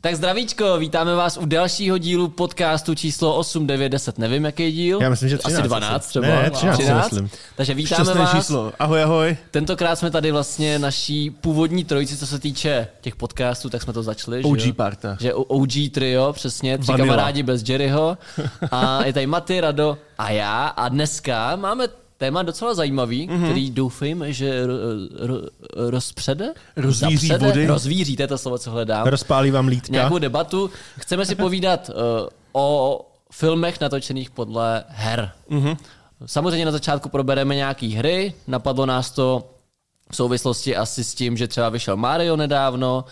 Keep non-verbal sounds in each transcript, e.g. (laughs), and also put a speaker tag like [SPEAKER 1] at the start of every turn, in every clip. [SPEAKER 1] Tak zdravíčko, vítáme vás u dalšího dílu podcastu číslo 8, 9, 10, nevím jaký díl.
[SPEAKER 2] Já myslím, že 13
[SPEAKER 1] Asi 12
[SPEAKER 2] asi.
[SPEAKER 1] třeba.
[SPEAKER 2] Ne, 13 si myslím.
[SPEAKER 1] Takže vítáme
[SPEAKER 2] Šťastné
[SPEAKER 1] vás.
[SPEAKER 2] číslo. Ahoj, ahoj.
[SPEAKER 1] Tentokrát jsme tady vlastně naší původní trojici, co se týče těch podcastů, tak jsme to začali.
[SPEAKER 2] OG
[SPEAKER 1] že jo?
[SPEAKER 2] parta.
[SPEAKER 1] Že o- OG trio, přesně, tři
[SPEAKER 2] Vanilla.
[SPEAKER 1] kamarádi bez
[SPEAKER 2] (laughs)
[SPEAKER 1] Jerryho. A je tady Maty, Rado a já. A dneska máme téma docela zajímavý,
[SPEAKER 2] Mhm.
[SPEAKER 1] mm-hmm. který doufejme, že ro, ro, rozpřede?
[SPEAKER 2] Rozvíří vody.
[SPEAKER 1] Rozvíří, to je to slovo, co hledám
[SPEAKER 2] Rozpálí vám lítka.
[SPEAKER 1] nějakou debatu. Chceme si povídat uh, o filmech natočených podle her.
[SPEAKER 3] Mhm.
[SPEAKER 1] Mm-hmm. Samozřejmě na začátku probereme nějaké hry, napadlo nás to v souvislosti asi s tím, že třeba vyšel Mario nedávno,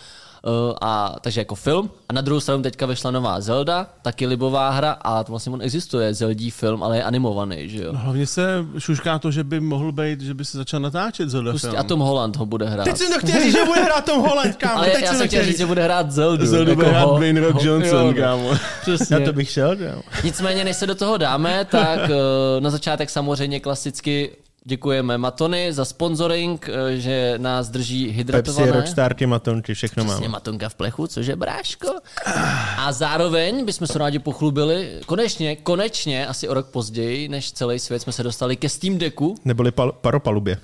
[SPEAKER 1] uh, a, takže jako film. A na druhou stranu teďka vyšla nová Zelda, taky libová hra, a to vlastně on existuje, Zeldí film, ale je animovaný, že jo.
[SPEAKER 3] No Hlavně se šušká to, že by mohl být, že by se začal natáčet Zelda
[SPEAKER 1] Pustí,
[SPEAKER 3] film.
[SPEAKER 1] a Tom Prostě Holland ho bude hrát.
[SPEAKER 2] Teď jsem to chtěl říct, že bude hrát Tom Holland, kámo.
[SPEAKER 1] Ale
[SPEAKER 2] Teď
[SPEAKER 1] já
[SPEAKER 2] jsem to
[SPEAKER 1] jsem chtěl říct, že bude hrát Zeldu.
[SPEAKER 3] Zeldu bude
[SPEAKER 1] jako
[SPEAKER 3] hrát
[SPEAKER 1] ho-
[SPEAKER 3] Dwayne Rock
[SPEAKER 1] ho-
[SPEAKER 3] Johnson,
[SPEAKER 1] jo, no.
[SPEAKER 3] kámo.
[SPEAKER 1] Přesně.
[SPEAKER 2] Já to bych šel, kámo.
[SPEAKER 1] Nicméně, než se do toho dáme, tak eh, na začátek samozřejmě klasicky děkujeme Matony za sponsoring, eh, že nás drží
[SPEAKER 2] Pepsi,
[SPEAKER 1] hydratované.
[SPEAKER 2] Rockstar, ty matonky, všechno
[SPEAKER 3] no.
[SPEAKER 1] Přesně,
[SPEAKER 2] mám.
[SPEAKER 1] Matonka v plechu, což je bráško. A zároveň bychom se rádi pochlubili, konečně, konečně, asi o rok později, než celý svět jsme se dostali ke Steam Decku.
[SPEAKER 2] Neboli pal- paropalubě.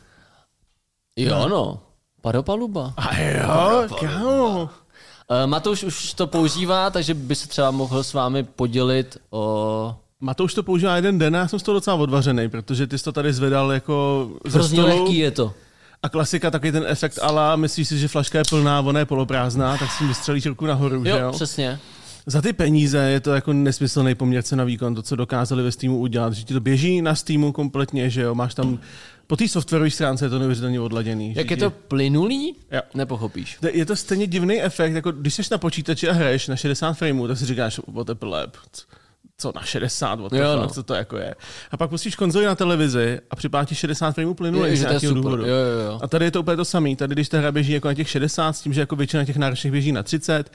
[SPEAKER 1] Jo no, padopaluba.
[SPEAKER 3] A jo, kámo.
[SPEAKER 1] Eh, Matouš už to používá, takže by se třeba mohl s vámi podělit o...
[SPEAKER 3] Matouš to používá jeden den a já jsem z toho docela odvařený, protože ty jsi to tady zvedal jako ze
[SPEAKER 1] Hrozně
[SPEAKER 3] stolu
[SPEAKER 1] lehký je to.
[SPEAKER 3] a klasika, taky ten efekt ala, myslíš si, že flaška je plná, ona je poloprázdná, tak si vystřelíš ruku nahoru, že
[SPEAKER 1] Jo,
[SPEAKER 3] jo?
[SPEAKER 1] přesně.
[SPEAKER 3] Za ty peníze je to jako nesmyslný poměr na výkon, to, co dokázali ve Steamu udělat, že ti to běží na Steamu kompletně, že jo, máš tam, po té softwarové stránce je to neuvěřitelně odladěný. že
[SPEAKER 1] Jak je
[SPEAKER 3] ti-
[SPEAKER 1] to plynulý,
[SPEAKER 3] Jo.
[SPEAKER 1] nepochopíš.
[SPEAKER 3] To- Je to stejně divný efekt, jako když jsi na počítači a hraješ na 60 frameů, tak si říkáš, what a pleb, c- co na 60, what the
[SPEAKER 1] Jo,
[SPEAKER 3] fuck,
[SPEAKER 1] no.
[SPEAKER 3] co to jako je. A pak pustíš konzoli na televizi a připátí 60 frameů plynule
[SPEAKER 1] Je,
[SPEAKER 3] z
[SPEAKER 1] že to je
[SPEAKER 3] nějakého
[SPEAKER 1] super.
[SPEAKER 3] důvodu.
[SPEAKER 1] Jo, jo, jo.
[SPEAKER 3] A tady je to úplně to samé. Tady, když ta hra běží jako na těch 60, s tím, že jako většina těch náročných běží na 30,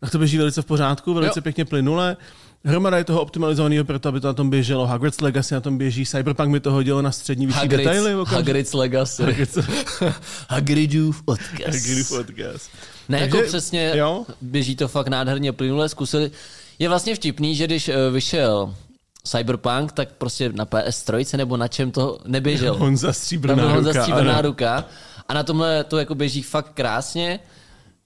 [SPEAKER 3] tak to běží velice v pořádku, velice
[SPEAKER 1] Jo.
[SPEAKER 3] pěkně plynule. Hromada je toho optimalizovaného pro to, aby to na tom běželo. Hogwarts Legacy na tom běží, Cyberpunk mi to hodilo na střední vyšší
[SPEAKER 1] Hagrid's,
[SPEAKER 3] detaily. okamžitě.
[SPEAKER 1] Hagrid's Legacy. (laughs) Hagridův odkaz.
[SPEAKER 3] Hagridův odkaz.
[SPEAKER 1] Ne, jako
[SPEAKER 3] Takže-
[SPEAKER 1] přesně,
[SPEAKER 3] jo.
[SPEAKER 1] běží to fakt nádherně plynule, zkusili. Je vlastně vtipný, že když eh, vyšel Cyberpunk, tak prostě na PS3 nebo na čem to
[SPEAKER 3] (laughs)
[SPEAKER 1] neběžel.
[SPEAKER 3] Honza
[SPEAKER 1] Tam
[SPEAKER 3] Stříbrná
[SPEAKER 1] byl Honza
[SPEAKER 3] ruka,
[SPEAKER 1] Stříbrná
[SPEAKER 3] ano.
[SPEAKER 1] ruka. A na tomhle to jako běží fakt krásně,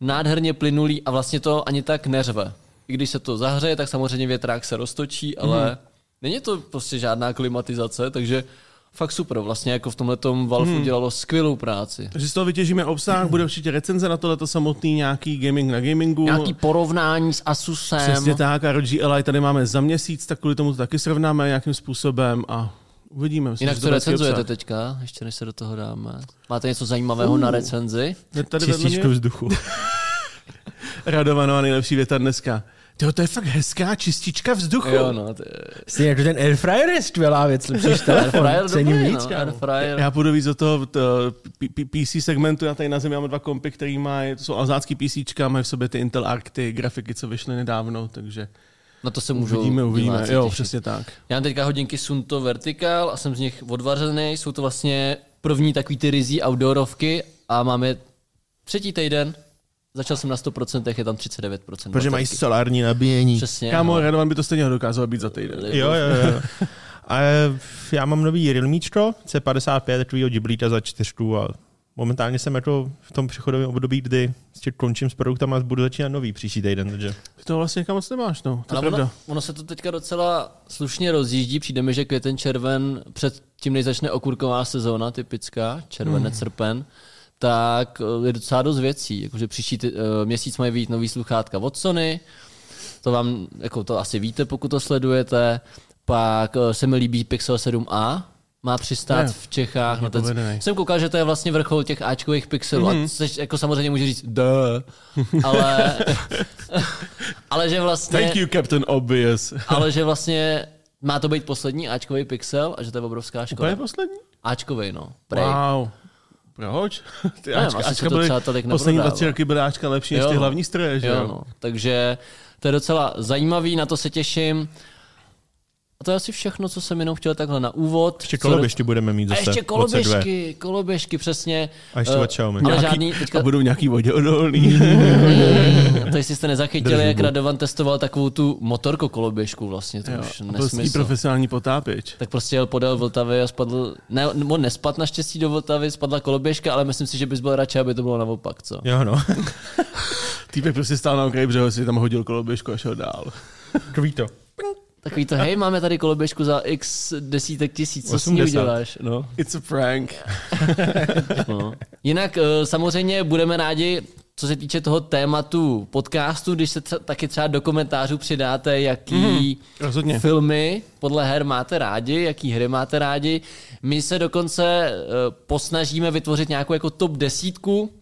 [SPEAKER 1] nádherně plynulý a vlastně to ani tak neřve. I když se to zahřeje, tak samozřejmě větrák se roztočí, ale
[SPEAKER 3] Mhm.
[SPEAKER 1] mm. není to prostě žádná klimatizace, takže fakt super. Vlastně jako v tomhle tom Valve
[SPEAKER 3] Mhm.
[SPEAKER 1] mm. udělalo skvělou práci.
[SPEAKER 3] Takže z toho vytěžíme obsah, bude určitě recenze na tohleto samotný, nějaký gaming na gamingu.
[SPEAKER 1] Nějaký porovnání s Asusem.
[SPEAKER 3] Přesně tak, a ROG Ally tady máme za měsíc, tak kvůli tomu to taky srovnáme nějakým způsobem a uvidíme. Myslím,
[SPEAKER 1] Jinak
[SPEAKER 3] že
[SPEAKER 1] co
[SPEAKER 3] bude hezký
[SPEAKER 1] recenzujete
[SPEAKER 3] obsah.
[SPEAKER 1] teďka, ještě než se do toho dáme? Máte něco zajímavého
[SPEAKER 3] Uh.
[SPEAKER 1] na recenzi?
[SPEAKER 3] Je Tady vedle mě
[SPEAKER 2] Čističku (laughs) vzduchu.
[SPEAKER 3] radovaná nejlepší věta dneska. Jo, to je fakt hezká čistička vzduchu.
[SPEAKER 1] Jo, no. Ty...
[SPEAKER 2] Jsi jako ten airfryer je skvělá věc, lepšíš
[SPEAKER 1] Airfryer dobrý, no.
[SPEAKER 2] kámo.
[SPEAKER 1] Airfryer.
[SPEAKER 3] Já půjdu víc do toho to, P- P- PC segmentu, já tady na zemi mám dva kompy, který mají, to jsou azácký PCčka, mají v sobě ty Intel Arc, ty grafiky, co vyšly nedávno, takže
[SPEAKER 1] Na No to se můžu
[SPEAKER 3] uvidíme, uvidíme.
[SPEAKER 1] diváci
[SPEAKER 3] Jo,
[SPEAKER 1] těšit.
[SPEAKER 3] přesně tak.
[SPEAKER 1] Já mám teďka hodinky Sunto Vertical a jsem z nich odvařený. Jsou to vlastně první takový ty rizí outdoorovky a máme třetí týden. Začal jsem na 100%, je tam 39%.
[SPEAKER 2] Protože mají
[SPEAKER 1] baterky.
[SPEAKER 2] solární nabíjení.
[SPEAKER 1] Přesně.
[SPEAKER 3] Kámo,
[SPEAKER 1] no.
[SPEAKER 3] Radovan by to stejně dokázal být za týden.
[SPEAKER 2] Jo, jo, jo. A eh, já mám nový Realmíčko, C55, takovýho giblíta za čtyřku a momentálně jsem jako v tom přechodovém období, kdy prostě končím s produktama a budu začínat nový příští týden, takže
[SPEAKER 3] Ty to vlastně nikam moc nemáš, no. To je
[SPEAKER 1] Ale ono,
[SPEAKER 3] pravda.
[SPEAKER 1] ono, se to teďka docela slušně rozjíždí. Přijde mi, že květen, červen, před tím, než začne okurková sezóna, typická, červenec, hmm. srpen, tak eh, je docela dost věcí. Jakože příští ty, eh, měsíc mají být nový sluchátka od Sony, to vám, jako to asi víte, pokud to sledujete. Pak eh, se mi líbí Pixel 7a, má přistát
[SPEAKER 3] Ne,
[SPEAKER 1] v Čechách. Na ten...
[SPEAKER 3] povedenej.
[SPEAKER 1] Jsem koukal, že to je vlastně vrchol těch Ačkových pixelů.
[SPEAKER 3] Mhm.
[SPEAKER 1] Mm-hmm. A což jako samozřejmě může říct, duh,
[SPEAKER 3] (laughs)
[SPEAKER 1] ale, (laughs) ale že vlastně
[SPEAKER 3] Thank you, Captain Obvious.
[SPEAKER 1] ale že vlastně má to být poslední Ačkový pixel a že to je obrovská
[SPEAKER 3] To
[SPEAKER 1] škoda.
[SPEAKER 3] je poslední?
[SPEAKER 1] Ačkový, no. Prej.
[SPEAKER 3] Wow. Proč? No, (laughs) Ty
[SPEAKER 1] Nevím,
[SPEAKER 3] Ačka,
[SPEAKER 1] asi se
[SPEAKER 3] Ačka
[SPEAKER 1] to
[SPEAKER 3] byly
[SPEAKER 1] třeba tolik
[SPEAKER 3] poslední
[SPEAKER 1] neprodává.
[SPEAKER 3] 20 roky byly Ačka lepší než
[SPEAKER 1] Jo,
[SPEAKER 3] ty
[SPEAKER 1] no.
[SPEAKER 3] hlavní stroje, že
[SPEAKER 1] jo,
[SPEAKER 3] jo?
[SPEAKER 1] no. Takže to je docela zajímavý, na to se těším. A to je asi všechno, co jsem jenom chtěl takhle na úvod.
[SPEAKER 2] Ještě
[SPEAKER 1] Co do-
[SPEAKER 2] koloběžky budeme mít
[SPEAKER 1] A
[SPEAKER 2] zase.
[SPEAKER 1] ještě
[SPEAKER 2] od C2.
[SPEAKER 1] koloběžky, koloběžky, přesně.
[SPEAKER 2] A ještě od
[SPEAKER 1] Eh,
[SPEAKER 2] Xiaomi.
[SPEAKER 1] Ale
[SPEAKER 3] Nějaký-
[SPEAKER 1] žádný,
[SPEAKER 3] A
[SPEAKER 1] teďka, (laughs)
[SPEAKER 3] budou nějaký voděodolný.
[SPEAKER 1] to jestli jste nezachytili,
[SPEAKER 2] Držbu.
[SPEAKER 1] jak Radovan testoval takovou tu motorko koloběžku vlastně,
[SPEAKER 3] (laughs)
[SPEAKER 1] to už
[SPEAKER 3] A prostě
[SPEAKER 1] nesmysl.
[SPEAKER 3] profesionální potápěč.
[SPEAKER 1] Tak prostě jel podél Vltavy a spadl, ne, on nespad naštěstí do Vltavy, spadla koloběžka, ale myslím si, že bys byl radši, aby to bylo naopak, co? (laughs)
[SPEAKER 2] Jo, no.
[SPEAKER 3] Týpek prostě stál na okraji břehu, si tam hodil koloběžku a šel dál.
[SPEAKER 2] Kví to.
[SPEAKER 1] Takový to, hej, máme tady koloběžku za x desítek tisíc, co s ní
[SPEAKER 2] 80.
[SPEAKER 1] uděláš? No.
[SPEAKER 3] It's a prank.
[SPEAKER 1] No. Jinak eh, samozřejmě budeme rádi, co se týče toho tématu podcastu, když se tře- taky třeba do komentářů přidáte, jaký
[SPEAKER 3] Mhm, rozhodně.
[SPEAKER 1] filmy podle her máte rádi, jaký hry máte rádi. My se dokonce eh, posnažíme vytvořit nějakou jako top desítku,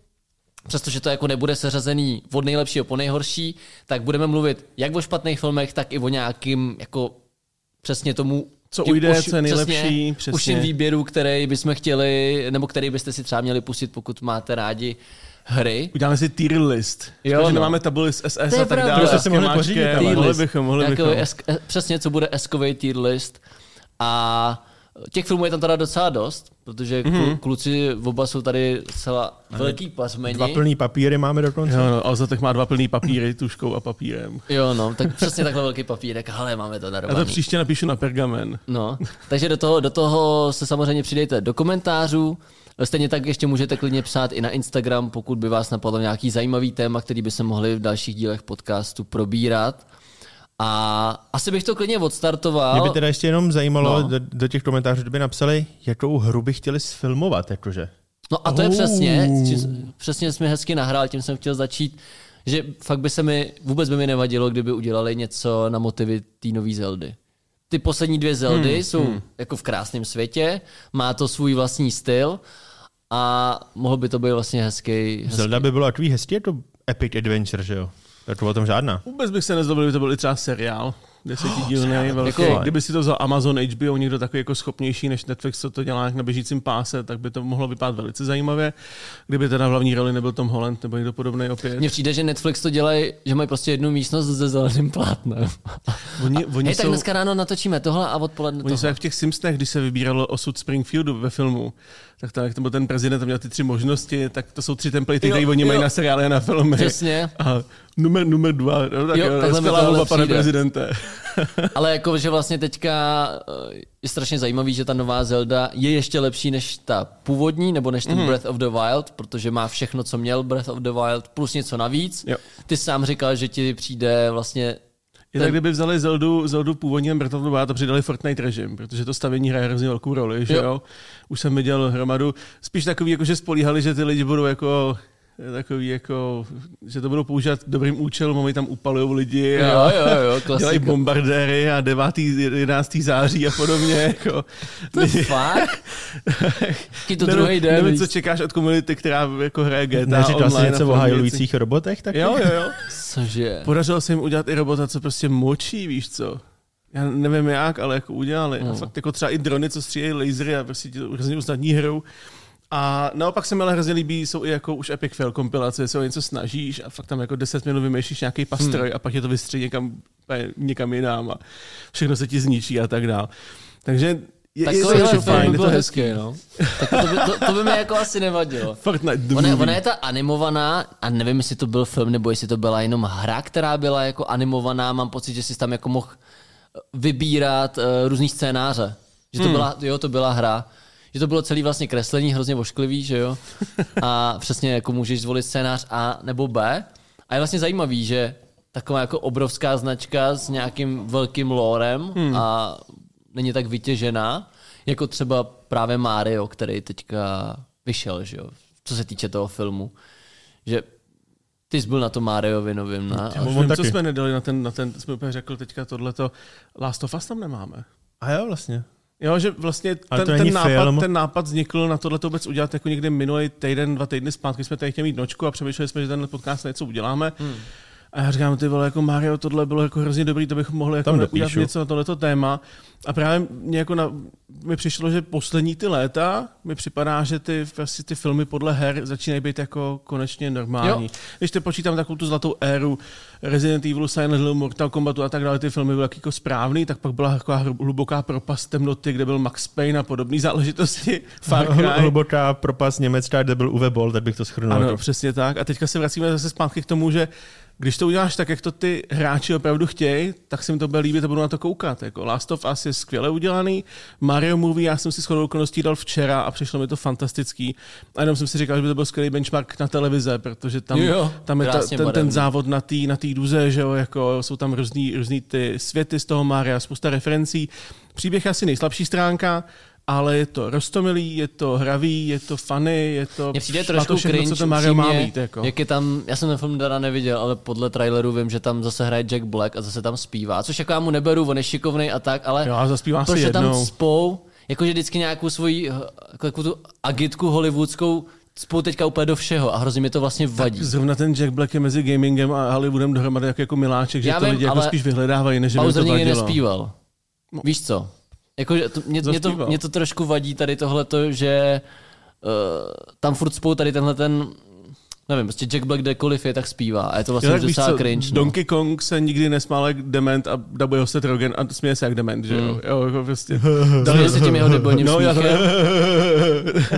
[SPEAKER 1] přestože to jako nebude seřazený od nejlepšího po nejhorší, tak budeme mluvit jak o špatných filmech, tak i o nějakým jako přesně tomu
[SPEAKER 3] Co
[SPEAKER 1] tím
[SPEAKER 3] ujde,
[SPEAKER 1] uši-
[SPEAKER 3] co je nejlepší, přesně.
[SPEAKER 1] uším výběru, který bychom chtěli, nebo který byste si třeba měli pustit, pokud máte rádi hry.
[SPEAKER 3] Uděláme si tier list. Jo,
[SPEAKER 1] no.
[SPEAKER 3] že nemáme tabuli s SS a
[SPEAKER 1] To je
[SPEAKER 3] tak
[SPEAKER 1] pravda.
[SPEAKER 3] dále.
[SPEAKER 1] Prostě
[SPEAKER 2] si mohli
[SPEAKER 3] Těmáčkem.
[SPEAKER 2] pořídit, ale-
[SPEAKER 1] tier
[SPEAKER 3] Mohli
[SPEAKER 1] list.
[SPEAKER 3] bychom, mohli
[SPEAKER 1] Takový
[SPEAKER 3] bychom.
[SPEAKER 1] esk- eh, přesně, co bude eskový tier list. A těch filmů je tam teda docela dost, protože
[SPEAKER 3] Mhm.
[SPEAKER 1] mm-hmm. kluci oba jsou tady celá velký
[SPEAKER 2] Dva
[SPEAKER 1] pasmeni.
[SPEAKER 2] plný papíry máme dokonce.
[SPEAKER 3] Jo, no, Alza tak má dva plný papíry, tuškou a papírem.
[SPEAKER 1] Jo, no, tak přesně takhle velký papírek. Hele, máme to
[SPEAKER 3] Já to
[SPEAKER 1] darovaný.
[SPEAKER 3] příště napíšu na pergamen.
[SPEAKER 1] No, takže do toho, do toho se samozřejmě přidejte do komentářů. Stejně tak ještě můžete klidně psát i na Instagram, pokud by vás napadlo nějaký zajímavý téma, který by se mohli v dalších dílech podcastu probírat. A asi bych to klidně odstartoval.
[SPEAKER 2] Mě by teda ještě jenom zajímalo,
[SPEAKER 1] No.
[SPEAKER 2] no. do, do těch komentářů kdyby napsali, jakou hru by chtěli sfilmovat, jakože.
[SPEAKER 1] No a to je
[SPEAKER 2] Oh.
[SPEAKER 1] přesně, či- přesně jsi mi hezky nahrál, tím jsem chtěl začít, že fakt by se mi, vůbec by mi nevadilo, kdyby udělali něco na motivy té nové Zeldy. Ty poslední dvě Zeldy hmm, jsou hmm. jako v krásném světě, má to svůj vlastní styl a mohl by to být vlastně hezký. hezký.
[SPEAKER 2] Zelda by bylo takový hezký, je to epic adventure, že jo? Tak to o tom žádná.
[SPEAKER 3] Vůbec bych se nezdobil, kdyby to byl i třeba seriál. Desetidílný, oh, velký.
[SPEAKER 1] Jako-
[SPEAKER 3] Kdyby si to vzal Amazon, HBO, někdo takový jako schopnější než Netflix, co to dělá na běžícím páse, tak by to mohlo vypadat velice zajímavě. Kdyby teda v hlavní roli nebyl Tom Holland nebo někdo podobný opět.
[SPEAKER 1] Mně přijde, že Netflix to dělají, že mají prostě jednu místnost se zeleným plátnem.
[SPEAKER 3] Oni, oni
[SPEAKER 1] Hej, tak
[SPEAKER 3] jsou...
[SPEAKER 1] dneska ráno natočíme tohle a odpoledne
[SPEAKER 3] Oni
[SPEAKER 1] tohle.
[SPEAKER 3] jsou jak v těch Simpsonech, když se vybíralo osud Springfieldu ve filmu, tak tam, jak tam byl ten prezident, tam měl ty tři možnosti, tak to jsou tři templatey,
[SPEAKER 1] Jo,
[SPEAKER 3] které oni
[SPEAKER 1] jo.
[SPEAKER 3] mají na seriály a na filmy.
[SPEAKER 1] Přesně.
[SPEAKER 3] A numer, numer dva, no, tak
[SPEAKER 1] Jo,
[SPEAKER 3] jo,
[SPEAKER 1] takhle mi
[SPEAKER 3] skvělá
[SPEAKER 1] tohle
[SPEAKER 3] volba, pane
[SPEAKER 1] přijde.
[SPEAKER 3] prezidente.
[SPEAKER 1] Ale jako, že vlastně teďka eh, je strašně zajímavý, že ta nová Zelda je ještě lepší než ta původní, nebo než ten
[SPEAKER 3] Mhm.
[SPEAKER 1] mm. Breath of the Wild, protože má všechno, co měl Breath of the Wild, plus něco navíc.
[SPEAKER 3] Jo.
[SPEAKER 1] Ty sám říkal, že ti přijde vlastně...
[SPEAKER 3] Je tak, kdyby vzali Zeldu, Zeldu původně Breath of the Wild a přidali Fortnite režim, protože to stavění hraje hrozně velkou roli, že
[SPEAKER 1] Jo.
[SPEAKER 3] jo. jo? Už jsem viděl hromadu, spíš takový, jako že spolíhali, že ty lidi budou jako takový jako, že to budou používat dobrým účelem, oni tam upalují lidi a,
[SPEAKER 1] jo, jo,
[SPEAKER 3] (laughs) Dělají
[SPEAKER 1] klasika.
[SPEAKER 3] bombardéry a 9. 11. září a
[SPEAKER 1] (laughs)
[SPEAKER 3] podobně. Jako.
[SPEAKER 1] To je fakt? Taky to druhý den.
[SPEAKER 3] Nevím,
[SPEAKER 1] víš.
[SPEAKER 3] co čekáš od komunity, která jako hraje GTA
[SPEAKER 2] Neříkal jsi
[SPEAKER 3] online.
[SPEAKER 2] něco
[SPEAKER 3] a
[SPEAKER 2] o
[SPEAKER 3] podobné věci.
[SPEAKER 2] hajlujících robotech? Tak
[SPEAKER 3] Jo, jo, jo.
[SPEAKER 1] Cože?
[SPEAKER 3] Podařilo se jim udělat i robota, co prostě močí, víš co. Já nevím jak, ale jako udělali.
[SPEAKER 1] Hmm.
[SPEAKER 3] A fakt jako třeba i drony, co střílejí lasery a prostě ti to hrozně usnadní hru. A naopak se mi ale hrozně líbí, jsou i jako už epic fail kompilace, se o něco snažíš a fakt tam jako 10 minut vymýšlíš
[SPEAKER 1] Hmm.
[SPEAKER 3] nějaký pastroj a pak je to vystří někam, úplně někam jinam a všechno se ti zničí a tak dál. Takže je, je, je to
[SPEAKER 1] Takovýhle
[SPEAKER 3] jako
[SPEAKER 1] film
[SPEAKER 3] fajn,
[SPEAKER 1] by
[SPEAKER 3] je to
[SPEAKER 1] byl
[SPEAKER 3] hezký.
[SPEAKER 1] hezký, no. Tak to by, to, to by mi jako asi nevadilo.
[SPEAKER 3] Fortnite, the
[SPEAKER 1] Ona,
[SPEAKER 3] movie.
[SPEAKER 1] ona je ta animovaná, a nevím, jestli to byl film, nebo jestli to byla jenom hra, která byla jako animovaná, mám pocit, že jsi tam jako mohl vybírat uh, různý scénáře. Že
[SPEAKER 3] Hmm.
[SPEAKER 1] to byla, jo, to byla hra. Že to bylo celý vlastně kreslení, hrozně ošklivý, že
[SPEAKER 3] (laughs)
[SPEAKER 1] jo. A přesně jako můžeš zvolit scénář A nebo B. A je vlastně zajímavý, že taková jako obrovská značka s nějakým velkým lorem
[SPEAKER 3] Hmm.
[SPEAKER 1] a není tak vytěžená, jako třeba právě Mario, který teďka vyšel, že jo, co se týče toho filmu. Že ty jsi byl na to Mariovi novým, ne? A-
[SPEAKER 3] Já už
[SPEAKER 2] On
[SPEAKER 3] vím, co
[SPEAKER 2] taky.
[SPEAKER 3] jsme nedali na ten, na ten, jsme úplně řekl teďka tohleto, Last of Us tam nemáme.
[SPEAKER 2] A jo, vlastně.
[SPEAKER 3] Jo, že vlastně
[SPEAKER 2] Ale
[SPEAKER 3] ten,
[SPEAKER 2] to není
[SPEAKER 3] ten, nápad,
[SPEAKER 2] film.
[SPEAKER 3] ten nápad vznikl na tohle vůbec udělat jako někdy minulý týden, dva týdny zpátky jsme tady chtěli mít nočku a přemýšleli jsme, že tenhle podcast na něco uděláme. Hmm. A já říkám, ty vole, jako Mario, tohle bylo jako hrozně dobrý, to bych mohl jako
[SPEAKER 2] Tam
[SPEAKER 3] udělat
[SPEAKER 2] dopíšu.
[SPEAKER 3] něco na tohleto téma. A právě mě jako na, mi přišlo, že poslední ty léta mi připadá, že ty, vlastně ty filmy podle her začínají být jako konečně normální. Jo.
[SPEAKER 1] Jo.
[SPEAKER 3] Když te počítám takovou tu zlatou éru Resident Evil, Silent Hill, Mortal Kombatu a tak dále, ty filmy byly tak jako správný, tak pak byla taková hr- hluboká propast temnoty, kde byl Max Payne a podobné záležitosti.
[SPEAKER 2] (laughs)
[SPEAKER 3] Far
[SPEAKER 2] Hl-
[SPEAKER 3] Cry.
[SPEAKER 2] Hluboká propast Německa, kde byl Uwe Boll, tak bych to shrnul.
[SPEAKER 3] Ano,
[SPEAKER 2] jako.
[SPEAKER 3] přesně tak. A teďka se vracíme zase zpátky k tomu, že když to uděláš tak, jak to ty hráči opravdu chtějí, tak se jim to bude líbit a budou na to koukat. Jako Last of Us je skvěle udělaný, Mario Movie já jsem si shodou okolností dal včera a přišlo mi to fantastický. A jenom jsem si říkal, že by to byl skvělý benchmark na televize, protože tam,
[SPEAKER 1] Jo,
[SPEAKER 3] tam je ta,
[SPEAKER 1] krásně
[SPEAKER 3] ten, ten,
[SPEAKER 1] barevný.
[SPEAKER 3] závod na té na tý duze, že jo, jako jsou tam různý, různý ty světy z toho Maria, spousta referencí. Příběh je asi nejslabší stránka, ale je to rostomilý, je to hravý, je to funny, je to
[SPEAKER 1] Mně přijde
[SPEAKER 3] má
[SPEAKER 1] trošku
[SPEAKER 3] to všechno,
[SPEAKER 1] cringe,
[SPEAKER 3] co ten Mario má
[SPEAKER 1] upřímně,
[SPEAKER 3] mít. Jako.
[SPEAKER 1] jak je tam, já jsem ten film teda neviděl, ale podle traileru vím, že tam zase hraje Jack Black a zase tam zpívá, což jako já mu neberu, on je šikovnej a tak, ale
[SPEAKER 3] Jo, a zaspívá
[SPEAKER 1] to,
[SPEAKER 3] si
[SPEAKER 1] že tam
[SPEAKER 3] jednou.
[SPEAKER 1] spou, jakože vždycky nějakou svoji, eh, takovou tu agitku hollywoodskou, spou teďka úplně do všeho a hrozně mi to vlastně vadí.
[SPEAKER 3] Zrovna ten Jack Black je mezi gamingem a Hollywoodem dohromady jak jako miláček, že
[SPEAKER 1] Já
[SPEAKER 3] to
[SPEAKER 1] vím,
[SPEAKER 3] lidi jako
[SPEAKER 1] ale
[SPEAKER 3] spíš vyhledávají, než že by jim
[SPEAKER 1] Bowser
[SPEAKER 3] to
[SPEAKER 1] nikdy
[SPEAKER 3] vadilo. No.
[SPEAKER 1] nespíval. Víš co? Jako, že to, mě, mě, to,
[SPEAKER 3] Zaspíval.
[SPEAKER 1] mě to trošku vadí tady tohleto, že uh, tam furt spou tady tenhle ten, nevím, prostě Jack Black kdekoliv je, tak zpívá a je to
[SPEAKER 3] Jo,
[SPEAKER 1] vlastně
[SPEAKER 3] tak
[SPEAKER 1] už
[SPEAKER 3] víš
[SPEAKER 1] docela
[SPEAKER 3] co,
[SPEAKER 1] cringe. No.
[SPEAKER 3] Donkey Kong se nikdy nesmál jak dement a dabuje ho se Trogen a směje se jak dement, že
[SPEAKER 1] Hmm.
[SPEAKER 3] jo? jo jako prostě. (laughs)
[SPEAKER 1] Směje se tím jeho debilním
[SPEAKER 3] no, já to,
[SPEAKER 1] smíchem.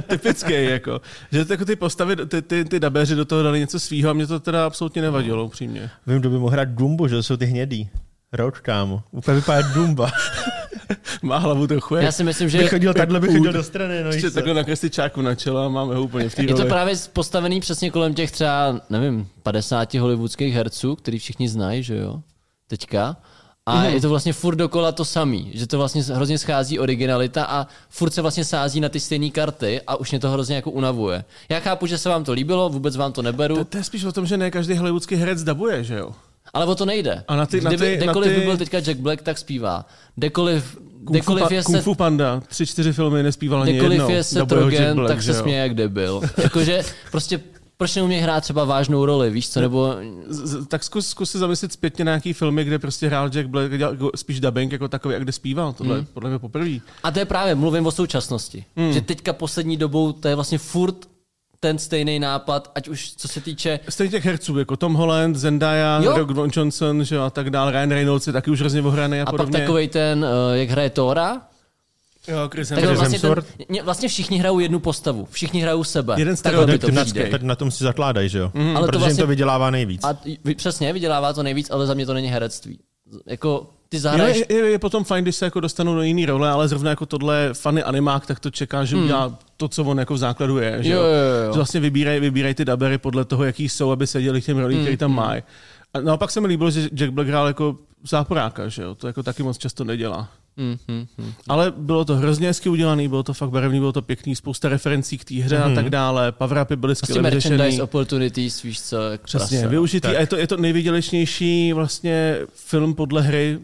[SPEAKER 3] typický, jako. Že jako ty postavy, ty, ty, ty dabeři do toho dali něco svýho a mě to teda absolutně nevadilo, upřímně. (laughs)
[SPEAKER 2] Vím, kdo by mohl hrát Dumbo, že to jsou ty hnědý. Roč, kámo. Úplně vypadá
[SPEAKER 1] (laughs)
[SPEAKER 2] Dumba.
[SPEAKER 3] Má hlavu trochu jak
[SPEAKER 1] Já si myslím, že
[SPEAKER 2] bych
[SPEAKER 3] Jako
[SPEAKER 2] chodil takhle, bych chodil do strany. No, víš
[SPEAKER 3] ještě
[SPEAKER 2] co.
[SPEAKER 3] takhle na čáku na čela a máme ho úplně v té
[SPEAKER 1] je to
[SPEAKER 3] roli.
[SPEAKER 1] právě postavený přesně kolem těch třeba, nevím, 50 hollywoodských herců, který všichni znají, že jo, teďka. A
[SPEAKER 3] Mhm.
[SPEAKER 1] je to vlastně furt dokola to samý, že to vlastně hrozně schází originalita a furt se vlastně sází na ty stejné karty a už mě to hrozně jako unavuje. Já chápu, že se vám to líbilo, vůbec vám to
[SPEAKER 3] To,
[SPEAKER 1] neberu,
[SPEAKER 3] to je spíš o tom, že ne každý hollywoodský herec dabuje, že jo?
[SPEAKER 1] ale o to nejde.
[SPEAKER 3] A na ty- na
[SPEAKER 1] Kdyby,
[SPEAKER 3] ty- na
[SPEAKER 1] kdekoliv
[SPEAKER 3] ty-
[SPEAKER 1] by byl teďka Jack Black, tak zpívá. Kdekoliv,
[SPEAKER 3] Kung fu,
[SPEAKER 1] kdekoliv
[SPEAKER 3] pa,
[SPEAKER 1] je
[SPEAKER 3] Kung
[SPEAKER 1] se
[SPEAKER 3] fu Panda, tři, čtyři filmy nespíval ani
[SPEAKER 1] Kdekoliv
[SPEAKER 3] jednou.
[SPEAKER 1] je se
[SPEAKER 3] Dabuje ho Jack
[SPEAKER 1] trogen,
[SPEAKER 3] Black,
[SPEAKER 1] tak se
[SPEAKER 3] že jo?
[SPEAKER 1] směje jak debil. Jakože prostě proč neumí hrát třeba vážnou roli, víš co, nebo
[SPEAKER 3] Z- z- tak zkus, zkus si zamyslet zpětně na nějaký filmy, kde prostě hrál Jack Black, kde dělal jako spíš dubbing jako takový, a kde zpíval. Tohle
[SPEAKER 1] Hmm.
[SPEAKER 3] je podle mě poprvé.
[SPEAKER 1] A to je právě, mluvím o současnosti. Hmm. Že teďka poslední dobou to je vlastně furt ten stejný nápad, ať už co se týče
[SPEAKER 3] Stejně těch herců, jako Tom Holland, Zendaya,
[SPEAKER 1] Jo.
[SPEAKER 3] Rock Von Johnson že jo, a tak dál, Ryan Reynolds je taky už hrozně ohraný a,
[SPEAKER 1] a pak
[SPEAKER 3] podobně.
[SPEAKER 1] takovej ten, eh, jak hraje Tora,
[SPEAKER 3] jo, Chris
[SPEAKER 1] tak
[SPEAKER 3] Hemsworth.
[SPEAKER 1] vlastně, ten,
[SPEAKER 2] Hemsworth.
[SPEAKER 1] ně- vlastně všichni hrajou jednu postavu, všichni hrajou sebe.
[SPEAKER 3] Jeden
[SPEAKER 1] Takhle mi
[SPEAKER 3] stereotyp,
[SPEAKER 1] to
[SPEAKER 3] ten
[SPEAKER 1] přijde.
[SPEAKER 3] nadskej.
[SPEAKER 2] Tak na tom si zakládají, že jo? Mm,
[SPEAKER 1] Ale to
[SPEAKER 2] ale Protože to jim
[SPEAKER 1] vlastně-
[SPEAKER 2] to vydělává nejvíc.
[SPEAKER 1] A t- vy- přesně, vydělává to nejvíc, ale za mě to není herectví. Jako ty
[SPEAKER 3] Jo,
[SPEAKER 1] zahraješ
[SPEAKER 3] je, je, je, potom fajn, když se jako dostanou do jiný role, ale zrovna jako tohle fany animák, tak to čeká, že udělá to, co on jako v základu je. Že
[SPEAKER 1] Hmm. Jo, jo, jo.
[SPEAKER 3] Že vlastně vybírají vybíraj ty dabery podle toho, jaký jsou, aby seděli k těm rolím,
[SPEAKER 1] Hmm,
[SPEAKER 3] který tam mají. A naopak se mi líbilo, že Jack Black hrál jako záporáka, že jo? To jako taky moc často nedělá.
[SPEAKER 1] Mhm,
[SPEAKER 3] Ale bylo to hrozně hezky udělané, bylo to fakt barevný, bylo to pěkný, spousta referencí k té hře a tak dále, power-upy byly
[SPEAKER 1] prostě
[SPEAKER 3] skvěle vyřešený.
[SPEAKER 1] Hmm. merchandise opportunities, víš co, jako jak
[SPEAKER 3] Přesně,
[SPEAKER 1] prase.
[SPEAKER 3] využitý.
[SPEAKER 2] Tak.
[SPEAKER 3] A je to, je to nejvydělečnější vlastně film podle hry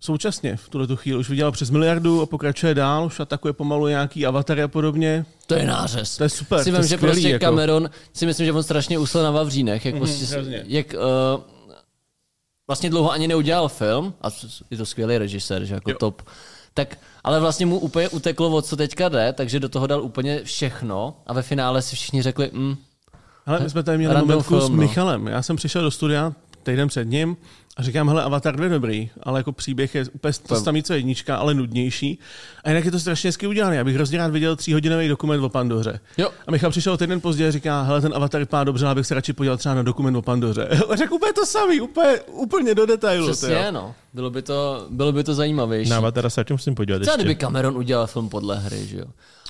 [SPEAKER 3] současně v tuhle chvíli. Už vydělal přes miliardu a pokračuje dál, už atakuje pomalu nějaký avatary a podobně.
[SPEAKER 1] To je nářez.
[SPEAKER 3] To je super,
[SPEAKER 1] Si
[SPEAKER 3] to
[SPEAKER 1] vím,
[SPEAKER 3] je
[SPEAKER 1] že
[SPEAKER 3] skvělý,
[SPEAKER 1] prostě
[SPEAKER 3] jako. Mhm,
[SPEAKER 1] Cameron, si myslím, že on strašně usl na Vavřínech, jak, prostě, jak uh, vlastně dlouho ani neudělal film, a s- je to skvělý režisér, že jako top, tak, ale vlastně mu úplně uteklo, o co teďka jde, takže do toho dal úplně všechno a ve finále si všichni řekli, mm,
[SPEAKER 3] Ale my jsme tady měli
[SPEAKER 1] Random
[SPEAKER 3] momentku s
[SPEAKER 1] film, no.
[SPEAKER 3] Michalem. Já jsem přišel do studia týden před ním a říkám, hele, Avatar 2 je dobrý, ale jako příběh je úplně to samý, co jednička, ale nudnější. A jinak je to strašně hezky udělané. Já bych hrozně rád viděl tříhodinový dokument o Pandoře.
[SPEAKER 1] Jo.
[SPEAKER 3] A Michal přišel týden později a říká, hele, ten Avatar vypadá dobře, ale bych se radši podíval třeba na dokument o Pandoře. (laughs) A řekl úplně to samý, úplně, úplně do detailu. tyjo.
[SPEAKER 1] přesně, no, bylo by to, bylo by to zajímavější.
[SPEAKER 2] Na Avatara se taky musím podívat
[SPEAKER 1] Třeba kdyby
[SPEAKER 2] ještě.
[SPEAKER 1] Cameron udělal film podle hry, že jo.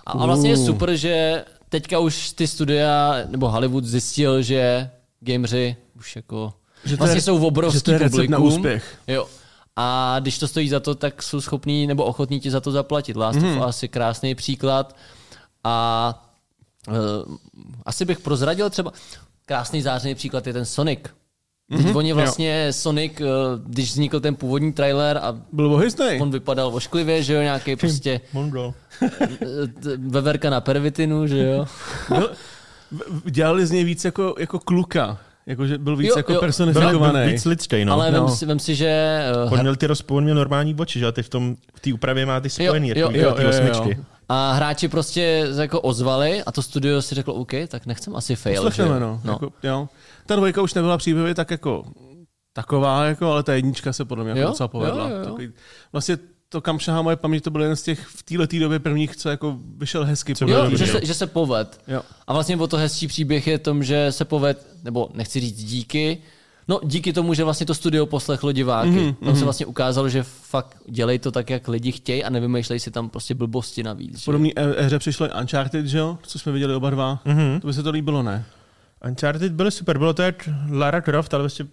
[SPEAKER 1] A, a vlastně
[SPEAKER 3] Uh.
[SPEAKER 1] je super, že teďka už ty studia, nebo Hollywood zjistil, že gameři už jako
[SPEAKER 3] Že
[SPEAKER 1] že
[SPEAKER 3] to je-
[SPEAKER 1] vlastně jsou v
[SPEAKER 3] že to je
[SPEAKER 1] obrovský
[SPEAKER 3] recept
[SPEAKER 1] publikum.
[SPEAKER 3] na úspěch.
[SPEAKER 1] Jo. A když to stojí za to, tak jsou schopní nebo ochotní ti za to zaplatit. Last
[SPEAKER 3] Mhm.
[SPEAKER 1] mm. of Us je krásný příklad. A uh, asi bych prozradil třeba, krásný zářený příklad je ten Sonic.
[SPEAKER 3] Mhm,
[SPEAKER 1] Mm-hmm, Oni vlastně, Sonic, eh, když vznikl ten původní trailer a
[SPEAKER 3] Byl bohysnej. (laughs)
[SPEAKER 1] On vypadal ošklivě, že jo, nějaký prostě
[SPEAKER 2] Mongrel.
[SPEAKER 1] eh, t- veverka na pervitinu, že jo.
[SPEAKER 3] Byl- v- dělali z něj víc jako, jako kluka. Jakože byl víc
[SPEAKER 1] Jo,
[SPEAKER 3] jako
[SPEAKER 1] jo.
[SPEAKER 2] Byl,
[SPEAKER 3] personifikovaný.
[SPEAKER 2] byl víc lidský, no.
[SPEAKER 1] Ale vem,
[SPEAKER 3] no.
[SPEAKER 1] si, vem si, že... eh,
[SPEAKER 2] On
[SPEAKER 1] her-
[SPEAKER 2] měl, ty roz, on měl normální boči, že? A ty v tom, v té úpravě má ty spojený,
[SPEAKER 1] Jo,
[SPEAKER 2] jo,
[SPEAKER 1] jo,
[SPEAKER 2] jo,
[SPEAKER 3] jo, jo,
[SPEAKER 2] osmičky.
[SPEAKER 3] jo.
[SPEAKER 1] a hráči prostě se jako ozvali a to studio si řeklo, OK, tak nechcem asi fail. že jo?
[SPEAKER 3] Slyšeme, no. no. Jako, jo. Ta dvojka už nebyla příběhy tak jako taková, jako, ale ta jednička se podle mě
[SPEAKER 1] Jo,
[SPEAKER 3] jako docela povedla.
[SPEAKER 1] jo, jo, jo.
[SPEAKER 3] Takový, vlastně to, kam šahá moje paměť, to byl jeden z těch v této době prvních, co jako vyšel hezky.
[SPEAKER 2] Co
[SPEAKER 3] podle
[SPEAKER 2] bylo
[SPEAKER 1] Jo,
[SPEAKER 3] mě.
[SPEAKER 2] dobrý,
[SPEAKER 1] že se, že se poved.
[SPEAKER 3] Jo.
[SPEAKER 1] A vlastně o to hezčí příběh je tom, že se poved, nebo nechci říct díky, no díky tomu, že vlastně to studio poslechlo diváky.
[SPEAKER 3] Mhm,
[SPEAKER 1] Mm-hmm, tam se vlastně ukázalo, že fakt dělej to tak, jak lidi chtějí a nevymýšlej si tam prostě blbosti navíc. Že?
[SPEAKER 3] podobné éře e- přišlo i Uncharted, že jo? Co jsme viděli oba dva.
[SPEAKER 2] Mhm.
[SPEAKER 3] Mm-hmm. To by se to líbilo, ne?
[SPEAKER 2] Uncharted byly super, bylo to jak Lara Croft, ale vlastně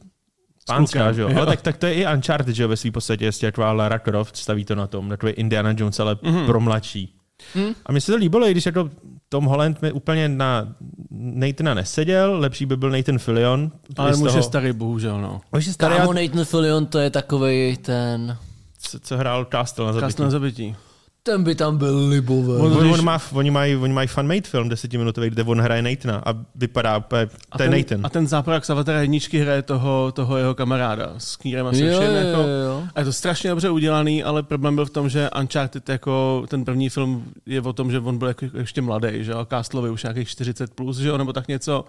[SPEAKER 2] pánská,
[SPEAKER 3] klukem,
[SPEAKER 2] že jo?
[SPEAKER 3] jo.
[SPEAKER 2] Ale tak, tak to je i Uncharted, že jo, ve svý podstatě, jestli jak Lara Croft staví to na tom, na to je Indiana Jones, ale
[SPEAKER 3] Mhm.
[SPEAKER 2] mm-hmm. pro mladší. Mm. A mně se to líbilo, i když jako Tom Holland mi úplně na Nathana neseděl, lepší by byl Nathan Fillion.
[SPEAKER 3] Ale
[SPEAKER 2] I z
[SPEAKER 3] muž je
[SPEAKER 2] toho-
[SPEAKER 3] starý, bohužel, no.
[SPEAKER 2] Muž je starý,
[SPEAKER 1] Kámo,
[SPEAKER 2] a-
[SPEAKER 1] Nathan Fillion, to je takovej ten...
[SPEAKER 2] co, co hrál Castle na
[SPEAKER 3] Kast
[SPEAKER 2] zabití.
[SPEAKER 3] na zabití.
[SPEAKER 1] Ten by tam byl libové.
[SPEAKER 2] On,
[SPEAKER 3] Když-
[SPEAKER 2] on má, oni, mají, oni mají fanmade film desetiminutový, kde on hraje Nathana a vypadá úplně,
[SPEAKER 3] A
[SPEAKER 2] to je
[SPEAKER 3] ten,
[SPEAKER 2] Nathan.
[SPEAKER 3] a ten záporák z Avatara jedničky hraje toho, toho jeho kamaráda s knírem a se
[SPEAKER 1] Jo,
[SPEAKER 3] všem.
[SPEAKER 1] jo,
[SPEAKER 3] Jako,
[SPEAKER 1] jo.
[SPEAKER 3] a je to strašně dobře udělaný, ale problém byl v tom, že Uncharted jako ten první film je o tom, že on byl jako ještě mladý, že jo, Castlovi už nějakých 40 plus, že jo, nebo tak něco.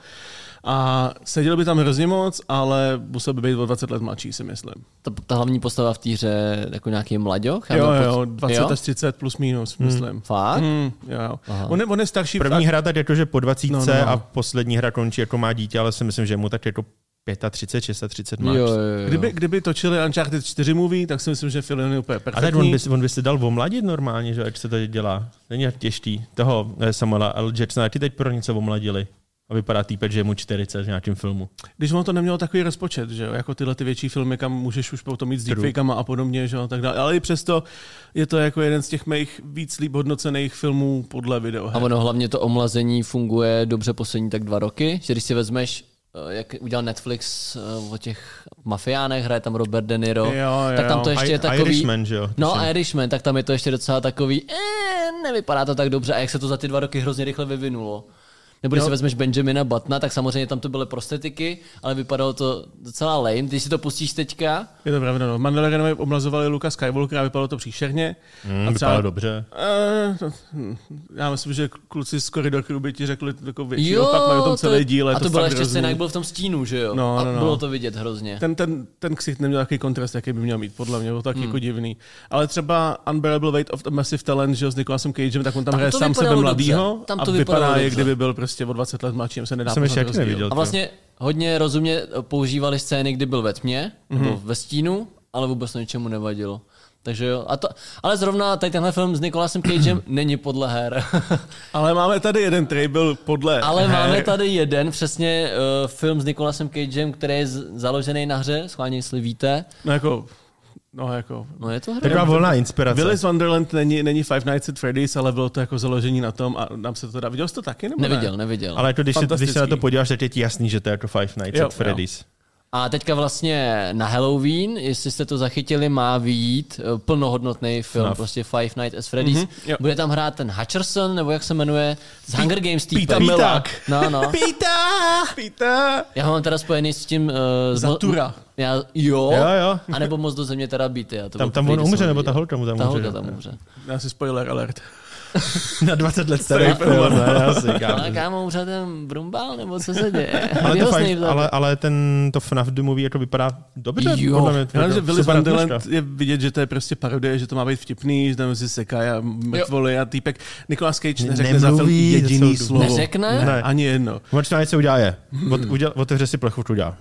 [SPEAKER 3] A seděl by tam hrozně moc, ale musel by být o 20 let mladší, si myslím.
[SPEAKER 1] Ta, ta hlavní postava v té hře jako nějaký mlaďoch? Já
[SPEAKER 3] Jo,
[SPEAKER 1] mám
[SPEAKER 3] jo,
[SPEAKER 1] pocit-
[SPEAKER 3] 20 až 30 plus minus, myslím.
[SPEAKER 1] Fakt?
[SPEAKER 3] Hmm, jo, jo.
[SPEAKER 1] Aha.
[SPEAKER 3] On, je, on je starší.
[SPEAKER 2] První
[SPEAKER 3] a-
[SPEAKER 2] hra tak jakože po 20 no,
[SPEAKER 3] No, no, no.
[SPEAKER 2] no. a poslední hra končí jako má dítě, ale si myslím, že mu tak jako 35, 36 má.
[SPEAKER 1] Jo, jo, jo.
[SPEAKER 3] Kdyby, kdyby točili Uncharted 4 movie, tak si myslím, že Filion je úplně
[SPEAKER 2] A
[SPEAKER 3] perfektní.
[SPEAKER 2] tak on by, si- on by se dal omladit normálně, že jak se to dělá. Není tak těžký. Toho eh, Samuela L. Jacksona taky teď pro něco omladili. A vypadá týpek, že je mu 40 v nějakém filmu.
[SPEAKER 3] Když ono to nemělo takový rozpočet, že jo, jako tyhle ty větší filmy, kam můžeš už potom jít s
[SPEAKER 2] True.
[SPEAKER 3] deepfakama a podobně, že jo, tak dále. Ale i přesto je to jako jeden z těch mých víc líb hodnocených filmů podle video.
[SPEAKER 1] A ono hlavně to omlazení funguje dobře poslední tak dva roky, že když si vezmeš, eh, jak udělal Netflix eh, o těch mafiánech, hraje tam Robert De Niro,
[SPEAKER 3] Jo, jo.
[SPEAKER 1] tak tam to ještě je
[SPEAKER 2] I-
[SPEAKER 1] takový...
[SPEAKER 2] Irishman, že jo?
[SPEAKER 1] No,
[SPEAKER 2] Myslím.
[SPEAKER 1] Irishman, tak tam je to ještě docela takový, eh, nevypadá to tak dobře a jak se to za ty dva roky hrozně rychle vyvinulo. Nebo když si vezmeš Benjamina Butna, tak samozřejmě tam to byly prostetiky, ale vypadalo to docela lame. Když si to pustíš teďka,
[SPEAKER 3] Je to pravda, no. Mandalorianovi oblazovali Luka Skywalker a vypadalo to příšerně.
[SPEAKER 2] Hmm,
[SPEAKER 3] a
[SPEAKER 2] vypadá dobře.
[SPEAKER 3] Eh, to- hm, já myslím, že kluci z Corridor Crew by ti řekli jako větší
[SPEAKER 1] jo,
[SPEAKER 3] opak, mají o tom celý díl. je
[SPEAKER 1] a to,
[SPEAKER 3] to
[SPEAKER 1] byla
[SPEAKER 3] fakt
[SPEAKER 1] ještě
[SPEAKER 3] hrozný.
[SPEAKER 1] scéna, jak byl v tom stínu, že jo?
[SPEAKER 3] No,
[SPEAKER 1] a
[SPEAKER 3] no, no.
[SPEAKER 1] bylo to vidět hrozně.
[SPEAKER 3] Ten, ten, ten ksicht neměl takový kontrast, jaký by měl mít, podle mě, byl tak
[SPEAKER 1] Hmm.
[SPEAKER 3] jako divný. Ale třeba Unbearable Weight of the Massive Talent, že jo, s Nicolasem Cagem, tak on tam,
[SPEAKER 1] Tam
[SPEAKER 3] hraje
[SPEAKER 1] to
[SPEAKER 3] sám
[SPEAKER 1] vypadalo
[SPEAKER 3] sebe
[SPEAKER 1] dobře.
[SPEAKER 3] mladýho
[SPEAKER 1] Tam
[SPEAKER 3] a
[SPEAKER 1] to vypadalo
[SPEAKER 3] vypadá, jak
[SPEAKER 1] dobře.
[SPEAKER 3] kdyby byl prostě o 20 let mladší, jim se nedá
[SPEAKER 2] jsem ještě
[SPEAKER 3] poznat
[SPEAKER 2] taky
[SPEAKER 3] rozdíl.
[SPEAKER 2] neviděl.
[SPEAKER 1] A vlastně hodně rozumně používali scény, kdy byl ve tmě, nebo ve stínu, ale vůbec to ničemu nevadilo. Takže jo, a to, ale zrovna tady tenhle film s Nikolasem Cagem není podle her. (laughs)
[SPEAKER 3] Ale máme tady jeden, který byl podle
[SPEAKER 1] ale
[SPEAKER 3] her.
[SPEAKER 1] máme tady jeden přesně uh, film s Nikolasem Cagem, který je z- založený na hře, schválně jestli víte.
[SPEAKER 3] No jako, no jako,
[SPEAKER 1] No je to hra.
[SPEAKER 2] Taková volná inspirace.
[SPEAKER 3] Willis Wonderland není, není Five Nights at Freddy's, ale bylo to jako založení na tom a nám se to dá. Viděl jsi to taky? Nebo
[SPEAKER 1] Neviděl,
[SPEAKER 3] Ne?
[SPEAKER 1] neviděl.
[SPEAKER 2] Ale jako když, se, když se na to
[SPEAKER 3] Fantastický.
[SPEAKER 2] podíváš, tak je ti jasný, že to je jako Five Nights
[SPEAKER 3] Jo,
[SPEAKER 2] at Freddy's.
[SPEAKER 1] A teďka vlastně na Halloween, jestli jste to zachytili, má vyjít eh, plnohodnotný film,
[SPEAKER 2] FNAF.
[SPEAKER 1] prostě Five Nights at Freddy's.
[SPEAKER 3] Mhm, jo.
[SPEAKER 1] Bude tam hrát ten Hutcherson, nebo jak se jmenuje, z Hunger Games týpek.
[SPEAKER 3] Pýta Milák.
[SPEAKER 1] No,
[SPEAKER 3] (laughs)
[SPEAKER 1] no.
[SPEAKER 3] Pita! Pita!
[SPEAKER 1] Já ho mám teda spojený s tím... Uh,
[SPEAKER 3] Zatura.
[SPEAKER 1] Já, jo,
[SPEAKER 2] Jo, jo.
[SPEAKER 1] A nebo moc do země teda být. Já to
[SPEAKER 2] Tam,
[SPEAKER 1] byl
[SPEAKER 2] tam
[SPEAKER 1] první,
[SPEAKER 2] on
[SPEAKER 1] kdy jsem
[SPEAKER 2] umře,
[SPEAKER 1] ho
[SPEAKER 2] nebo ta
[SPEAKER 1] viděl.
[SPEAKER 2] holka mu tam
[SPEAKER 1] Ta
[SPEAKER 2] umře.
[SPEAKER 1] holka tam umře.
[SPEAKER 3] Asi spoiler alert.
[SPEAKER 2] Na 20 let starý
[SPEAKER 3] Starý film,
[SPEAKER 2] film. no, ne, asi, kámo.
[SPEAKER 1] Ale kámo, umře ten Brumbal, nebo co se děje?
[SPEAKER 2] Ale,
[SPEAKER 1] Jeho
[SPEAKER 2] to fakt,
[SPEAKER 1] Snape
[SPEAKER 2] ale, ale ten to FNAF The Movie jako vypadá dobře.
[SPEAKER 1] Jo.
[SPEAKER 2] podle mě,
[SPEAKER 3] Já vím, že
[SPEAKER 2] jako
[SPEAKER 3] Willis
[SPEAKER 2] super
[SPEAKER 3] Wonderland
[SPEAKER 2] značka.
[SPEAKER 3] je vidět, že to je prostě parodie, že to má být vtipný, že tam si sekají a mrtvoli a týpek. Nicolas Cage neřekne za film
[SPEAKER 2] Nemluví,
[SPEAKER 3] jediný
[SPEAKER 2] jsou tu.
[SPEAKER 3] slovo.
[SPEAKER 1] Neřekne?
[SPEAKER 3] Ne,
[SPEAKER 2] Ne.
[SPEAKER 3] ani jedno.
[SPEAKER 2] Možná něco udělá je. Od,
[SPEAKER 1] Hmm.
[SPEAKER 2] uděl, otevře si plechovku udělá.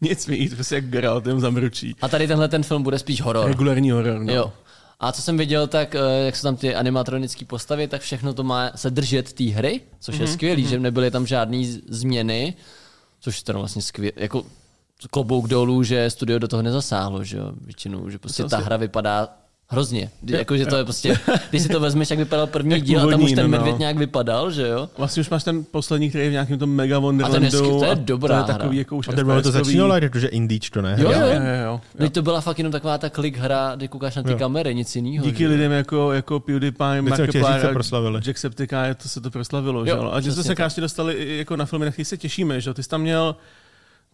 [SPEAKER 3] Nic víc, prostě jak Geralt jenom zamručí.
[SPEAKER 1] A tady tenhle ten film bude spíš
[SPEAKER 2] Jako
[SPEAKER 1] horor.
[SPEAKER 3] Regulární horor, no.
[SPEAKER 1] Jo. A co jsem viděl, tak eh, jak jsou tam ty animatronické postavy, tak všechno to má se držet té hry, což je skvělý, že nebyly tam žádné změny, což je to vlastně skvělé, jako klobouk dolů, že studio do toho nezasáhlo, že jo, většinou, že prostě ta hra vypadá hrozně. Kdy- Jako, že to je prostě, když si to vezmeš, jak vypadal první
[SPEAKER 3] Jak
[SPEAKER 1] díl a tam už
[SPEAKER 3] původní,
[SPEAKER 1] ten
[SPEAKER 3] no, no.
[SPEAKER 1] medvěd nějak vypadal, že jo?
[SPEAKER 3] Vlastně už máš ten poslední, který je v nějakém tom Mega Wonderlandu.
[SPEAKER 1] A ten hezky- to je
[SPEAKER 3] a
[SPEAKER 1] dobrá
[SPEAKER 3] To je takový,
[SPEAKER 1] hra.
[SPEAKER 3] jako už
[SPEAKER 2] A ten moment to
[SPEAKER 3] FPS-kový.
[SPEAKER 2] začínalo, jakože indíčko, ne?
[SPEAKER 1] Jo,
[SPEAKER 3] Jo,
[SPEAKER 1] jo.
[SPEAKER 3] jo, jo, jo.
[SPEAKER 1] No to byla fakt jenom taková ta klik hra, kdy koukáš na ty kamery, nic jiného.
[SPEAKER 3] Díky lidem jako, jako PewDiePie,
[SPEAKER 2] chtěl říct,
[SPEAKER 3] Markiplier,
[SPEAKER 2] se proslavili.
[SPEAKER 3] Jacksepticeye, to se to proslavilo.
[SPEAKER 1] Jo,
[SPEAKER 3] že? jo? A že
[SPEAKER 1] přesně
[SPEAKER 3] jsme se krásně dostali i jako na filmy, na který se těšíme. Že? jo? Ty jsi tam měl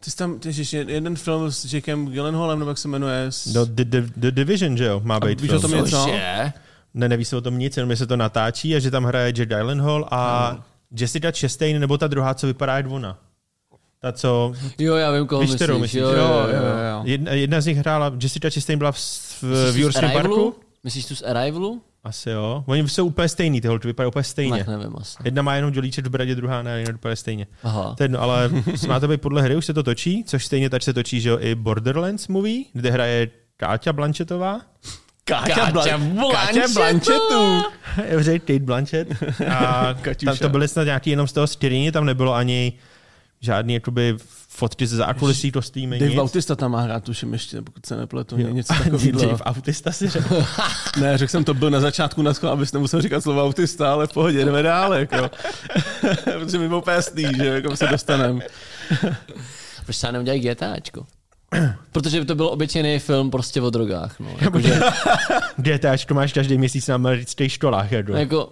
[SPEAKER 3] Ty jsi tam, ježiš, jeden film s Jackem Gyllenhaalem, nebo jak se jmenuje? S...
[SPEAKER 2] No, The, the, the Division, že jo, má být
[SPEAKER 3] víš
[SPEAKER 2] film.
[SPEAKER 3] o tom něco?
[SPEAKER 1] Cože?
[SPEAKER 2] Ne, neví se o tom nic, jenom že se to natáčí a že tam hraje Jack Hall a no. Jessica Chastain, nebo ta druhá, co vypadá jak ona. Ta, co...
[SPEAKER 1] Jo, já vím, koho
[SPEAKER 2] Víš,
[SPEAKER 1] myslíš.
[SPEAKER 2] kterou myslíš?
[SPEAKER 1] Jo, jo, jo.
[SPEAKER 2] Jedna, jedna z nich hrála, Jessica Chastain byla v, v,
[SPEAKER 1] Myslíš tu
[SPEAKER 2] v
[SPEAKER 1] z
[SPEAKER 2] Jurském
[SPEAKER 1] Arrivalu?
[SPEAKER 2] parku?
[SPEAKER 1] Myslíš tu z Arrivalu?
[SPEAKER 2] Asi jo. Oni jsou úplně stejný, ty holky vypadají úplně stejně.
[SPEAKER 1] Tak nevím asi.
[SPEAKER 2] Jedna má jenom dělíček v bradě, druhá ne, jenom úplně stejně.
[SPEAKER 1] Aha.
[SPEAKER 2] To je jedno, ale (laughs) má to být podle hry, už se to točí, což stejně tak se točí, že jo, i Borderlands movie, kde hraje Káťa Blanchettová.
[SPEAKER 1] Káťa Blan-
[SPEAKER 3] Káťa Blanchettu.
[SPEAKER 1] Blanchettová.
[SPEAKER 2] Dobře, Kate Blanchett. A tam to byly snad nějaký jenom z toho skrýny, tam nebylo ani žádný jakoby fotky ze zákulisí, to stýmy,
[SPEAKER 3] Dave
[SPEAKER 2] nic.
[SPEAKER 3] Bautista tam má hrát, tuším ještě, pokud se nepletu,
[SPEAKER 2] Jo. (laughs)
[SPEAKER 3] něco takového.
[SPEAKER 2] Dave Autista si řekl.
[SPEAKER 3] Ne, řekl jsem to byl na začátku na schvál, abys nemusel říkat slovo autista, ale v pohodě, jdeme dál, jako. (laughs) Protože my byl pestý, že jo, jako se dostaneme.
[SPEAKER 1] (laughs) Proč se neudělají
[SPEAKER 2] (clears throat)
[SPEAKER 1] GTAčko? Protože by to byl obyčejný film prostě o drogách. No. Jako,
[SPEAKER 2] GTAčko máš každý měsíc na amerických školách. Jako.
[SPEAKER 1] jako,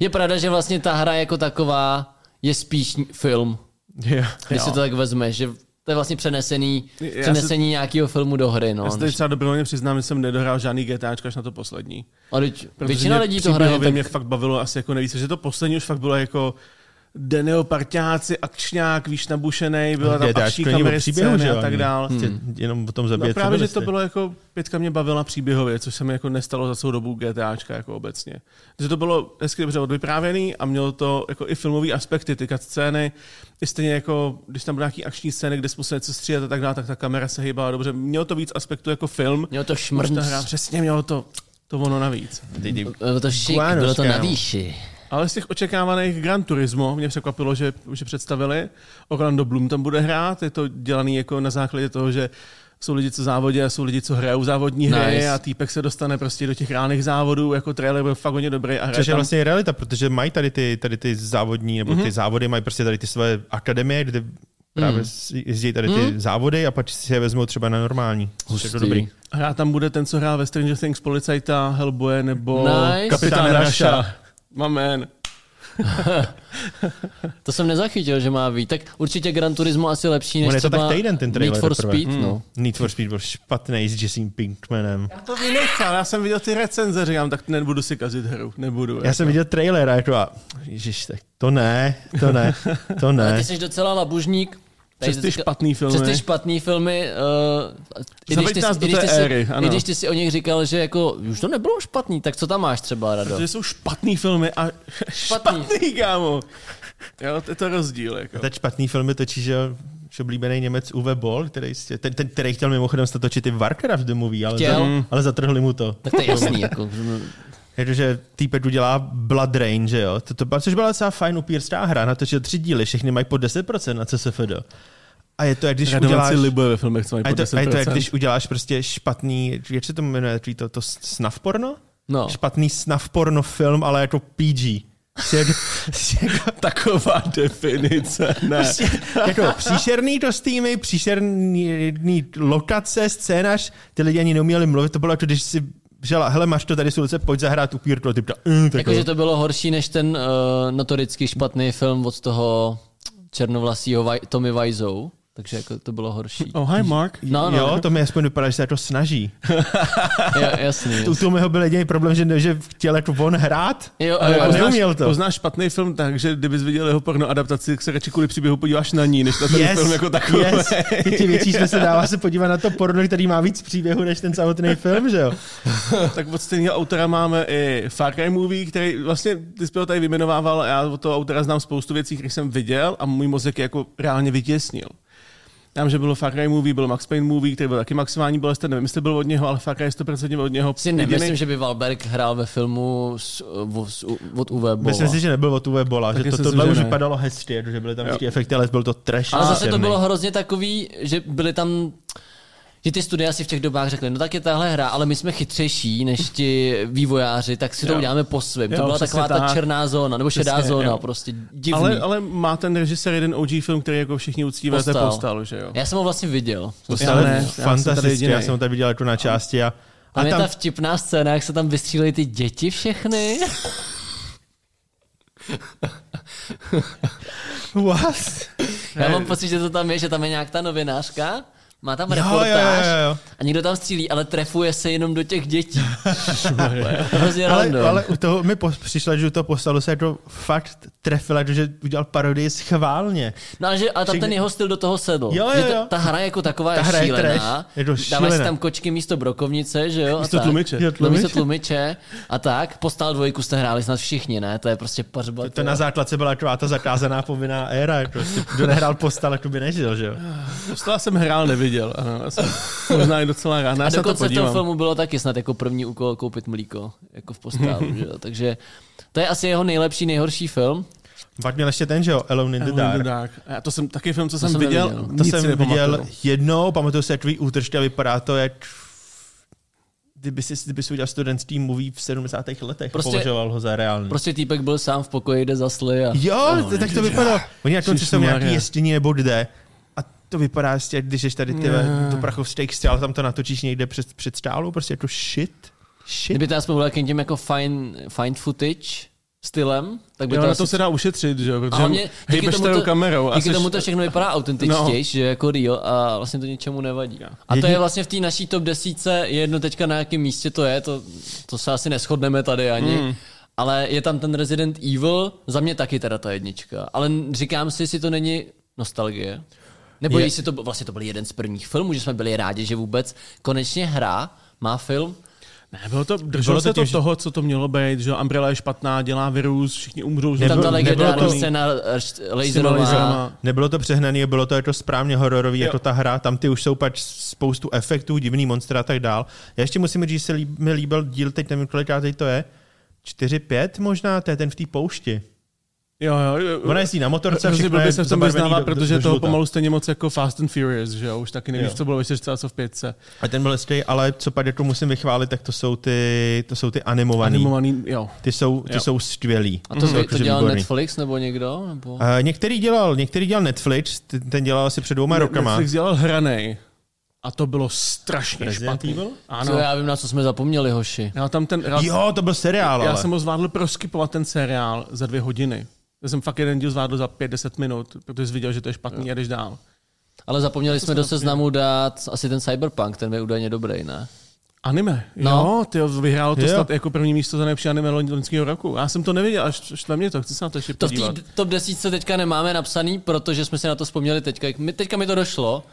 [SPEAKER 1] je pravda, že vlastně ta hra jako taková je spíš film,
[SPEAKER 2] Jo.
[SPEAKER 1] když si to tak vezmeš, že to je vlastně přenesený,
[SPEAKER 3] Já se-
[SPEAKER 1] přenesení nějakého filmu do hry. No.
[SPEAKER 3] Já se tady třeba dobrovolně přiznám, že jsem nedohrál žádný GTAčko až na to poslední.
[SPEAKER 1] A teď
[SPEAKER 3] Protože
[SPEAKER 1] většina
[SPEAKER 3] mě
[SPEAKER 1] lidí to hraje,
[SPEAKER 3] příběhově
[SPEAKER 1] tak,
[SPEAKER 3] mě fakt bavilo asi jako nejvíc, že to poslední už fakt bylo jako Deneo parťáci, akčňák, víš, nabušenej, byla tam
[SPEAKER 2] GTAčko
[SPEAKER 3] akční
[SPEAKER 2] není o
[SPEAKER 3] kamery,
[SPEAKER 2] příběhu,
[SPEAKER 3] scény
[SPEAKER 2] že jo,
[SPEAKER 3] a tak
[SPEAKER 2] ani.
[SPEAKER 3] dál.
[SPEAKER 2] Hmm. Jenom o tom zabíjet.
[SPEAKER 3] No právě, že to
[SPEAKER 2] civilisty.
[SPEAKER 3] bylo jako, pětka mě bavila příběhově, což se mi jako nestalo za celou dobu GTAčka jako obecně. Že to bylo hezky dobře odvyprávěný a mělo to jako i filmový aspekty, ty scény, i stejně jako, když tam byly nějaký akční scény, kde jsme museli něco střílet a tak dále, tak ta kamera se hýbala dobře. Mělo to víc aspektů jako film.
[SPEAKER 1] mělo to
[SPEAKER 3] Už
[SPEAKER 1] šmrnc,
[SPEAKER 3] ta hra přesně mělo to, to ono navíc.
[SPEAKER 1] bylo to šik,
[SPEAKER 2] Guános,
[SPEAKER 1] bylo to na
[SPEAKER 2] kámo.
[SPEAKER 1] výši.
[SPEAKER 3] Ale z těch očekávaných Gran Turismo mě překvapilo, že, že představili. Orlando Bloom tam bude hrát, je to dělaný jako na základě toho, že jsou lidi, co závodí a jsou lidi, co hrajou závodní hry
[SPEAKER 1] Nice.
[SPEAKER 3] nice. a týpek se dostane prostě do těch reálných závodů, jako trailer byl fakt hodně dobrý a hraje
[SPEAKER 2] Což je
[SPEAKER 3] tam-
[SPEAKER 2] vlastně realita, protože mají tady ty, tady ty závodní, nebo ty závody mají prostě tady ty své akademie, kde právě mm. jezdí tady ty mm. závody a pak si je vezmou třeba na normální. Což je to
[SPEAKER 1] Hustý.
[SPEAKER 2] dobrý.
[SPEAKER 3] Hrát tam bude ten, co hrál ve Stranger Things policajta, Hellboye nebo
[SPEAKER 1] Nice.
[SPEAKER 3] Kapitán
[SPEAKER 2] Kapitán
[SPEAKER 3] Raša.
[SPEAKER 2] Russia.
[SPEAKER 3] Mamen.
[SPEAKER 1] To jsem nezachytil, že má být. Tak určitě Gran Turismo asi lepší než
[SPEAKER 2] On je to
[SPEAKER 1] třeba
[SPEAKER 2] tak týden ten trailer
[SPEAKER 1] Need for
[SPEAKER 2] teprve.
[SPEAKER 1] Speed. No.
[SPEAKER 2] Need for Speed byl špatný s Jessím Pinkmanem.
[SPEAKER 3] Já to vynechal, já jsem viděl ty recenze, říkám, tak nebudu si kazit hru, nebudu.
[SPEAKER 2] Já jsem viděl trailer a jako a, ježiš, tak to ne, to ne, to
[SPEAKER 1] Ale
[SPEAKER 2] (laughs) ne.
[SPEAKER 1] ty jsi docela labužník. Tady
[SPEAKER 3] Přes ty
[SPEAKER 1] teďka-
[SPEAKER 3] špatný filmy.
[SPEAKER 1] Přes ty špatný filmy. Uh, i, když
[SPEAKER 3] Zaveď
[SPEAKER 1] ty,
[SPEAKER 3] nás
[SPEAKER 1] i,
[SPEAKER 3] do
[SPEAKER 1] když
[SPEAKER 3] té
[SPEAKER 1] ty si,
[SPEAKER 3] éry, ano.
[SPEAKER 1] I když ty si o nich říkal, že jako už to nebylo špatný, tak co tam máš třeba, Rado?
[SPEAKER 3] Protože jsou špatný filmy a (laughs) špatný, kámo. Jo, to je to rozdíl, jako.
[SPEAKER 2] Ten špatný film točí, že jo, že oblíbený Němec Uwe Boll, který, si- ten, ten, který chtěl mimochodem se točit i Warcraft The Movie, ale,
[SPEAKER 1] Chtěl.
[SPEAKER 2] za, ale zatrhli mu to.
[SPEAKER 1] Tak to je
[SPEAKER 2] (laughs)
[SPEAKER 1] jasný. Jako,
[SPEAKER 2] Jakože týpek udělá Blood Rain, že jo? To, to, byla- což byla docela fajn upírská hra, natočil tři díly, všechny mají po 10% na CSFD. A je to, jak když
[SPEAKER 3] Radovan si
[SPEAKER 2] uděláš...
[SPEAKER 3] libuje ve filmech, co mají
[SPEAKER 2] A je,
[SPEAKER 3] po
[SPEAKER 2] to, a je to, jak
[SPEAKER 3] 10%.
[SPEAKER 2] (laughs) když uděláš prostě špatný, jak se to jmenuje, takový to, to snuff porno?
[SPEAKER 1] No.
[SPEAKER 2] Špatný snuff porno film, ale jako PG.
[SPEAKER 1] (laughs)
[SPEAKER 2] Prostě Jako, jako,
[SPEAKER 3] Taková definice, ne.
[SPEAKER 2] (laughs) jako příšerný to týmy, příšerný lokace, scénář, ty lidi ani neuměli mluvit, to bylo jako když si žela, hele, máš to tady s ulice, pojď zahrát upírku, a ty ptá, mm, tak
[SPEAKER 1] jako,
[SPEAKER 2] jo.
[SPEAKER 1] že to bylo horší než ten uh, notoricky špatný film od toho černovlasího Vaj- Tommy Wiseau. Takže jako to bylo
[SPEAKER 2] (laughs)
[SPEAKER 1] horší.
[SPEAKER 3] Oh, hi Mark.
[SPEAKER 1] No, no,
[SPEAKER 2] Jo, to mi aspoň vypadá, že se jako snaží.
[SPEAKER 1] (laughs) ja, jasný.
[SPEAKER 2] U toho mého byl jediný problém, že, že chtěl jako on hrát
[SPEAKER 1] Jo,
[SPEAKER 2] ale jako
[SPEAKER 1] jo,
[SPEAKER 2] a
[SPEAKER 1] jo.
[SPEAKER 2] neuměl to.
[SPEAKER 3] No, Poznáš špatný film tak, že kdybys viděl jeho porno adaptaci, tak se radši kvůli příběhu podíváš na ní, než na ten film jako takový.
[SPEAKER 2] yes. Ty větší jsme se dává se podívat na to porno, který má víc příběhu než ten samotný film, že jo?
[SPEAKER 3] (laughs) Tak od stejného autora máme i Far Cry Movie, který vlastně, ty jsi ho tady vyjmenovával, a já od toho autora znám spoustu věcí, které jsem viděl a můj mozek je jako reálně vytěsnil. Tam, že bylo Far Cry Movie, byl Max Payne Movie, který byl taky maximální bolest, ten nevím, jestli byl od něho, ale Far Cry je 100% od něho.
[SPEAKER 1] Si nemyslím, že by Valberg hrál ve filmu s, uh, s, u- od UV Bola.
[SPEAKER 2] Myslím si, že nebyl od UV Bola, že
[SPEAKER 3] Taky
[SPEAKER 2] to,
[SPEAKER 3] si
[SPEAKER 2] tohle
[SPEAKER 3] myslím,
[SPEAKER 2] už
[SPEAKER 3] že ne.
[SPEAKER 2] vypadalo hezky, že byly tam ještě efekty, ale byl to trash.
[SPEAKER 1] Ale zase to
[SPEAKER 2] příjemný.
[SPEAKER 1] bylo hrozně takový, že byly tam že ty studia si v těch dobách řekly, no tak je tahle hra, ale my jsme chytřejší než ti vývojáři, tak si to
[SPEAKER 3] Jo.
[SPEAKER 1] uděláme po svém. To
[SPEAKER 3] Jo,
[SPEAKER 1] byla
[SPEAKER 3] přesně
[SPEAKER 1] taková ta
[SPEAKER 3] tak.
[SPEAKER 1] černá zóna, nebo šedá
[SPEAKER 3] Přesně,
[SPEAKER 1] zóna,
[SPEAKER 3] jo.
[SPEAKER 1] prostě divný.
[SPEAKER 3] ale, ale, má ten režisér jeden OG film, který jako všichni uctíváte,
[SPEAKER 1] Postal.
[SPEAKER 3] postal. postal, že jo?
[SPEAKER 1] Já jsem ho vlastně viděl.
[SPEAKER 3] Postal.
[SPEAKER 2] Ale
[SPEAKER 3] Já ne, já jsem tady
[SPEAKER 2] fantastické, já
[SPEAKER 3] jedinej.
[SPEAKER 2] jsem ho tady viděl jako na části a,
[SPEAKER 1] A
[SPEAKER 2] a
[SPEAKER 1] je
[SPEAKER 2] tam,
[SPEAKER 1] ta vtipná scéna, jak se tam vystřílejí ty děti všechny.
[SPEAKER 2] (laughs) What?
[SPEAKER 1] Já mám pocit, že to tam je, že tam je nějak ta novinářka, má tam
[SPEAKER 2] Jo,
[SPEAKER 1] reportáž
[SPEAKER 2] jo, jo, jo.
[SPEAKER 1] a někdo tam střílí, ale trefuje se jenom do těch
[SPEAKER 2] (laughs)
[SPEAKER 1] dětí. Hrozně
[SPEAKER 2] Ale,
[SPEAKER 1] random.
[SPEAKER 2] ale u toho mi po, přišlo, že to postalo se jako fakt trefila, že udělal parodii schválně.
[SPEAKER 1] No ale, že, ale tam
[SPEAKER 2] Všechny-
[SPEAKER 1] ten jeho styl do toho sedl.
[SPEAKER 2] Jo,
[SPEAKER 1] Že
[SPEAKER 2] jo,
[SPEAKER 1] ta,
[SPEAKER 2] jo.
[SPEAKER 1] ta hra jako taková
[SPEAKER 2] Ta
[SPEAKER 1] je
[SPEAKER 2] hra je
[SPEAKER 1] šílená.
[SPEAKER 2] trash, je to
[SPEAKER 1] Dáme si
[SPEAKER 2] šílená.
[SPEAKER 1] tam kočky místo brokovnice, že jo? a
[SPEAKER 3] Místo
[SPEAKER 1] tak.
[SPEAKER 3] tlumiče.
[SPEAKER 2] Jo,
[SPEAKER 1] No, místo
[SPEAKER 2] tlumiče.
[SPEAKER 1] tlumiče a tak. Postal dvojku jste hráli snad všichni, ne? To je prostě pařba.
[SPEAKER 2] To na základce byla taková ta zakázaná povinná éra. Jako, jestli kdo nehrál postal, tu by nežil, že jo?
[SPEAKER 3] Postala jsem hrál, neviděl. Ano, já jsem možná i docela rád. Já
[SPEAKER 1] a
[SPEAKER 3] se na to
[SPEAKER 1] dokonce v tom
[SPEAKER 3] podívám.
[SPEAKER 1] filmu bylo taky snad jako první úkol koupit mlíko, jako v postálu, že jo? Takže to je asi jeho nejlepší, nejhorší film.
[SPEAKER 2] Pak měl ještě ten, že jo, Alone in the
[SPEAKER 3] Alone in
[SPEAKER 2] Dark.
[SPEAKER 3] the Dark. A to jsem taky film, co jsem
[SPEAKER 1] jsem
[SPEAKER 3] viděl.
[SPEAKER 1] neviděl.
[SPEAKER 2] To
[SPEAKER 3] nic si
[SPEAKER 2] jsem
[SPEAKER 3] nepamatuju.
[SPEAKER 2] viděl jednou, pamatuju si takový útržky a vypadá to, jak kdyby si, kdyby si udělal studentský movie v 70. letech
[SPEAKER 1] Prostě-
[SPEAKER 2] prostě, považoval ho za reálný.
[SPEAKER 1] Prostě týpek byl sám v pokoji, kde zasly a...
[SPEAKER 2] Jo,
[SPEAKER 3] Alone
[SPEAKER 2] oh,
[SPEAKER 3] in
[SPEAKER 2] tak
[SPEAKER 3] the
[SPEAKER 2] to vypadalo. Oni na konci jsou v nějaký
[SPEAKER 3] Ježišmarja.
[SPEAKER 2] jestině nebo kde a to vypadá prostě, jak když ješ tady
[SPEAKER 3] Ne.
[SPEAKER 2] ty yeah. do prachovských stál, tam to natočíš někde před, před stálu, prostě jako shit. Shit.
[SPEAKER 1] Kdyby to aspoň bylo jakým tím jako fine, fine footage stylem, tak by
[SPEAKER 3] Jo,
[SPEAKER 1] to
[SPEAKER 3] na
[SPEAKER 1] asi
[SPEAKER 3] to se dá ušetřit, že jo,
[SPEAKER 1] A
[SPEAKER 3] protože
[SPEAKER 1] hlavně díky
[SPEAKER 3] hejbeš
[SPEAKER 1] tomu,
[SPEAKER 3] tou
[SPEAKER 1] to,
[SPEAKER 3] kamerou. No. a
[SPEAKER 1] díky
[SPEAKER 3] seš-
[SPEAKER 1] tomu to všechno
[SPEAKER 3] (laughs)
[SPEAKER 1] vypadá autentičtější, že jako real a vlastně to ničemu nevadí. A to
[SPEAKER 2] Jedni-
[SPEAKER 1] je vlastně v té naší top desíce, je jedno teďka na jakém místě to je, to, to se asi neschodneme tady ani.
[SPEAKER 3] Hmm.
[SPEAKER 1] Ale je tam ten Resident Evil, za mě taky teda ta jednička. Ale n- říkám si, jestli to není nostalgie. Nebo
[SPEAKER 2] Je-
[SPEAKER 1] jestli to, b- vlastně to byl jeden z prvních filmů, že jsme byli rádi, že vůbec konečně hra má film.
[SPEAKER 3] Ne, bylo to, drželo
[SPEAKER 2] Bylo to
[SPEAKER 3] se to
[SPEAKER 2] tím, že-
[SPEAKER 3] toho, co to mělo být, že jo, Umbrella je špatná, dělá virus, všichni umřou.
[SPEAKER 1] Tam
[SPEAKER 3] že
[SPEAKER 1] ta
[SPEAKER 3] jo, nebylo
[SPEAKER 1] legendární
[SPEAKER 3] to-
[SPEAKER 1] scéna eh, št- laserová.
[SPEAKER 3] laserama.
[SPEAKER 2] Nebylo to přehnaný, bylo to jako správně hororový,
[SPEAKER 3] Jo.
[SPEAKER 2] jako ta hra, tam ty už jsou pač spoustu efektů, divný monstra a tak dál. Já ještě musím říct, že se líb, mi líbil díl, teď nevím, kolikátej to je, 4-5 možná, to je ten v té poušti.
[SPEAKER 3] Jo, jo, jo.
[SPEAKER 2] Ona jezdí na motorce,
[SPEAKER 3] Hrozně
[SPEAKER 2] všechno
[SPEAKER 3] blbě
[SPEAKER 2] je
[SPEAKER 3] se v tom
[SPEAKER 2] zabarvený
[SPEAKER 3] vyznává,
[SPEAKER 2] do- do-
[SPEAKER 3] protože
[SPEAKER 2] do
[SPEAKER 3] toho
[SPEAKER 2] žluta.
[SPEAKER 3] pomalu stejně moc jako Fast and Furious, že jo, už taky nevíš,
[SPEAKER 2] Jo.
[SPEAKER 3] co bylo ve čtyřce a co v pětce.
[SPEAKER 2] A ten byl hezký, ale co pak jako musím vychválit, tak to jsou ty, to jsou ty animovaný.
[SPEAKER 3] Animovaný, jo.
[SPEAKER 2] Ty jsou,
[SPEAKER 3] Jo.
[SPEAKER 2] ty jsou skvělý.
[SPEAKER 1] A to,
[SPEAKER 3] Mhm.
[SPEAKER 2] jsou
[SPEAKER 1] to
[SPEAKER 3] Jako,
[SPEAKER 2] jakože
[SPEAKER 1] dělal
[SPEAKER 2] výborný.
[SPEAKER 1] Netflix nebo někdo? Nebo?
[SPEAKER 2] Eh, některý dělal, některý dělal Netflix, t- ten dělal asi před dvouma rokama.
[SPEAKER 3] Netflix dělal hranej. A to bylo strašně
[SPEAKER 2] Resident
[SPEAKER 3] špatný.
[SPEAKER 2] Evil?
[SPEAKER 1] Ano.
[SPEAKER 3] Ano.
[SPEAKER 1] Co já vím, na co jsme zapomněli, hoši.
[SPEAKER 3] Já tam ten, já,
[SPEAKER 2] Jo, to byl seriál,
[SPEAKER 3] já
[SPEAKER 2] ale.
[SPEAKER 3] jsem ho zvládl proskipovat ten seriál za dvě hodiny. Já jsem fakt jeden díl zvládl za 5-10 minut, protože jsi viděl, že to je špatný a jdeš dál.
[SPEAKER 1] Ale zapomněli jsme do seznamu dát asi ten Cyberpunk, ten je údajně dobrý, ne?
[SPEAKER 3] Anime.
[SPEAKER 1] No.
[SPEAKER 3] Jo, ty vyhrál to
[SPEAKER 2] Jo.
[SPEAKER 3] snad jako první místo za nejlepší anime loň- loňského roku. Já jsem to neviděl, až šle mě to, chci se na to ještě
[SPEAKER 1] To v
[SPEAKER 3] podívat.
[SPEAKER 1] té top 10 teďka nemáme napsaný, protože jsme si na to vzpomněli teďka. Jak My, teďka mi to došlo,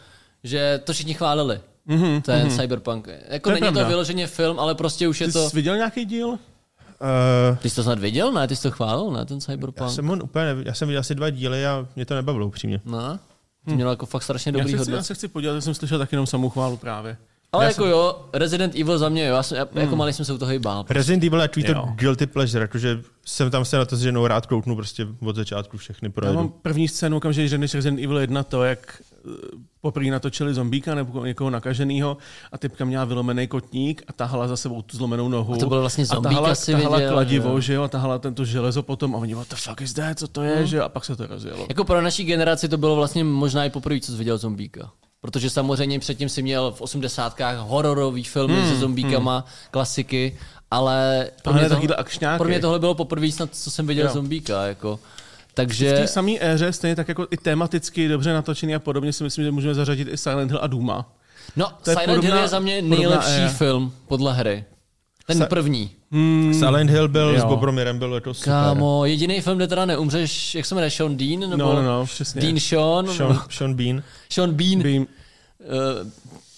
[SPEAKER 1] že to všichni chválili. Mm-hmm, ten mm-hmm. Cyberpunk. Jako
[SPEAKER 3] Mhm, To je
[SPEAKER 1] není
[SPEAKER 3] pravda.
[SPEAKER 1] to vyloženě film, ale prostě už je
[SPEAKER 3] Ty
[SPEAKER 1] to...
[SPEAKER 3] jsi viděl nějaký díl?
[SPEAKER 2] Eh,
[SPEAKER 1] Ty jsi to snad viděl, ne? Ty jsi to chválil, ne? Ten
[SPEAKER 2] já
[SPEAKER 1] Cyberpunk.
[SPEAKER 2] jsem on úplně, nevi- já jsem viděl asi dva díly a mě to nebavilo upřímně.
[SPEAKER 1] No. To mělo jako fakt strašně
[SPEAKER 3] Hm. Já
[SPEAKER 1] dobrý
[SPEAKER 3] se, chci, já
[SPEAKER 1] hodnot.
[SPEAKER 3] se chci podívat, já jsem slyšel tak jenom samou chválu právě.
[SPEAKER 1] Ale jako jo, Resident Evil za mě, jo. Já jsem, já,
[SPEAKER 3] Hmm.
[SPEAKER 1] jako malý jsem se u toho i bál.
[SPEAKER 2] Resident Evil je takový to
[SPEAKER 3] Jo.
[SPEAKER 2] guilty pleasure, jakože jsem tam se na to s ženou rád kouknu prostě od začátku všechny
[SPEAKER 3] Já mám
[SPEAKER 2] projedu.
[SPEAKER 3] první scénu, okamžitě řekneš Resident Evil 1, to, jak eh, poprvé natočili zombíka nebo někoho nakaženého a typka měla vylomený kotník a tahala za sebou tu zlomenou nohu.
[SPEAKER 1] A to byl vlastně zombík,
[SPEAKER 3] a tahala,
[SPEAKER 1] asi
[SPEAKER 3] tahala
[SPEAKER 1] viděl,
[SPEAKER 3] kladivo,
[SPEAKER 1] jo.
[SPEAKER 3] že jo, a tahala tento železo potom a oni, what the fuck is that, co to
[SPEAKER 1] Hmm.
[SPEAKER 3] je, že jo, a pak se to rozjelo.
[SPEAKER 1] Jako pro naší generaci to bylo vlastně možná i poprvé, co jsi viděl zombíka. Protože samozřejmě předtím si měl v osmdesátkách hororový filmy
[SPEAKER 3] Hmm,
[SPEAKER 1] se zombíkama, klasiky, ale pro
[SPEAKER 3] Ale
[SPEAKER 1] mě,
[SPEAKER 3] takovýhle
[SPEAKER 1] tohle,
[SPEAKER 3] akčňáky.
[SPEAKER 1] pro mě tohle bylo poprvé snad, co jsem viděl
[SPEAKER 3] Jo.
[SPEAKER 1] jo. zombíka. Jako.
[SPEAKER 3] V
[SPEAKER 1] Takže
[SPEAKER 3] té samé éře, stejně tak jako i tematicky dobře natočený a podobně, si myslím, že můžeme zařadit i Silent Hill a Duma.
[SPEAKER 1] no,
[SPEAKER 3] to je
[SPEAKER 1] Silent Hill
[SPEAKER 3] podobná-
[SPEAKER 1] je za mě
[SPEAKER 3] podobná
[SPEAKER 1] nejlepší
[SPEAKER 3] éra.
[SPEAKER 1] film podle hry. Ten první.
[SPEAKER 2] Silent Hill byl
[SPEAKER 3] jo.
[SPEAKER 2] s Bobromirem, byl jako super.
[SPEAKER 1] Kámo, jediný film, kde teda neumřeš, jak se jmenuje, Sean Dean? Nebo
[SPEAKER 3] No, no, no, přesně.
[SPEAKER 1] Dean Sean?
[SPEAKER 2] Sean, Sean Bean.
[SPEAKER 1] Sean Bean.
[SPEAKER 3] Beam.
[SPEAKER 1] Eh,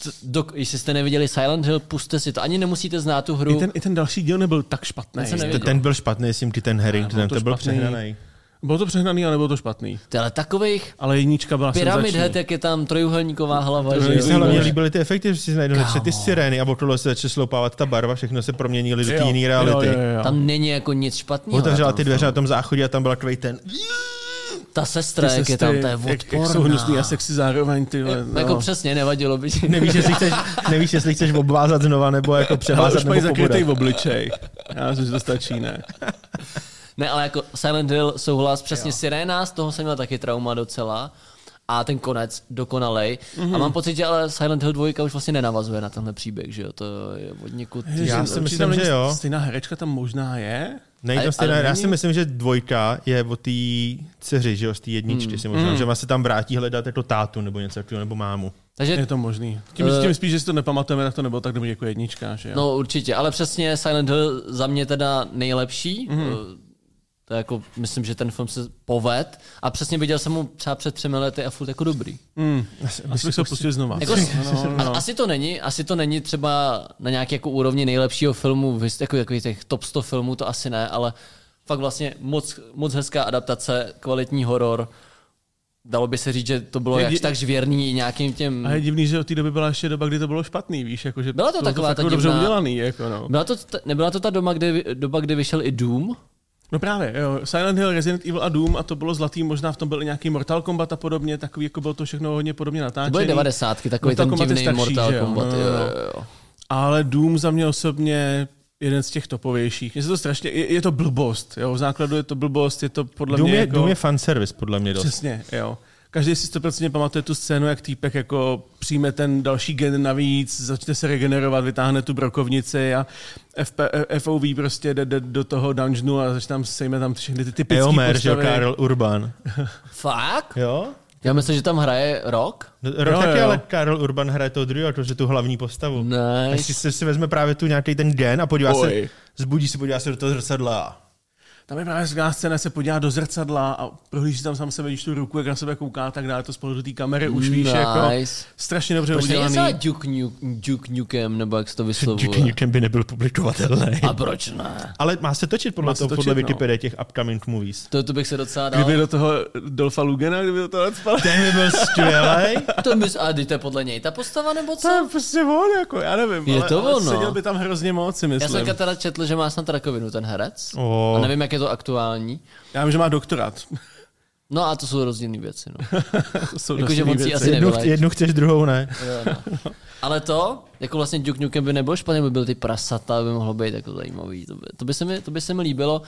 [SPEAKER 1] t- dok, jestli jste neviděli Silent Hill, puste si to. Ani nemusíte znát tu
[SPEAKER 3] I
[SPEAKER 1] hru.
[SPEAKER 3] ten, I ten další díl nebyl tak špatný.
[SPEAKER 1] jsem
[SPEAKER 2] T-
[SPEAKER 1] neviděl.
[SPEAKER 2] Ten byl špatný, s tím ten Harringtonem,
[SPEAKER 3] to
[SPEAKER 2] to byl
[SPEAKER 3] špatný.
[SPEAKER 2] přehnaný.
[SPEAKER 3] Bylo to přehnaný, ale bylo to špatný.
[SPEAKER 1] Ty, ale takových
[SPEAKER 3] Ale jednička byla
[SPEAKER 1] Pyramid
[SPEAKER 3] senzační.
[SPEAKER 1] Head, jak je tam trojuhelníková hlava,
[SPEAKER 3] To
[SPEAKER 1] že
[SPEAKER 2] Mně se
[SPEAKER 1] jo?
[SPEAKER 2] hlavně
[SPEAKER 3] Bože.
[SPEAKER 2] líbily ty efekty, že si najednou začaly ty sirény a okolo se začaly sloupávat ta barva, všechno se proměnili do té jiné reality.
[SPEAKER 3] Jo, jo, jo, jo.
[SPEAKER 1] Tam není jako nic špatného.
[SPEAKER 2] Otevřela
[SPEAKER 1] na tom
[SPEAKER 2] ty dveře na
[SPEAKER 1] filmu.
[SPEAKER 2] tom záchodě a tam byl takový ten...
[SPEAKER 1] Ta sestra, jak je tam, ta je
[SPEAKER 3] jak, jak jsou
[SPEAKER 1] odporná.
[SPEAKER 3] hnusný a sexy zároveň, ty vole,
[SPEAKER 1] No. Jako přesně, nevadilo by ti.
[SPEAKER 2] Nevíš, jestli chceš, nevíš, jestli chceš obvázat znova, nebo jako
[SPEAKER 3] Ale už
[SPEAKER 2] převázat,
[SPEAKER 3] mají
[SPEAKER 2] nebo pobodat.
[SPEAKER 3] zakrytej v obličej. Já myslím, že to stačí, ne?
[SPEAKER 1] (laughs) Ne, ale jako Silent Hill souhlas, přesně jo. Sirena, z toho jsem měl taky trauma docela. A ten konec dokonalej. Mm-hmm. A mám pocit, že ale Silent Hill 2 už vlastně nenavazuje na tenhle příběh, že jo? To je od někud...
[SPEAKER 2] Já si
[SPEAKER 3] Určitě
[SPEAKER 2] myslím,
[SPEAKER 3] tam není
[SPEAKER 2] že jo.
[SPEAKER 3] Stejná herečka tam možná je?
[SPEAKER 2] Ne,
[SPEAKER 1] Ale-
[SPEAKER 2] to stejné,
[SPEAKER 1] ale
[SPEAKER 2] já
[SPEAKER 1] není-
[SPEAKER 2] si myslím, že dvojka je o té dceři, že jo, z té jedničky si možná, že ona se tam vrátí hledat jako tátu nebo něco takového, nebo mámu.
[SPEAKER 1] Takže
[SPEAKER 3] Je to možný. Tím,
[SPEAKER 1] Eh.
[SPEAKER 3] tím spíš, že si to nepamatujeme, tak to nebylo tak dobrý jako jednička, že jo?
[SPEAKER 1] No určitě, ale přesně Silent Hill za mě teda nejlepší.
[SPEAKER 3] Mhm.
[SPEAKER 1] Mm-hmm. To je jako, myslím, že ten film se poved. A přesně viděl jsem ho třeba před třemi lety a furt jako dobrý.
[SPEAKER 3] Mm. Asi bych se ho pustil znova.
[SPEAKER 1] Jako,
[SPEAKER 3] (laughs) no,
[SPEAKER 1] a-
[SPEAKER 3] no.
[SPEAKER 1] Asi to není, asi to není třeba na nějaké jako úrovni nejlepšího filmu, v hist- jako, jako těch top 100 filmů, to asi ne, ale fakt vlastně moc, moc hezká adaptace, kvalitní horor. Dalo by se říct, že to bylo
[SPEAKER 3] Je-
[SPEAKER 1] jakž
[SPEAKER 3] je-
[SPEAKER 1] tak žvěrný nějakým těm...
[SPEAKER 3] A je divný, že od té doby byla ještě doba, kdy to bylo špatný, víš, jako, že
[SPEAKER 1] Byla to taková
[SPEAKER 3] fakt
[SPEAKER 1] ta
[SPEAKER 3] jako dobře
[SPEAKER 1] divná-
[SPEAKER 3] udělaný, jako no.
[SPEAKER 1] Byla to, t- nebyla to ta doma, kde, vy- doba, kdy vyšel i Doom?
[SPEAKER 3] No právě, jo. Silent Hill, Resident Evil a Doom a to bylo zlatý, možná v tom byl i nějaký Mortal Kombat a podobně, takový, jako bylo to všechno hodně podobně
[SPEAKER 1] To
[SPEAKER 3] natáčený. No,
[SPEAKER 1] byly 90. takový
[SPEAKER 3] Mortal
[SPEAKER 1] ten
[SPEAKER 3] Kombat je
[SPEAKER 1] divný
[SPEAKER 3] starší,
[SPEAKER 1] Mortal
[SPEAKER 3] že jo?
[SPEAKER 1] Kombat.
[SPEAKER 3] No,
[SPEAKER 1] Jo,
[SPEAKER 3] no, no.
[SPEAKER 1] jo, jo.
[SPEAKER 3] Ale Doom za mě osobně jeden z těch topovějších. Je to strašně, je, je to blbost, jo, v základu je to blbost, je to podle
[SPEAKER 2] Dům
[SPEAKER 3] mě
[SPEAKER 2] je,
[SPEAKER 3] jako...
[SPEAKER 2] dům je fanservice, podle mě dost.
[SPEAKER 3] Přesně, jo. Každý si 100% pamatuje tu scénu, jak týpek jako přijme ten další gen navíc, začne se regenerovat, vytáhne tu brokovnici a FP, FOV prostě jde, jde do toho dungeonu a začne tam sejme tam všechny ty typické
[SPEAKER 2] Eomer, že jo,
[SPEAKER 3] postavy.
[SPEAKER 2] Karel Urban.
[SPEAKER 1] Fakt?
[SPEAKER 2] Jo?
[SPEAKER 1] Já myslím, že tam hraje rok.
[SPEAKER 2] Rok
[SPEAKER 3] Jo,
[SPEAKER 2] taky,
[SPEAKER 3] jo.
[SPEAKER 2] ale No, Karel Urban hraje toho druhého, jakože tu hlavní postavu.
[SPEAKER 1] Ne.
[SPEAKER 2] Takže si, si vezme právě tu nějaký ten den a podívá
[SPEAKER 3] Oj.
[SPEAKER 2] se, zbudí se, podívá se do toho zrcadla. a-
[SPEAKER 3] Tam je právě skvělá scéna, se podívá do zrcadla a prohlíží tam sám sebe, když tu ruku, jak na sebe kouká a tak dále, to z pohledu té kamery už víš,
[SPEAKER 1] Nice. Prostě
[SPEAKER 3] jako strašně dobře
[SPEAKER 1] Proč to je třeba
[SPEAKER 3] udělaný.
[SPEAKER 1] Duke, Nuke, Duke Nukem, nebo jak se to
[SPEAKER 2] Duke
[SPEAKER 1] vyslovuje?
[SPEAKER 2] Nukem by nebyl publikovatelný.
[SPEAKER 1] A proč ne?
[SPEAKER 2] Ale má se točit podle
[SPEAKER 3] Má se
[SPEAKER 2] toho,
[SPEAKER 3] točit,
[SPEAKER 2] podle
[SPEAKER 3] no.
[SPEAKER 2] Wikipedie těch upcoming movies.
[SPEAKER 1] To, to bych se docela dal.
[SPEAKER 3] Kdyby do toho Dolfa Lugena, kdyby do toho spal.
[SPEAKER 2] Ten by
[SPEAKER 3] (laughs)
[SPEAKER 2] byl skvělej.
[SPEAKER 1] To mys- a teď to je podle něj ta postava, nebo co?
[SPEAKER 3] To je prostě on, jako, já nevím.
[SPEAKER 1] Je
[SPEAKER 3] ale,
[SPEAKER 1] to
[SPEAKER 3] ale
[SPEAKER 1] ono.
[SPEAKER 3] Seděl by tam hrozně moc, si
[SPEAKER 1] Já
[SPEAKER 3] myslím.
[SPEAKER 1] jsem teda četl, že má snad rakovinu ten herec.
[SPEAKER 2] O.
[SPEAKER 1] A nevím, jak je to aktuální.
[SPEAKER 3] Já vím, že má doktorát. (laughs)
[SPEAKER 1] No a to jsou rozdílné věci. No.
[SPEAKER 3] To jsou
[SPEAKER 1] Jakože
[SPEAKER 3] dost jiný
[SPEAKER 1] on si
[SPEAKER 3] věci.
[SPEAKER 1] asi-
[SPEAKER 2] Jednu,
[SPEAKER 1] nevylej.
[SPEAKER 2] jednu chceš, druhou ne.
[SPEAKER 1] Jo,
[SPEAKER 3] (laughs)
[SPEAKER 1] no. Ale to, jako vlastně Duke Nukem by nebyl špatný, by byl ty prasata, by mohlo být jako zajímavý. To by, to by, se, mi, to by se mi líbilo.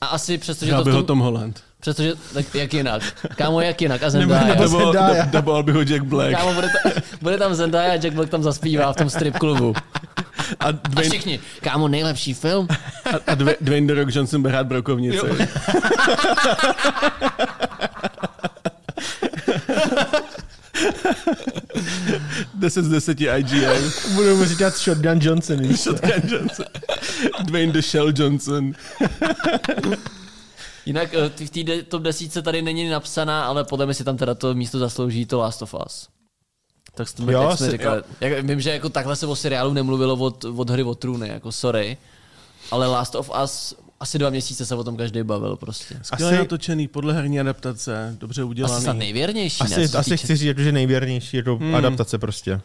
[SPEAKER 1] A asi přestože
[SPEAKER 3] Já
[SPEAKER 1] to,
[SPEAKER 3] bych
[SPEAKER 1] v
[SPEAKER 3] ho
[SPEAKER 1] tom,
[SPEAKER 3] Tom Holland.
[SPEAKER 1] přestože, tak jak jinak. Kámo, jak jinak. A
[SPEAKER 2] Nebo-
[SPEAKER 1] Zendaya.
[SPEAKER 2] nebo
[SPEAKER 3] Double,
[SPEAKER 2] Zendaya.
[SPEAKER 3] dub- double bych ho Jack Black.
[SPEAKER 1] Kámo, bude, ta, bude tam Zendaya a Jack Black tam zaspívá v tom strip klubu.
[SPEAKER 3] A
[SPEAKER 1] A
[SPEAKER 3] Dwayne,
[SPEAKER 1] všichni, kámo, nejlepší film.
[SPEAKER 3] a- a Dwayne- Dwayne The Rock Johnson bude hrát brokovnici. (laughs) Deset z deseti IGN.
[SPEAKER 2] Budu mu říkat Shotgun Johnson. víš co?
[SPEAKER 3] Shotgun Johnson. (laughs) Dwayne The Shell Johnson.
[SPEAKER 1] Jinak eh, ty v té de- top desíce tady není napsaná, ale podle mě si tam teda to místo zaslouží to Last of Us. Tak jsme,
[SPEAKER 2] Jo,
[SPEAKER 1] jak jsme
[SPEAKER 2] si-
[SPEAKER 1] říkali. Jak, vím, že jako takhle se o seriálu nemluvilo od, od hry o trůny, jako sorry. Ale Last of Us asi dva měsíce se o tom každý bavil prostě.
[SPEAKER 3] Skvěle
[SPEAKER 2] Asi-
[SPEAKER 3] natočený, podle herní adaptace, dobře
[SPEAKER 1] Asi snad
[SPEAKER 3] udělaný.
[SPEAKER 1] nejvěrnější. ne, co
[SPEAKER 2] Asi,
[SPEAKER 1] se
[SPEAKER 2] asi
[SPEAKER 1] týče-
[SPEAKER 2] chci říct, že nejvěrnější je to adaptace prostě.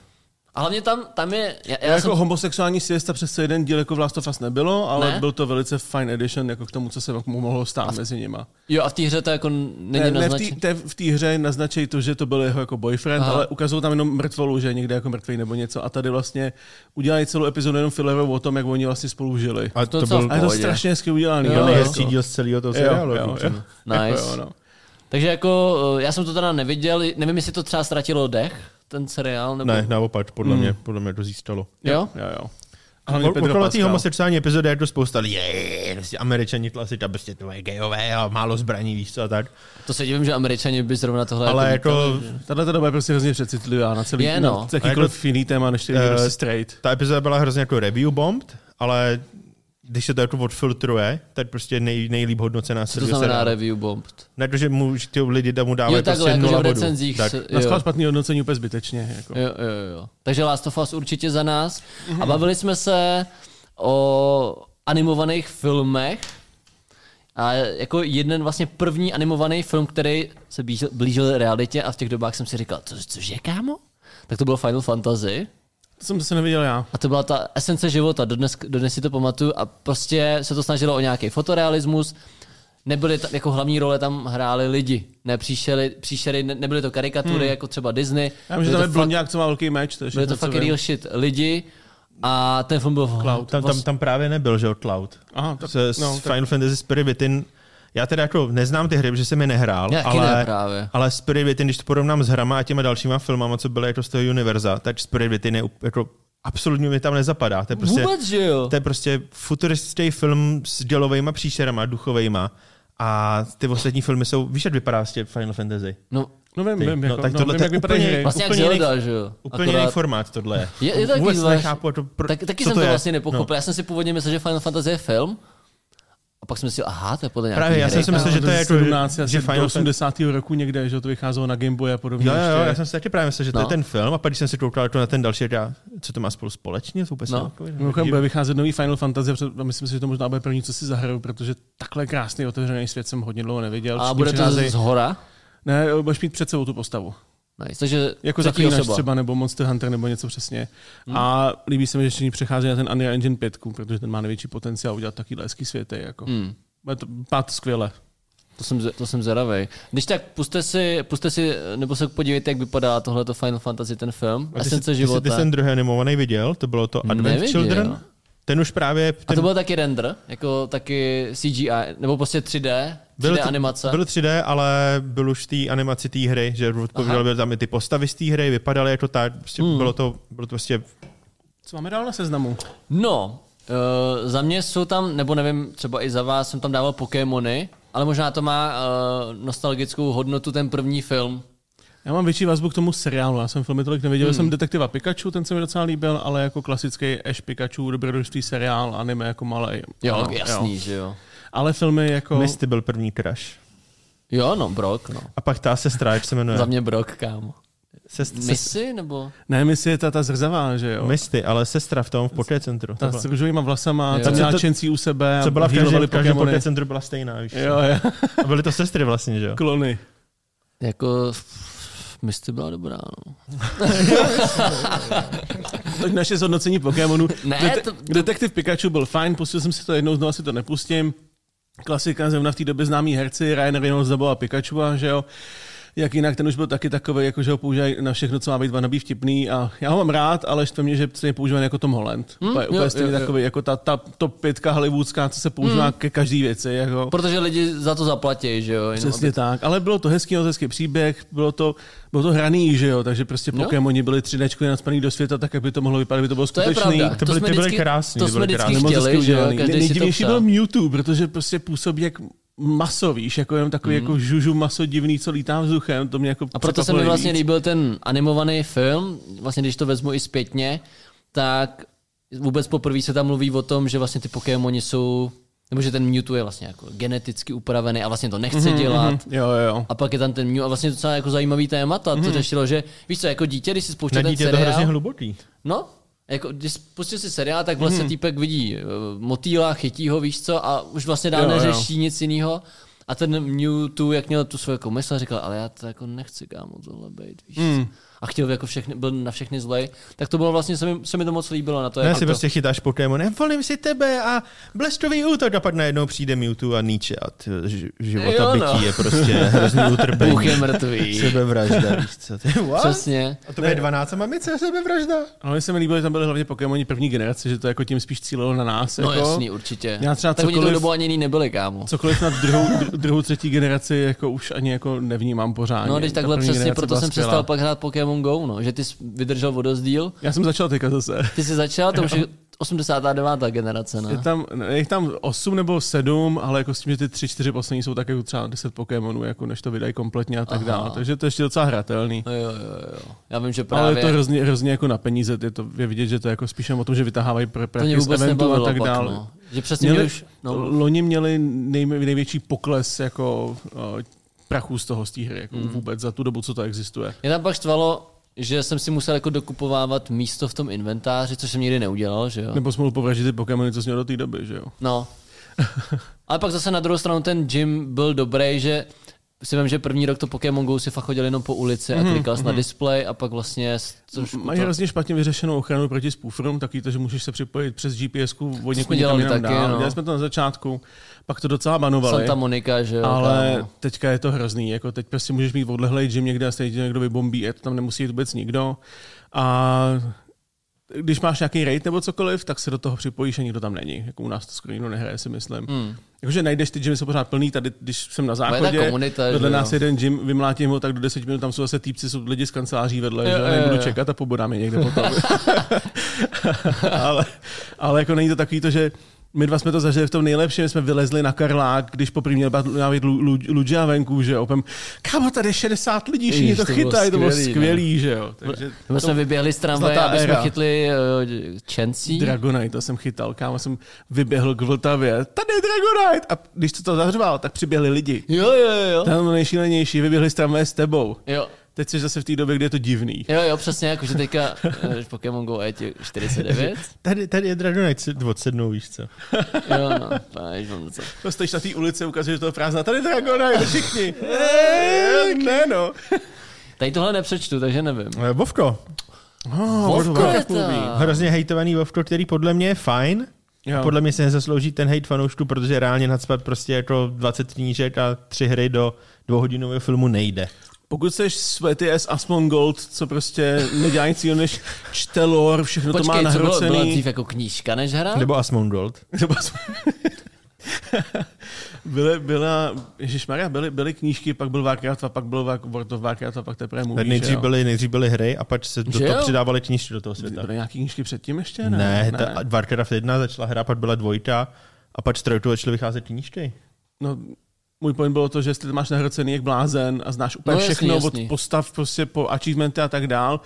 [SPEAKER 1] A hlavně tam, tam je... Já, já,
[SPEAKER 3] Já jako
[SPEAKER 1] jsem,
[SPEAKER 3] jsem... homosexuální siesta přes jeden díl jako v Last of Us nebylo, ale
[SPEAKER 1] Ne?
[SPEAKER 3] ne? byl to velice fine edition jako k tomu, co se mu mohlo stát mezi nima.
[SPEAKER 1] jo, a v té hře to jako není
[SPEAKER 3] ne, ne, v
[SPEAKER 1] naznačené.
[SPEAKER 3] té- té- v té hře naznačí to, že to byl jeho jako boyfriend,
[SPEAKER 1] Aha.
[SPEAKER 3] Aha. ale ukazují tam jenom mrtvolu, že je někde jako mrtvý nebo něco a tady vlastně udělají celou epizodu jenom filerovou o tom, jak oni vlastně spolu žili.
[SPEAKER 2] A
[SPEAKER 1] To
[SPEAKER 2] to
[SPEAKER 1] co-
[SPEAKER 2] byl
[SPEAKER 3] A je to no.
[SPEAKER 1] pohodě.
[SPEAKER 3] strašně hezky udělaný.
[SPEAKER 1] Jo,
[SPEAKER 3] jo,
[SPEAKER 1] jo.
[SPEAKER 2] nejhezčí díl z celého toho seriálu.
[SPEAKER 3] jo,
[SPEAKER 2] jako
[SPEAKER 3] (laughs) jo.
[SPEAKER 1] Nice.
[SPEAKER 3] Jako jo, no.
[SPEAKER 1] Takže jako, eh, já jsem to teda neviděl, nevím, jestli to třeba ztratilo dech, ten seriál, nebo...
[SPEAKER 2] Ne, naopak, podle mě, podle mě to získalo.
[SPEAKER 1] Jo?
[SPEAKER 3] Jo, jo. A hlavně
[SPEAKER 2] O-
[SPEAKER 3] Pedro
[SPEAKER 2] Okolo té
[SPEAKER 3] Pascal.
[SPEAKER 2] homosexuální epizody je to spousta lidí, "Jej, prostě američani klasika, prostě to je gejové a málo zbraní, víš co a tak.
[SPEAKER 1] To se divím, že američani by zrovna tohle...
[SPEAKER 2] Ale
[SPEAKER 1] jako...
[SPEAKER 2] jako
[SPEAKER 3] Tahle ta doba je prostě hrozně přecitlivá na celý
[SPEAKER 1] Je, no.
[SPEAKER 3] na jakýkoliv jiný téma, než ty lidi
[SPEAKER 2] Eh,
[SPEAKER 3] prostě straight.
[SPEAKER 2] ta epizoda byla hrozně jako review bombed, ale když se to jako odfiltruje, tak prostě nej, nejlíp hodnocená
[SPEAKER 1] Co to
[SPEAKER 2] seriál.
[SPEAKER 1] znamená review bombed?
[SPEAKER 2] Ne, to, že mu, že ty lidi tam mu dávají
[SPEAKER 1] Jo, takhle,
[SPEAKER 2] prostě
[SPEAKER 1] jako, že
[SPEAKER 2] nula
[SPEAKER 1] v
[SPEAKER 2] bodů.
[SPEAKER 1] recenzích...
[SPEAKER 2] Tak,
[SPEAKER 1] se-
[SPEAKER 3] Na
[SPEAKER 1] jo.
[SPEAKER 3] schvál špatný hodnocení úplně zbytečně. Jako.
[SPEAKER 1] Jo, jo, jo. Takže Last of Us určitě za nás.
[SPEAKER 2] Mhm.
[SPEAKER 1] A bavili jsme se o animovaných filmech. A jako jeden vlastně první animovaný film, který se blížil, blížil realitě a v těch dobách jsem si říkal, co, což je kámo? Tak to bylo Final Fantasy.
[SPEAKER 3] To jsem zase neviděl já.
[SPEAKER 1] A to byla ta esence života, dodnes, dodnes si to pamatuju a prostě se to snažilo o nějaký fotorealismus, nebyly ta, jako hlavní role tam hráli lidi, ne příšery, příšery ne, nebyly to karikatury hmm. jako třeba Disney.
[SPEAKER 3] Já vím, že
[SPEAKER 1] Byly
[SPEAKER 3] tam je
[SPEAKER 1] to
[SPEAKER 3] blondiák, co má velký meč. To
[SPEAKER 1] byly
[SPEAKER 3] je všechno,
[SPEAKER 1] to
[SPEAKER 3] co
[SPEAKER 1] fakt
[SPEAKER 3] vím.
[SPEAKER 1] real shit lidi a ten film byl v
[SPEAKER 3] Cloud.
[SPEAKER 2] tam, tam, tam právě nebyl, že jo, Cloud.
[SPEAKER 3] Aha, tak,
[SPEAKER 2] se, no,
[SPEAKER 3] no, tak-
[SPEAKER 2] Final Fantasy Spirit Within. Já teda jako neznám ty hry, protože jsem je nehrál,
[SPEAKER 1] Já taky
[SPEAKER 2] ale,
[SPEAKER 1] ne právě.
[SPEAKER 2] ale Spirit Within, když to porovnám s hrama a těma dalšíma filmama, co byly jako z toho univerza, tak Spirit Within je up- jako absolutně mi tam nezapadá. To je prostě,
[SPEAKER 1] Vůbec, že jo?
[SPEAKER 2] to je prostě futuristický film s dělovejma příšerama, duchovejma. A ty ostatní filmy jsou, víš, jak vypadá vlastně Final Fantasy?
[SPEAKER 1] No,
[SPEAKER 3] No vím,
[SPEAKER 2] Ty,
[SPEAKER 3] vím,
[SPEAKER 2] no,
[SPEAKER 3] jako,
[SPEAKER 2] tak
[SPEAKER 3] no,
[SPEAKER 2] tohle
[SPEAKER 3] vím,
[SPEAKER 2] to
[SPEAKER 3] jak vypadají
[SPEAKER 2] úplně-
[SPEAKER 3] hry.
[SPEAKER 1] vlastně jak
[SPEAKER 2] úplně jiný-
[SPEAKER 1] Zelda, že jo?
[SPEAKER 2] Úplně jiný formát tohle je.
[SPEAKER 1] Je- je to taky
[SPEAKER 2] Vůbec
[SPEAKER 1] zvlášť-
[SPEAKER 2] nechápu, a to pro,
[SPEAKER 1] tak, taky
[SPEAKER 2] co
[SPEAKER 1] jsem to,
[SPEAKER 2] je.
[SPEAKER 1] vlastně nepochopil. No. Já jsem si původně myslel, že Final Fantasy je film. A pak jsem si aha, to je podle nějaký
[SPEAKER 2] Právě, já
[SPEAKER 1] hry.
[SPEAKER 2] jsem si myslel, že to je jako, že-
[SPEAKER 3] 17,
[SPEAKER 2] že
[SPEAKER 3] asi
[SPEAKER 2] Final
[SPEAKER 3] do
[SPEAKER 2] Fantasy-
[SPEAKER 3] 80. roku někde, že to vycházelo na Game Boy a podobně.
[SPEAKER 2] Jo, jo, jo,
[SPEAKER 3] ještě.
[SPEAKER 2] já jsem si taky právě myslel, že to
[SPEAKER 1] No.
[SPEAKER 2] je ten film, a pak když jsem si koukal jako na ten další, tak já, co to má spolu společně, to vůbec
[SPEAKER 1] No.
[SPEAKER 2] no.
[SPEAKER 3] Mimochodem bude vycházet nový Final Fantasy před- a myslím si, že to možná bude první, co si zahraju, protože takhle krásný otevřený svět jsem hodně dlouho neviděl.
[SPEAKER 1] A
[SPEAKER 3] Všichni
[SPEAKER 1] bude to
[SPEAKER 3] přicházejí-
[SPEAKER 1] z hora.
[SPEAKER 3] Ne, budeš mít před sebou tu postavu.
[SPEAKER 1] Nice. Takže
[SPEAKER 3] Jako
[SPEAKER 1] třetí
[SPEAKER 3] zaklínač
[SPEAKER 1] osoba.
[SPEAKER 3] třeba, nebo Monster Hunter, nebo něco přesně. Hmm. A líbí se mi, že ještě oni přechází na ten Unreal Engine 5, protože ten má největší potenciál udělat takovýhle hezký světy. Jako.
[SPEAKER 1] Hmm.
[SPEAKER 3] Bude to pát skvěle.
[SPEAKER 1] To jsem, to jsem zvědavej. Když tak, puste si, puste si, nebo se podívejte, jak vypadá tohleto Final Fantasy, ten film.
[SPEAKER 2] A ty, jsi,
[SPEAKER 1] Esence
[SPEAKER 2] ty, jsi,
[SPEAKER 1] života.
[SPEAKER 2] ty jsi ten druhý animovaný viděl, to bylo to Advent
[SPEAKER 1] Neviděl.
[SPEAKER 2] Children. Ten už právě, ten
[SPEAKER 1] A to byl taky render, jako taky CGI, nebo prostě 3D, 3D
[SPEAKER 2] to-
[SPEAKER 1] animace.
[SPEAKER 2] Bylo 3D, ale byl už v té animaci té hry, že odpovídal byl tam i ty postavy z té hry, vypadaly jako tak, prostě hmm. bylo to, bylo to prostě,
[SPEAKER 3] Co máme dál na seznamu?
[SPEAKER 1] No, uh, za mě jsou tam, nebo nevím, třeba i za vás jsem tam dával Pokémony, ale možná to má uh, nostalgickou hodnotu ten první film.
[SPEAKER 3] Já mám větší vazbu k tomu seriálu, já jsem filmy tolik neviděl, hmm. jsem detektiva Pikachu, ten se mi docela líbil, ale jako klasický Ash Pikachu, dobrodružství seriál, anime jako malý.
[SPEAKER 1] Jo, ano, jasný, jo. že jo.
[SPEAKER 3] Ale filmy jako...
[SPEAKER 2] to... Misty byl první crush.
[SPEAKER 1] Jo, no, Brok, no.
[SPEAKER 2] A pak ta sestra, jak se jmenuje?
[SPEAKER 1] Za mě Brok, kámo.
[SPEAKER 2] Sest, sest,
[SPEAKER 1] Misi, nebo?
[SPEAKER 3] Ne, my si je ta, ta zrzavá, že jo?
[SPEAKER 2] Misty, ale sestra v tom, v Poké centru.
[SPEAKER 3] ta s růžovýma vlasama,
[SPEAKER 1] Jo.
[SPEAKER 3] ta
[SPEAKER 1] Co
[SPEAKER 3] měla
[SPEAKER 2] to-
[SPEAKER 3] čencí u sebe a
[SPEAKER 2] Co byla v každém,
[SPEAKER 3] healovali
[SPEAKER 2] v každém
[SPEAKER 3] Pokémony.
[SPEAKER 2] Poké centru byla stejná, víš.
[SPEAKER 3] Jo, jo.
[SPEAKER 1] (laughs)
[SPEAKER 2] A byly to sestry vlastně, že jo?
[SPEAKER 3] Klony.
[SPEAKER 1] Jako, Misty byla dobrá, no.
[SPEAKER 3] Tak naše zhodnocení Pokémonů.
[SPEAKER 1] (laughs) Ne,
[SPEAKER 3] Det-
[SPEAKER 1] to-
[SPEAKER 3] Detektiv Pikachu byl fajn, pustil jsem si to jednou, znovu si to nepustím. Klasika, zrovna v té době známí herci, Ryan Reynolds zaboval Pikachu, že jo. Jak jinak, ten už byl taky takový, jako že ho používají na všechno, co má být vanabí vtipný. A já ho mám rád, ale štve mě, že je používaný jako Tom Holland. Hmm?
[SPEAKER 1] Hm?
[SPEAKER 3] Úplně,
[SPEAKER 1] jo,
[SPEAKER 3] úplně
[SPEAKER 1] jo,
[SPEAKER 3] stejně
[SPEAKER 1] jo. Hm.
[SPEAKER 3] takový, jako ta, ta top pětka hollywoodská, co se používá hmm. ke každé věci. Jako.
[SPEAKER 1] Protože lidi za to zaplatí, že jo. Jenom,
[SPEAKER 3] Přesně aby... tak, ale bylo to hezký, no, hezký příběh, bylo to, bylo to hraný, že jo, takže prostě
[SPEAKER 1] No.
[SPEAKER 3] Pokémoni byli 3D nadspaný do světa, tak aby to mohlo vypadat, aby to bylo
[SPEAKER 1] To je
[SPEAKER 3] skutečný.
[SPEAKER 1] pravda.
[SPEAKER 2] To byly-
[SPEAKER 1] jsme
[SPEAKER 2] ty byly
[SPEAKER 1] vždycky-
[SPEAKER 2] krásný,
[SPEAKER 1] To
[SPEAKER 2] ty
[SPEAKER 1] jsme
[SPEAKER 2] byly
[SPEAKER 1] vždycky
[SPEAKER 2] krásný.
[SPEAKER 3] Moc hezky
[SPEAKER 1] chtěli, že jo.
[SPEAKER 3] udělaný.
[SPEAKER 1] Každý si to
[SPEAKER 3] Nejdivější
[SPEAKER 1] psal.
[SPEAKER 3] byl Mewtwo, protože prostě působí jak maso, víš, jako jenom takový jako žužu maso divný, co lítá vzduchem, to mě jako
[SPEAKER 1] Mm. A proto se
[SPEAKER 3] překvapilo
[SPEAKER 1] mi vlastně
[SPEAKER 3] nejvíc.
[SPEAKER 1] líbil ten animovaný film, vlastně když to vezmu i zpětně, tak vůbec poprvé se tam mluví o tom, že vlastně ty Pokémoni jsou, nebo že ten Mewtwo je vlastně jako geneticky upravený a vlastně to nechce
[SPEAKER 2] Mhm,
[SPEAKER 1] mm-hmm. dělat.
[SPEAKER 3] Jo, jo, jo.
[SPEAKER 1] A pak je tam ten Mew a vlastně docela jako zajímavý témata, co řešilo, že víš co, jako dítě, když si
[SPEAKER 2] Mhm. Na
[SPEAKER 1] spouštěl ten
[SPEAKER 2] dítě je to hrozně
[SPEAKER 1] seriál,
[SPEAKER 2] hluboký.
[SPEAKER 1] no, jako když spustil si seriál, tak
[SPEAKER 3] Mhm.
[SPEAKER 1] vlastně týpek vidí eh, motýla, chytí ho, víš co, a už vlastně dál
[SPEAKER 3] Jo, jo.
[SPEAKER 1] neřeší nic jiného. A ten Mewtwo, jak měl tu svou jako mysl, říkal, ale já to jako nechci kámo tohle být, víš mm. A chtěl jako všechny, byl na všechny zlej, tak to bylo vlastně, se mi, se mi to moc líbilo na to.
[SPEAKER 2] Ne,
[SPEAKER 1] jak to,
[SPEAKER 2] si prostě chytáš Pokémon, já volím si tebe a bleskový útok a pak najednou přijde Mewtwo a Nietzsche a t- ž- života
[SPEAKER 1] Jo,
[SPEAKER 2] jo,
[SPEAKER 1] no.
[SPEAKER 2] no. bytí je prostě
[SPEAKER 1] (laughs)
[SPEAKER 2] hrozný utrpení.
[SPEAKER 1] Bůh je
[SPEAKER 3] (laughs)
[SPEAKER 1] mrtvý.
[SPEAKER 2] Sebevražda, víš co? Ty, (laughs) what?
[SPEAKER 1] Přesně.
[SPEAKER 2] A to je 12 a mamice, sebevražda.
[SPEAKER 3] Ale mně se mi líbilo, že tam byly hlavně Pokémoni první generace, že to jako tím spíš cílilo na nás.
[SPEAKER 1] No
[SPEAKER 3] jako.
[SPEAKER 1] jasný, určitě.
[SPEAKER 3] Já třeba
[SPEAKER 1] tak oni tou
[SPEAKER 3] cokoliv-
[SPEAKER 1] dobu ani jiný nebyli, kámo.
[SPEAKER 3] Cokoliv na druhou, dru- druhou, třetí generaci jako už ani jako nevnímám pořádně.
[SPEAKER 1] No, když
[SPEAKER 3] Ta
[SPEAKER 1] takhle
[SPEAKER 3] první
[SPEAKER 1] přesně,
[SPEAKER 3] generace
[SPEAKER 1] proto
[SPEAKER 3] byla
[SPEAKER 1] jsem
[SPEAKER 3] skvělá.
[SPEAKER 1] přestal pak hrát Pokémon Go, no, že ty jsi vydržel vodozdíl,
[SPEAKER 3] Já jsem začal teďka zase.
[SPEAKER 1] ty jsi začal, to už je 89. generace,
[SPEAKER 3] Je
[SPEAKER 1] ne?
[SPEAKER 3] tam, je jich tam 8 nebo 7, ale jako s tím, že ty 3, 4 poslední jsou tak jako třeba 10 Pokémonů, jako než to vydají kompletně a tak
[SPEAKER 1] Aha.
[SPEAKER 3] dále. Takže to je ještě docela hratelný.
[SPEAKER 1] No, jo, jo, jo. Já vím, že
[SPEAKER 3] Právě. Ale je
[SPEAKER 1] právě...
[SPEAKER 3] to hrozně, hrozně jako na peníze, je to je vidět, že to je jako spíš jenom o tom, že vytahávají pr-
[SPEAKER 1] to mě
[SPEAKER 3] prachy z
[SPEAKER 1] vůbec
[SPEAKER 3] eventů
[SPEAKER 1] nebavilo
[SPEAKER 3] a tak
[SPEAKER 1] pak,
[SPEAKER 3] dále.
[SPEAKER 1] no. Že přesně
[SPEAKER 3] Měli,
[SPEAKER 1] mě už... No,
[SPEAKER 3] Loni měli nej, největší pokles jako o, prachů z toho z té hry, jako
[SPEAKER 1] Hmm.
[SPEAKER 3] mm. vůbec za tu dobu, co to existuje.
[SPEAKER 1] mě tam pak štvalo, že jsem si musel jako dokupovávat místo v tom inventáři, což jsem nikdy neudělal, že jo?
[SPEAKER 3] Nebo jsme mohli povraždit ty Pokémony, co jsi měl do té doby, že jo? (laughs)
[SPEAKER 1] No. Ale pak zase na druhou stranu ten Jim byl dobrý, že si vím, že první rok to Pokémon Go si fakt chodil jenom po ulici a klikal jsi na display a pak vlastně... s- Což
[SPEAKER 3] Mhm, Mají
[SPEAKER 1] to-
[SPEAKER 3] hrozně špatně vyřešenou ochranu proti spooferům, taky to, že můžeš se připojit přes GPS od někud někam
[SPEAKER 1] dělali
[SPEAKER 3] jinam
[SPEAKER 1] taky,
[SPEAKER 3] dál.
[SPEAKER 1] no.
[SPEAKER 3] Dělali jsme to na začátku, pak to docela banovali.
[SPEAKER 1] Santa Monika, že jo?
[SPEAKER 3] ale
[SPEAKER 1] kámo.
[SPEAKER 3] teďka je to hrozný, jako teď prostě můžeš mít odlehlej gym někde a stejně tě někdo vybombí, je to tam nemusí jít vůbec nikdo. A když máš nějaký raid nebo cokoliv, tak se do toho připojíš a nikdo tam není. Jako u nás to skoro nikdo nehraje, si myslím. Mm. Jakože najdeš ty gymy, jsou pořád plný, tady když jsem na
[SPEAKER 1] Hmm. je ta
[SPEAKER 3] záchodě,
[SPEAKER 1] komunita,
[SPEAKER 3] vedle
[SPEAKER 1] že jo.
[SPEAKER 3] nás jeden gym, vymlátím ho, tak do 10 minut tam jsou zase týpci, jsou lidi z kanceláří vedle,
[SPEAKER 1] Jo,
[SPEAKER 3] že
[SPEAKER 1] jo,
[SPEAKER 3] jo, nebudu
[SPEAKER 1] jo.
[SPEAKER 3] čekat a pobodám je někde potom.
[SPEAKER 1] (laughs)
[SPEAKER 3] (laughs) ale, ale jako není to takový to, že my dva jsme to zažili v tom nejlepším, jsme vylezli na Karlák, když poprvé měl bavit Ludia venku, že jo, opem, kámo, tady je 60 lidí, všichni
[SPEAKER 1] Ježiš,
[SPEAKER 3] to
[SPEAKER 1] to bylo
[SPEAKER 3] chytají, to bylo
[SPEAKER 1] skvělý, no.
[SPEAKER 3] skvělý, že jo. Takže
[SPEAKER 1] Nebo jsme vyběhli z tramvaje,
[SPEAKER 3] zlatá
[SPEAKER 1] aby jsme
[SPEAKER 3] éra.
[SPEAKER 1] chytli uh, čencí.
[SPEAKER 3] Dragonite, to jsem chytal, kámo, jsem vyběhl k Vltavě, tady je Dragonite! A když to to zahřval, tak přiběhli lidi.
[SPEAKER 1] Jo, jo, jo.
[SPEAKER 3] Tam nejšílenější, vyběhli z tramvaje s tebou.
[SPEAKER 1] Jo,
[SPEAKER 3] Teď jsi zase v té době, kde je to divný.
[SPEAKER 1] jo, jo, přesně, jakože teďka eh, Pokémon Go je ti 49.
[SPEAKER 3] (laughs)
[SPEAKER 2] Tady, tady je Dragonite od sedmou, víš co?
[SPEAKER 1] Jo, no, páč, mám docela.
[SPEAKER 3] To stojíš na té ulici, ukazuješ toho prázdna, tady je Dragonite, všichni. ne no.
[SPEAKER 1] Tady tohle nepřečtu, takže nevím. jako
[SPEAKER 2] Eh, Vovko.
[SPEAKER 3] No,
[SPEAKER 1] Vovko je to.
[SPEAKER 2] Hrozně hejtovaný Vovko, který podle mě je fajn.
[SPEAKER 3] Jo.
[SPEAKER 2] Podle mě se nezaslouží ten hate fanoušků, protože reálně nadspat prostě jako 20 knížek a tři hry do dvouhodinového filmu nejde.
[SPEAKER 3] Pokud jsi sweaty as Asmon Gold, co prostě nedělá nic jiného než čte lore, všechno to má
[SPEAKER 1] Počkej, co bylo, bylo
[SPEAKER 3] nahrocený.
[SPEAKER 1] dřív jako knížka než hra?
[SPEAKER 2] Nebo Asmongold.
[SPEAKER 3] Třeba jsme... byly, byla, ježišmarja, byly, byly knížky, pak byl Warcraft 2, pak byl Warc- World of Warcraft a pak teprve mluvíš.
[SPEAKER 2] Nejdřív
[SPEAKER 3] jo?
[SPEAKER 2] byly, nejdřív byly hry a pak se do
[SPEAKER 1] Že
[SPEAKER 2] toho
[SPEAKER 1] jo?
[SPEAKER 2] přidávaly knížky do toho světa.
[SPEAKER 3] Byly nějaký knížky předtím ještě?
[SPEAKER 2] Ne,
[SPEAKER 3] Ne,
[SPEAKER 2] ne, ta Warcraft 1 začala hra, pak byla dvojka a pak trojku začaly vycházet knížky.
[SPEAKER 3] No, můj point bylo to, že jestli to máš nahrocený jak blázen a znáš úplně
[SPEAKER 1] No,
[SPEAKER 3] no,
[SPEAKER 1] jasný,
[SPEAKER 3] všechno
[SPEAKER 1] jasný.
[SPEAKER 3] od postav prostě po achievementy a tak dál,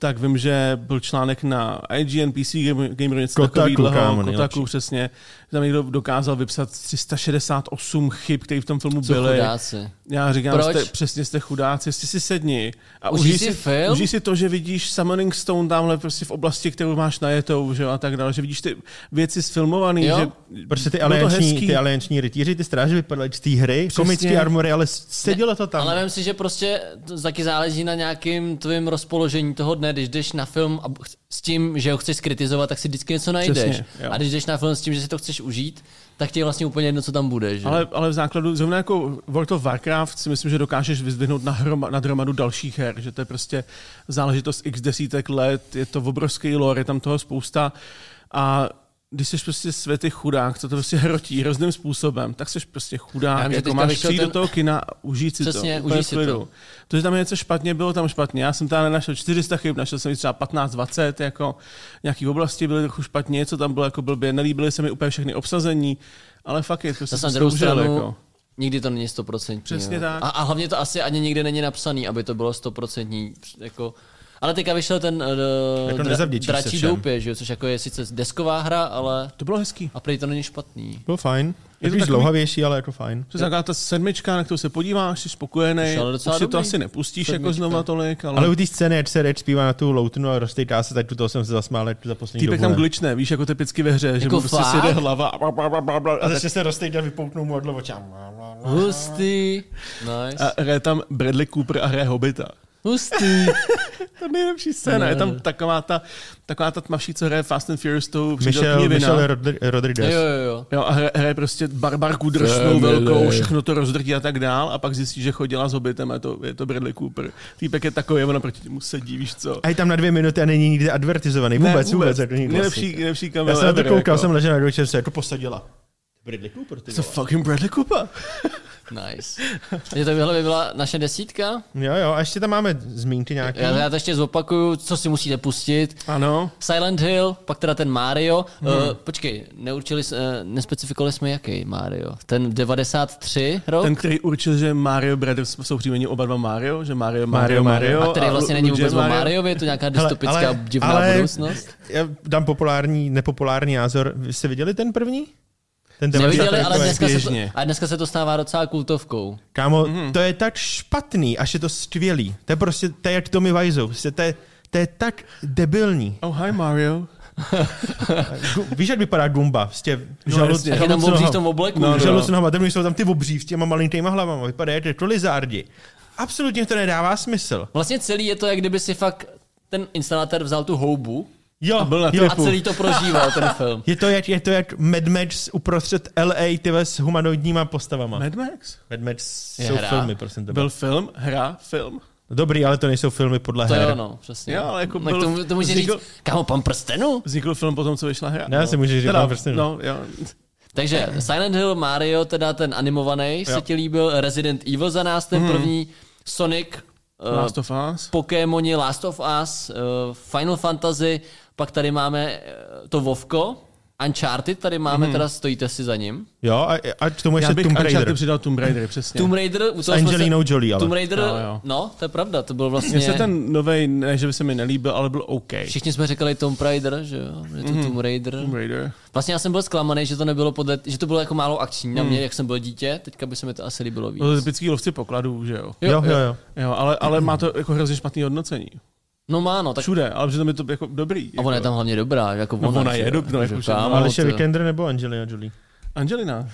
[SPEAKER 3] tak vím, že byl článek na IGN, PC Gamer, Gamer něco
[SPEAKER 2] Kotaku, kámo,
[SPEAKER 3] takového,
[SPEAKER 2] nejlepší.
[SPEAKER 3] Kotaku přesně, že tam někdo dokázal vypsat 368 chyb, které v tom filmu
[SPEAKER 1] Co
[SPEAKER 3] byly.
[SPEAKER 1] chudáci.
[SPEAKER 3] Já říkám,
[SPEAKER 1] Proč?
[SPEAKER 3] jste, přesně jste chudáci, jste si sedni a
[SPEAKER 1] Užij si film?
[SPEAKER 3] užij si to, že vidíš Summoning Stone tamhle prostě v oblasti, kterou máš najetou, že jo, a tak dále, že vidíš ty věci sfilmovaný,
[SPEAKER 1] Jo.
[SPEAKER 3] že
[SPEAKER 2] Prostě ty
[SPEAKER 3] Bylo to
[SPEAKER 2] alianční,
[SPEAKER 3] hezký.
[SPEAKER 2] ty alianční rytíři, ty stráže vypadaly z té hry,
[SPEAKER 3] Přesně.
[SPEAKER 2] komické armory, ale sedělo to tam.
[SPEAKER 1] Ale vím si, že prostě to taky záleží na nějakým tvým rozpoložení toho dne. Když jdeš na film a ch- s tím, že ho chceš kritizovat, tak si vždycky něco najdeš.
[SPEAKER 3] Přesně, jo.
[SPEAKER 1] a když jdeš na film s tím, že si to chceš užít, tak ti je vlastně úplně jedno, co tam bude. Že?
[SPEAKER 3] Ale, ale v základu, zrovna jako World of Warcraft, si myslím, že dokážeš vyzdvihnout na, hroma, na hromadu dalších her, že to je prostě záležitost x desítek let, je to obrovský lore, je tam toho spousta a když jsi prostě světy chudák, co to prostě hrotí různým způsobem, tak jsi prostě chudák,
[SPEAKER 1] Já vím, že
[SPEAKER 3] jako
[SPEAKER 1] teďka
[SPEAKER 3] máš
[SPEAKER 1] vyšel
[SPEAKER 3] přijít ten...
[SPEAKER 1] ten-
[SPEAKER 3] do toho kina a užít si
[SPEAKER 1] Přesně,
[SPEAKER 3] to. úplně
[SPEAKER 1] užij si
[SPEAKER 3] v klidu.
[SPEAKER 1] to.
[SPEAKER 3] To, že tam je něco špatně, bylo tam špatně. Já jsem tam nenašel 400 chyb, našel jsem jich třeba 15, 20, jako nějaký oblasti byly trochu špatně, co tam bylo jako blbě, nelíbily se mi úplně všechny obsazení, ale fakt je, prostě
[SPEAKER 1] Zase na
[SPEAKER 3] jsem
[SPEAKER 1] druhou
[SPEAKER 3] to užil,
[SPEAKER 1] stranu,
[SPEAKER 3] jako.
[SPEAKER 1] nikdy to není stoprocentní.
[SPEAKER 3] Přesně
[SPEAKER 1] jo.
[SPEAKER 3] tak.
[SPEAKER 1] A, a hlavně to asi ani nikdy není napsaný, aby to bylo stoprocentní. Jako, ale teďka vyšel ten uh,
[SPEAKER 2] Jako nezavděčíš se
[SPEAKER 1] dračí
[SPEAKER 2] všem.
[SPEAKER 1] doupě, že jo, což jako je sice desková hra, ale
[SPEAKER 3] To bylo hezký.
[SPEAKER 1] a prý to není špatný.
[SPEAKER 2] Bylo fajn. Je to
[SPEAKER 3] takový-
[SPEAKER 2] dlouhavější, ale jako fajn.
[SPEAKER 3] Přesně taková ta sedmička, na kterou se podíváš, jsi spokojený,
[SPEAKER 1] Už ale
[SPEAKER 3] už si
[SPEAKER 1] docela
[SPEAKER 3] to
[SPEAKER 1] dobrý.
[SPEAKER 3] asi nepustíš jako
[SPEAKER 1] Sedmička.
[SPEAKER 3] znova tolik, ale,
[SPEAKER 2] Ale
[SPEAKER 3] ale
[SPEAKER 2] u té scény, jak se Red zpívá na tu loutnu a roztejká se, tak u toho jsem se zasmál jak za poslední
[SPEAKER 3] týpek
[SPEAKER 2] dobu.
[SPEAKER 3] tam
[SPEAKER 2] ne.
[SPEAKER 3] glične, víš, jako typicky ve hře, že mu
[SPEAKER 1] Jako
[SPEAKER 3] prostě
[SPEAKER 1] fakt?
[SPEAKER 3] sjede hlava a, bla, bla, bla, bla, bla,
[SPEAKER 2] A
[SPEAKER 3] a, tak-
[SPEAKER 2] začne se roztejkat a vypouknou mu odlo očám.
[SPEAKER 1] Hustý. Nice.
[SPEAKER 3] a hraje tam Bradley Cooper a hraje Hobita.
[SPEAKER 2] (laughs)
[SPEAKER 1] Hustý.
[SPEAKER 3] To je nejlepší scéna, je tam taková ta, taková ta tmavší, co hraje Fast and Furious tou
[SPEAKER 2] Michel,
[SPEAKER 3] přídělkyně
[SPEAKER 2] Michel
[SPEAKER 3] vina.
[SPEAKER 2] Rodri-
[SPEAKER 1] jo,
[SPEAKER 2] Rodriguez.
[SPEAKER 1] jo, jo.
[SPEAKER 3] no. Jo, a hraje, hraje prostě barbarku drsnou
[SPEAKER 1] Family.
[SPEAKER 3] velkou, všechno to rozdrtí a tak dál a pak zjistí, že chodila s Hobbitem a je to, je to Bradley Cooper. Týpek je takový, ona proti mu sedí, víš co.
[SPEAKER 2] A je tam na dvě minuty a není nikde advertizovaný. Vůbec, vůbec. jako nikdy
[SPEAKER 3] nejlepší,
[SPEAKER 2] vlastně.
[SPEAKER 3] nejlepší kamera.
[SPEAKER 2] Já jsem na to
[SPEAKER 3] ever,
[SPEAKER 2] koukal,
[SPEAKER 3] jako.
[SPEAKER 2] jsem ležel na dvojče, se jako posadila. Bradley Cooper, ty
[SPEAKER 3] To
[SPEAKER 2] vole.
[SPEAKER 3] fucking Bradley Cooper.
[SPEAKER 1] Nice. Takže to by byla naše desítka.
[SPEAKER 2] Jo, jo, a ještě tam máme zmínky nějaké.
[SPEAKER 1] Já, já to ještě zopakuju, co si musíte pustit.
[SPEAKER 3] Ano.
[SPEAKER 1] Silent Hill, pak teda ten Mario. Hmm. Uh, počkej, neurčili, uh, nespecifikovali jsme jaký Mario. Ten 93 rok?
[SPEAKER 3] Ten, který určil, že Mario Brothers jsou příjmení oba dva Mario, že Mario, Mario,
[SPEAKER 2] Mario,
[SPEAKER 3] Mario.
[SPEAKER 1] a který vlastně není
[SPEAKER 3] Luigi
[SPEAKER 1] vůbec o Mariovi, je to nějaká dystopická
[SPEAKER 2] Hele, ale-
[SPEAKER 1] divná
[SPEAKER 2] ale-
[SPEAKER 1] budoucnost.
[SPEAKER 2] Já dám populární, nepopulární názor. Vy jste viděli ten první? Ten
[SPEAKER 1] Neviděli,
[SPEAKER 2] 90
[SPEAKER 1] ale
[SPEAKER 2] jako je-
[SPEAKER 1] dneska, se to,
[SPEAKER 3] běžně.
[SPEAKER 1] a dneska se to stává docela kultovkou.
[SPEAKER 2] Kámo, mm-hmm. to je tak špatný, až je to skvělý. To je prostě, to je jak Tommy Wiseau. Prostě to, je, to je tak debilní.
[SPEAKER 3] Oh, hi Mario.
[SPEAKER 2] Gu- Víš, jak vypadá Gumba? Prostě
[SPEAKER 3] No,
[SPEAKER 2] žalud,
[SPEAKER 3] jasně.
[SPEAKER 2] no,
[SPEAKER 1] Tak je tam obří v tom obleku.
[SPEAKER 3] No,
[SPEAKER 1] No,
[SPEAKER 3] no.
[SPEAKER 1] že?
[SPEAKER 2] žalud s nohama. Tam jsou tam ty obří s těma malinkýma hlavama. Vypadá jak jako lizardi. Absolutně to nedává smysl.
[SPEAKER 1] Vlastně celý je to, jak kdyby si fakt ten instalátor vzal tu houbu
[SPEAKER 2] Jo,
[SPEAKER 3] A byl na
[SPEAKER 2] jo.
[SPEAKER 1] a
[SPEAKER 3] Typu.
[SPEAKER 1] celý to prožíval, ten
[SPEAKER 3] (laughs)
[SPEAKER 1] film.
[SPEAKER 2] Je to, jak, je to jak Mad Max uprostřed LA, ty ve, s humanoidníma postavama.
[SPEAKER 3] Mad Max?
[SPEAKER 2] Mad Max
[SPEAKER 1] Je
[SPEAKER 2] jsou
[SPEAKER 1] hra.
[SPEAKER 2] filmy, prosím tebe.
[SPEAKER 3] Byl film, hra, film.
[SPEAKER 2] Dobrý, ale to nejsou filmy podle
[SPEAKER 1] To
[SPEAKER 2] her.
[SPEAKER 1] jo, no, přesně.
[SPEAKER 3] Jo, ale jako
[SPEAKER 1] no,
[SPEAKER 3] byl-
[SPEAKER 1] to, mu- to může říct,
[SPEAKER 3] vznikl-
[SPEAKER 1] kámo, pan prstenu?
[SPEAKER 3] Vznikl film potom, co vyšla hra.
[SPEAKER 2] Ne,
[SPEAKER 3] no.
[SPEAKER 2] se může říct,
[SPEAKER 3] Teda,
[SPEAKER 2] mám prostě no.
[SPEAKER 3] No, jo.
[SPEAKER 1] Takže Silent Hill, Mario, teda ten animovaný, se ti líbil, Resident Evil za nás ten první, Sonic, uh,
[SPEAKER 3] Mhm. Last of Us.
[SPEAKER 1] Pokémoni, Last of Us, uh, Final Fantasy, pak tady máme eh, to Vovko, Uncharted, tady máme,
[SPEAKER 3] Mhm.
[SPEAKER 1] teda stojíte si za ním.
[SPEAKER 2] Jo, a, a k tomu
[SPEAKER 3] Já
[SPEAKER 2] ještě
[SPEAKER 3] bych
[SPEAKER 2] Tomb
[SPEAKER 3] Uncharted
[SPEAKER 2] Raider.
[SPEAKER 3] přidal Tomb Raider, přesně.
[SPEAKER 1] Tomb Raider, u toho
[SPEAKER 2] S Angelinou Jolie, ale.
[SPEAKER 1] Tomb Raider,
[SPEAKER 3] Jo, jo.
[SPEAKER 1] no, to je pravda, to byl
[SPEAKER 3] Mně
[SPEAKER 1] vlastně...
[SPEAKER 3] se ten novej, ne, že by se mi nelíbil, ale byl OK.
[SPEAKER 1] Všichni jsme říkali Tomb Raider, že jo, je to Tomb Raider.
[SPEAKER 3] Mhm. Tomb Raider.
[SPEAKER 1] Vlastně já jsem byl zklamaný, že to nebylo podle, že to bylo jako málo akční na mě, jak jsem byl dítě, teďka by se mi to asi líbilo víc.
[SPEAKER 3] Mhm. To je typický lovci pokladů, že jo.
[SPEAKER 2] Jo, jo, jo.
[SPEAKER 3] Jo, ale, ale má to jako hrozně špatný hodnocení.
[SPEAKER 1] No má, no, tak
[SPEAKER 3] Všude, ale přitom je to jako dobrý.
[SPEAKER 1] A ona je tam hlavně dobrá, jako ona.
[SPEAKER 3] ona
[SPEAKER 1] že
[SPEAKER 3] je
[SPEAKER 1] jo,
[SPEAKER 3] dobrá,
[SPEAKER 1] jako
[SPEAKER 3] jako
[SPEAKER 1] kámo,
[SPEAKER 3] že-
[SPEAKER 2] No, Ale ještě
[SPEAKER 1] to-
[SPEAKER 2] Vikander nebo Angelina Jolie?
[SPEAKER 3] Angelina,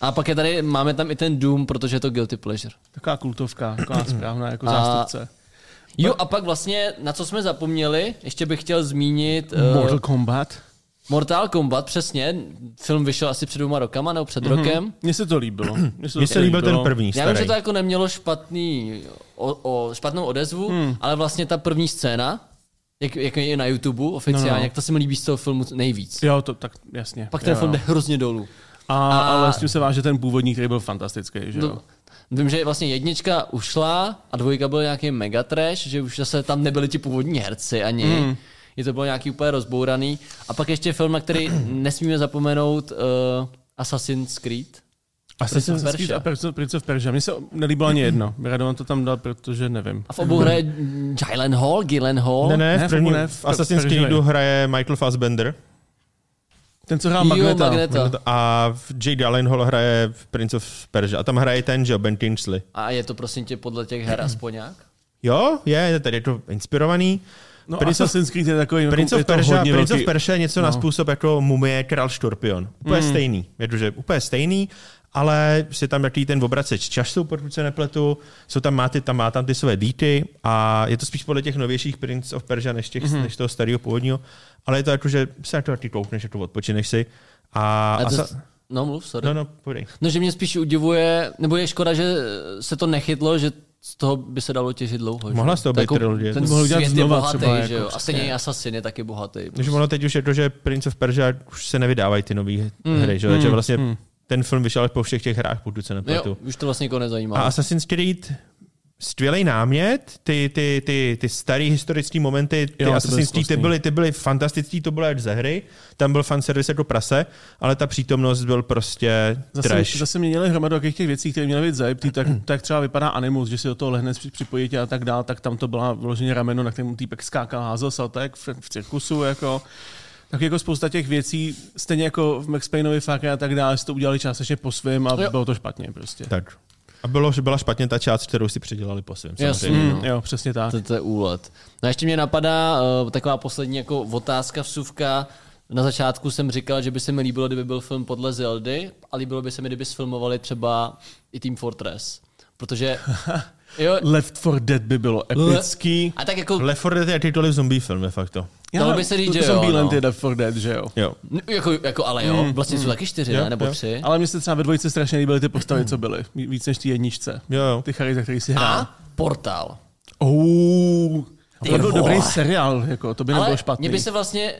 [SPEAKER 1] A pak je tady, máme tam i ten Doom, protože je to guilty pleasure.
[SPEAKER 3] taková kultovka, taková správná jako
[SPEAKER 1] A-
[SPEAKER 3] zástupce.
[SPEAKER 1] Jo, a pak vlastně, na co jsme zapomněli, ještě bych chtěl zmínit eh,
[SPEAKER 3] Mortal Kombat.
[SPEAKER 1] Mortal Kombat, přesně. Film vyšel asi před dvěma rokama nebo
[SPEAKER 3] Mhm.
[SPEAKER 1] před rokem.
[SPEAKER 3] Mně se to líbilo. Mně se, to
[SPEAKER 2] Mně se líbil ten
[SPEAKER 3] líbilo.
[SPEAKER 2] první,
[SPEAKER 1] Já vím, že
[SPEAKER 2] starý.
[SPEAKER 1] to jako nemělo špatný, o, o, špatnou odezvu,
[SPEAKER 3] Hmm.
[SPEAKER 1] ale vlastně ta první scéna, jak, jak je na YouTube oficiálně,
[SPEAKER 3] No, no.
[SPEAKER 1] jak to se mi líbí z toho filmu nejvíc.
[SPEAKER 3] Jo, to tak jasně.
[SPEAKER 1] Pak ten
[SPEAKER 3] jo, no.
[SPEAKER 1] film jde
[SPEAKER 3] jo.
[SPEAKER 1] hrozně dolů.
[SPEAKER 3] A,
[SPEAKER 1] a-
[SPEAKER 3] ale s tím se váže ten původní, který byl fantastický, že jo.
[SPEAKER 1] No, vím, že vlastně jednička ušla a dvojka byl nějaký mega trash, že už zase tam nebyli ti původní herci ani.
[SPEAKER 2] Hmm.
[SPEAKER 1] Mm. Je to bylo nějaký úplně rozbouraný. A pak ještě film, na
[SPEAKER 2] (clears throat)
[SPEAKER 1] který nesmíme zapomenout, uh, Assassin's Creed.
[SPEAKER 3] Asi jsem
[SPEAKER 1] Prince of
[SPEAKER 3] a Prince- Prince of Persia. Mně se nelíbilo ani jedno. Radovan to tam dal, protože nevím.
[SPEAKER 1] A v obou hraje Jalen Hall, Gillen Hall.
[SPEAKER 2] Hmm. Ne, ne,
[SPEAKER 3] No, ne,
[SPEAKER 2] v prvním
[SPEAKER 3] ne, v
[SPEAKER 2] v Assassin's
[SPEAKER 3] prvním.
[SPEAKER 2] Creedu hraje Michael Fassbender
[SPEAKER 3] Ten, co hrál
[SPEAKER 1] Jo,
[SPEAKER 3] Magneta.
[SPEAKER 1] Magneta. To.
[SPEAKER 2] a v Jake Gyllenhaal hraje v Prince of Persia a tam hraje ten, že jo, Ben Kingsley.
[SPEAKER 1] A je to prosím tě podle těch
[SPEAKER 2] (clears throat)
[SPEAKER 1] her aspoň nějak?
[SPEAKER 2] Jo, je, je tady je to inspirovaný.
[SPEAKER 3] No,
[SPEAKER 2] Prince of-
[SPEAKER 3] Assassin's Creed je takový, jako-
[SPEAKER 2] Prince
[SPEAKER 3] je
[SPEAKER 2] of,
[SPEAKER 3] to
[SPEAKER 2] Persia,
[SPEAKER 3] hodně
[SPEAKER 2] Prince of
[SPEAKER 3] velký.
[SPEAKER 2] Persia je něco no. na způsob jako mumie král štorpion. Úplně mm.
[SPEAKER 3] Hmm.
[SPEAKER 2] stejný. Jakože úplně stejný, ale je tam jaký ten obraceč času, pokud se nepletu. Jsou tam, má, ty, tam, má tam ty své dýty a je to spíš podle těch novějších Prince of Persia než, těch,
[SPEAKER 3] Mhm.
[SPEAKER 2] mm. než toho starého původního. Ale je to jako, že se na to taky koukneš, jako odpočineš si. A,
[SPEAKER 1] A
[SPEAKER 2] a,
[SPEAKER 1] to,
[SPEAKER 2] sa,
[SPEAKER 1] No mluv, sorry.
[SPEAKER 2] no, no, půjdej.
[SPEAKER 1] No, že mě spíš udivuje, nebo je škoda, že se to nechytlo, že z toho by se dalo těžit dlouho. že?
[SPEAKER 2] Mohla z toho být
[SPEAKER 1] Jako
[SPEAKER 2] trilogie.
[SPEAKER 1] Ten
[SPEAKER 3] To mohli
[SPEAKER 1] svět je
[SPEAKER 3] udělat znova
[SPEAKER 1] bohatý,
[SPEAKER 3] třeba,
[SPEAKER 1] že
[SPEAKER 3] jako
[SPEAKER 1] jo. A
[SPEAKER 3] přesně.
[SPEAKER 1] stejně i Assassin je taky bohatý.
[SPEAKER 2] prostě. Takže ono teď už je to, že Prince of Persia už se nevydávají ty nové hry,
[SPEAKER 3] Hmm.
[SPEAKER 2] že? jo? Takže vlastně ten film vyšel po všech těch hrách, pokud se
[SPEAKER 1] No
[SPEAKER 2] nepletu.
[SPEAKER 1] jo, už to vlastně jako
[SPEAKER 3] No.
[SPEAKER 1] nezajímá.
[SPEAKER 2] A Assassin's Creed skvělý námět, ty, ty, ty, ty staré historické momenty, ty
[SPEAKER 3] Jo, to
[SPEAKER 2] jo,
[SPEAKER 3] byly
[SPEAKER 2] Assassin's Creed, ty
[SPEAKER 3] skvostný.
[SPEAKER 2] byly, ty byly fantastický, to bylo jak ze hry, tam byl fanservice jako prase, ale ta přítomnost byl prostě
[SPEAKER 3] Zase,
[SPEAKER 2] trash.
[SPEAKER 3] zase měnili hromadu takových těch věcí, které měly být zajímavé, tak, tak třeba vypadá Animus, že si do toho lehne při- připojitě a tak dál, tak tam to byla vyloženě rameno, na kterém týpek skákal, házel saltek v, v cirkusu, jako. Tak jako spousta těch věcí, stejně jako v Max Payneovi Fake a tak dále, si to udělali částečně po svém a
[SPEAKER 1] Jo.
[SPEAKER 3] jo. bylo to špatně prostě.
[SPEAKER 2] Tak. A bylo, že byla špatně ta část, kterou si předělali po svém.
[SPEAKER 1] Jasně.
[SPEAKER 2] samozřejmě.
[SPEAKER 1] No.
[SPEAKER 3] Mm, jo, přesně tak.
[SPEAKER 1] To, to je úlet. No a ještě mě napadá uh, taková poslední jako otázka, vsuvka. Na začátku jsem říkal, že by se mi líbilo, kdyby byl film podle Zeldy a líbilo by se mi, kdyby sfilmovali třeba i Team Fortress. Protože...
[SPEAKER 2] (laughs)
[SPEAKER 1] Jo,
[SPEAKER 3] Left 4 Dead by bylo epický.
[SPEAKER 1] a tak jako...
[SPEAKER 2] Left 4 Dead je jakýkoliv zombie film, de facto.
[SPEAKER 1] dalo by se říct,
[SPEAKER 3] to,
[SPEAKER 1] že jo,
[SPEAKER 3] jsem Bílent
[SPEAKER 1] no.
[SPEAKER 3] je Left 4 Dead, že jo.
[SPEAKER 2] Jo.
[SPEAKER 1] Jako, jako ale jo, vlastně jsou taky čtyři,
[SPEAKER 2] Mm, Jo,
[SPEAKER 1] ne? Nebo
[SPEAKER 2] jo.
[SPEAKER 1] tři.
[SPEAKER 3] Ale mně se třeba ve dvojice strašně líbily ty postavy, co byly. Víc než ty jedničce.
[SPEAKER 2] Jo, jo.
[SPEAKER 3] Ty charaktery, který si hrál.
[SPEAKER 1] A Portál.
[SPEAKER 3] Oh,
[SPEAKER 1] Ty
[SPEAKER 3] to byl
[SPEAKER 1] vole.
[SPEAKER 3] dobrý seriál, jako, to by nebylo
[SPEAKER 1] Ale
[SPEAKER 3] špatný.
[SPEAKER 1] mě by se vlastně...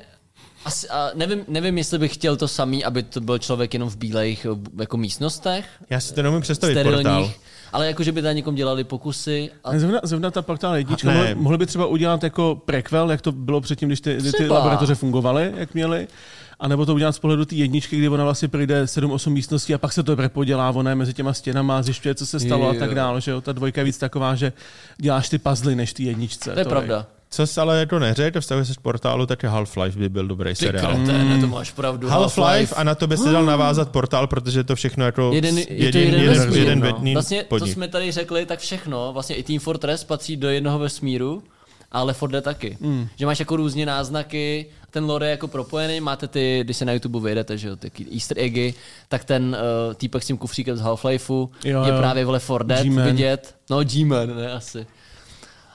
[SPEAKER 1] Asi, a nevím, nevím, jestli bych chtěl to samý, aby to byl člověk jenom v bílejch eh, jako místnostech,
[SPEAKER 2] Já si to neumím představit, portál.
[SPEAKER 1] sterilních, ale jako, že by tam někom dělali pokusy. A...
[SPEAKER 3] Ne, Zrovna, zrovna ta portál jednička,
[SPEAKER 2] Ne.
[SPEAKER 3] mohli, mohli by třeba udělat jako prequel, jak to bylo předtím, když ty, ty, ty
[SPEAKER 1] Třeba.
[SPEAKER 3] laboratoře fungovaly, jak měly. A nebo to udělat z pohledu té jedničky, kdy ona vlastně projde 7-8 místností a pak se to prepodělá, ona je mezi těma stěnama, zjišťuje, co se stalo a
[SPEAKER 1] Jo.
[SPEAKER 3] tak dále. Že jo? Ta dvojka je víc taková, že děláš ty puzzly než ty jedničce.
[SPEAKER 1] To je pravda.
[SPEAKER 2] Co jsi ale jako neřekl, to vztahuje se z portálu, tak je Half-Life by byl dobrý
[SPEAKER 1] Ty
[SPEAKER 2] seriál. Hmm.
[SPEAKER 1] kreténe, to máš pravdu.
[SPEAKER 2] Half-Life a na to by se dal navázat portál, protože to všechno jako
[SPEAKER 1] Jeden,
[SPEAKER 2] s-
[SPEAKER 1] Ah. je to jeden,
[SPEAKER 2] jeden,
[SPEAKER 1] vesmír.
[SPEAKER 2] jeden
[SPEAKER 1] no.
[SPEAKER 2] jedný
[SPEAKER 1] Vlastně, co
[SPEAKER 2] podnik.
[SPEAKER 1] jsme tady řekli, tak všechno, vlastně i Team Fortress patří do jednoho vesmíru, ale Ford jde taky. Mm. Že máš jako různě náznaky, ten lore je jako propojený, máte ty, když se na YouTube vyjedete, že jo, ty easter eggy, tak ten uh, týpek s tím kufříkem z Half-Lifeu
[SPEAKER 3] Jo,
[SPEAKER 1] je
[SPEAKER 3] jo.
[SPEAKER 1] právě vole Ford Dead
[SPEAKER 3] G-Man.
[SPEAKER 1] vidět. No, G-Man, ne asi.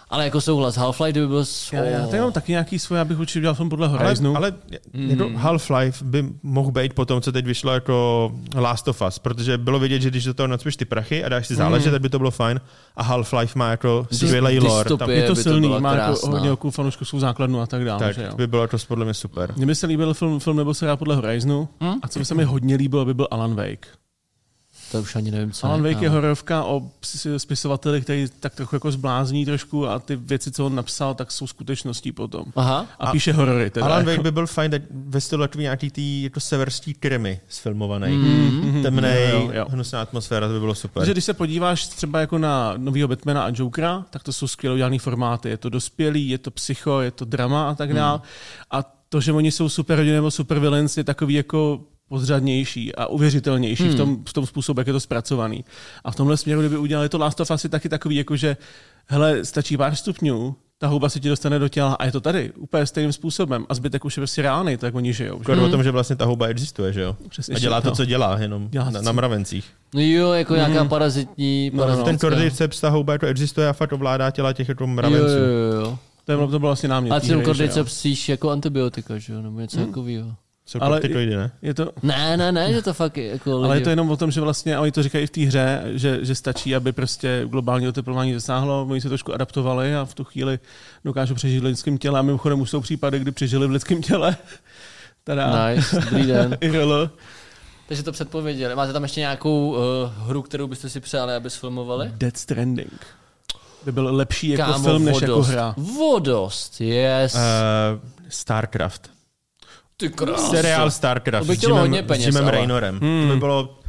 [SPEAKER 1] Ale jako souhlas, Half-Life, kdyby byl... s-
[SPEAKER 3] Já, já
[SPEAKER 1] oh.
[SPEAKER 3] tady mám taky nějaký svoje, abych určitě dělal film podle
[SPEAKER 2] Ale,
[SPEAKER 3] Horizonu.
[SPEAKER 2] ale jako
[SPEAKER 3] Hmm.
[SPEAKER 2] Half-Life by mohl být po tom, co teď vyšlo jako Last of Us, protože bylo vidět, že když do toho nacpeš ty prachy a dáš si záležet,
[SPEAKER 1] Hmm.
[SPEAKER 2] tak by to bylo fajn. A Half-Life má jako skvělý lore. Tam,
[SPEAKER 1] dystopie.
[SPEAKER 3] je to
[SPEAKER 1] by to
[SPEAKER 3] silný,
[SPEAKER 1] byla
[SPEAKER 3] má jako
[SPEAKER 1] krásná.
[SPEAKER 3] hodně oku fanouškovskou základnu a tak dále.
[SPEAKER 2] tak
[SPEAKER 3] že jo?
[SPEAKER 2] to by bylo jako podle mě super.
[SPEAKER 3] Mně by se líbil film, film nebo seriál podle Horizonu hmm? a co by se mi hodně líbilo, by byl Alan Wake.
[SPEAKER 1] To už ani nevím, co
[SPEAKER 3] Alan Wake je
[SPEAKER 1] no.
[SPEAKER 3] hororovka o ps- spisovateli, který tak trochu jako zblázní trošku a ty věci, co on napsal, tak jsou skutečností potom.
[SPEAKER 1] Aha.
[SPEAKER 3] A píše horory teda.
[SPEAKER 2] Alan
[SPEAKER 3] jako.
[SPEAKER 2] Wake by byl fajn tak ve stylu takový nějaký tý jako severský krimi sfilmovaný.
[SPEAKER 1] Hmm.
[SPEAKER 2] Mm-hmm. Temnej,
[SPEAKER 3] Jo, jo, jo.
[SPEAKER 2] hnusná atmosféra, to by bylo super.
[SPEAKER 3] Protože když se podíváš třeba jako na novýho Batmana a Jokera, tak to jsou skvěle udělané formáty. Je to dospělý, je to psycho, je to drama a tak dále. A to, že oni jsou super rodiny nebo super villains, je takový jako podřadnější a uvěřitelnější v, tom, v tom způsobu, jak je to zpracovaný. A v tomhle směru, kdyby udělali to Last of Us, je taky takový, jako že hele, stačí pár stupňů, ta houba se ti dostane do těla a je to tady, úplně stejným způsobem. A zbytek už je prostě reálný, tak oni žijou. Že?
[SPEAKER 2] Skoro o tom, že vlastně ta houba existuje, že jo?
[SPEAKER 3] Přesně,
[SPEAKER 2] a dělá to,
[SPEAKER 3] no.
[SPEAKER 2] co dělá, jenom
[SPEAKER 3] Dělá to,
[SPEAKER 2] na,
[SPEAKER 3] co-
[SPEAKER 2] na mravencích.
[SPEAKER 1] No jo, jako nějaká
[SPEAKER 3] Mhm.
[SPEAKER 1] parazitní...
[SPEAKER 2] No,
[SPEAKER 1] parazitická-
[SPEAKER 2] Ten kordyceps, ta houba jako existuje a fakt ovládá těla těch jako
[SPEAKER 1] Jo,
[SPEAKER 2] mravenců.
[SPEAKER 1] jo, jo.
[SPEAKER 3] To, je, to bylo vlastně námět.
[SPEAKER 1] A ten
[SPEAKER 3] té hry, že jo. Mhm.
[SPEAKER 1] kordyceps jíš jako antibiotika, že jo, nebo něco takového.
[SPEAKER 2] Jsou
[SPEAKER 3] Ale-
[SPEAKER 2] kortikoidy, ne?
[SPEAKER 3] Je to,
[SPEAKER 1] Ne, ne, ne, že to fakt je jako lidi...
[SPEAKER 3] Ale je to jenom o tom, že vlastně, a oni to říkají i v té hře, že, že stačí, aby prostě globální oteplování zasáhlo, oni se trošku adaptovali a v tu chvíli dokážou přežít v lidském těle. A mimochodem už jsou případy, kdy přežili v lidském těle. (laughs) Tada.
[SPEAKER 1] Nice, dobrý
[SPEAKER 3] (laughs)
[SPEAKER 1] den.
[SPEAKER 3] IRL.
[SPEAKER 1] Takže to předpověděli. Máte tam ještě nějakou uh, hru, kterou byste si přáli, aby sfilmovali?
[SPEAKER 3] Dead Stranding. By byl lepší jako film, než
[SPEAKER 1] vodost.
[SPEAKER 3] jako hra. Eh,
[SPEAKER 1] Vodost, yes. Uh,
[SPEAKER 2] Uh, Starcraft.
[SPEAKER 1] Ty krás.
[SPEAKER 2] Seriál Starcraft
[SPEAKER 1] To by
[SPEAKER 2] s
[SPEAKER 1] chtělo
[SPEAKER 2] Jimem,
[SPEAKER 1] Oh, hodně peněz,
[SPEAKER 2] s Jimem
[SPEAKER 1] ale-
[SPEAKER 2] Raynorem. Hmm. To by bylo...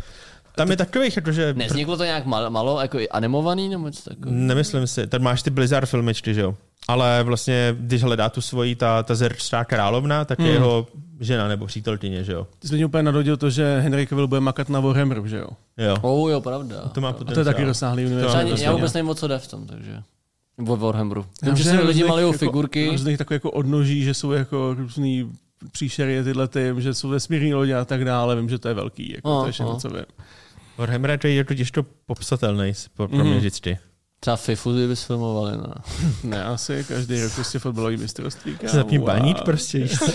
[SPEAKER 2] Tam je takových, jako, že...
[SPEAKER 1] Nevzniklo to nějak malo, malo jako i animovaný nebo něco takového?
[SPEAKER 2] Nemyslím si. Tady máš ty Blizzard filmičky, že jo? Ale vlastně, když hledá tu svoji, ta, ta zerčtá královna, tak je jeho žena nebo přítelkyně, že jo?
[SPEAKER 3] Ty jsi mě úplně nadhodil to, že Henry Cavill bude makat na Warhammeru, že jo?
[SPEAKER 2] Jo.
[SPEAKER 3] No.
[SPEAKER 1] Oh, jo, pravda.
[SPEAKER 2] To má
[SPEAKER 3] A to je
[SPEAKER 2] potenciál.
[SPEAKER 3] taky rozsáhlý
[SPEAKER 1] Třeba
[SPEAKER 3] univerzum.
[SPEAKER 1] ani-
[SPEAKER 2] to
[SPEAKER 1] já
[SPEAKER 2] stejně.
[SPEAKER 1] vůbec nevím, o co jde v tom, takže. Nebo v Warhammeru.
[SPEAKER 3] Já
[SPEAKER 1] Vím, že si
[SPEAKER 3] vím,
[SPEAKER 1] lidi
[SPEAKER 3] různých
[SPEAKER 1] malujou
[SPEAKER 3] jako-
[SPEAKER 1] figurky.
[SPEAKER 3] Různých tak jako odnoží, že jsou jako různý příšery tyhle ty, že jsou vesmírní lodě a tak dále, vím, že to je velký, jako
[SPEAKER 1] O,
[SPEAKER 3] to je všechno,
[SPEAKER 1] o.
[SPEAKER 3] co vím.
[SPEAKER 2] Warhammer je to jako těžko popsatelný s- pro, pro mě vždycky.
[SPEAKER 1] Třeba Fifu by sfilmovali, no.
[SPEAKER 3] Ne, asi každý rok prostě fotbalový mistrovství. kámo,
[SPEAKER 2] Se zapním
[SPEAKER 3] a-
[SPEAKER 2] baníč prostě. víš co?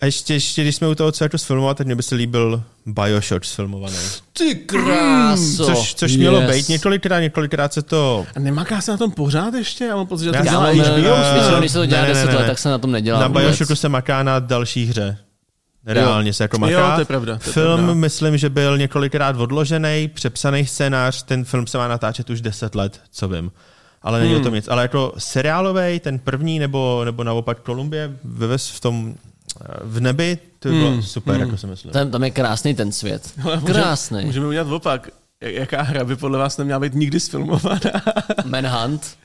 [SPEAKER 2] A ještě, ještě, když jsme u toho, co jako sfilmovat, tak mě by se líbil Bioshock sfilmovaný.
[SPEAKER 1] Ty kráso!
[SPEAKER 2] Což, což mělo být několikrát, několikrát se to
[SPEAKER 3] A nemaká se na tom pořád ještě? Já mám pocit, že to
[SPEAKER 2] Já
[SPEAKER 1] Já
[SPEAKER 2] Dělá
[SPEAKER 1] mám, eh,
[SPEAKER 2] HBO,
[SPEAKER 1] HBO, (laughs)
[SPEAKER 2] že?
[SPEAKER 1] většinou, když se to dělá
[SPEAKER 2] Ne, ne, ne,
[SPEAKER 1] 10 let,
[SPEAKER 2] ne.
[SPEAKER 1] tak se na tom nedělá
[SPEAKER 2] Na
[SPEAKER 1] vůbec.
[SPEAKER 2] Bioshocku se maká na další hře. Reálně se jako
[SPEAKER 3] Jo,
[SPEAKER 2] maká.
[SPEAKER 3] to je pravda, to je
[SPEAKER 2] film,
[SPEAKER 3] pravda.
[SPEAKER 2] myslím, že byl několikrát odložený, přepsaný scénář, ten film se má natáčet už 10 let, co vím. Ale
[SPEAKER 3] Hmm.
[SPEAKER 2] není o tom nic. Ale jako seriálový, ten první, nebo, nebo naopak Kolumbie, vyvez v tom eh, v nebi, to by bylo
[SPEAKER 3] Hmm.
[SPEAKER 2] super, jako si myslím.
[SPEAKER 1] Tam, tam je krásný ten svět.
[SPEAKER 2] (laughs)
[SPEAKER 1] Krásný.
[SPEAKER 3] Můžeme udělat opak. Jak- Jaká hra by podle vás neměla být
[SPEAKER 1] (laughs)
[SPEAKER 3] nikdy sfilmovaná?
[SPEAKER 2] (laughs)
[SPEAKER 1] Manhunt.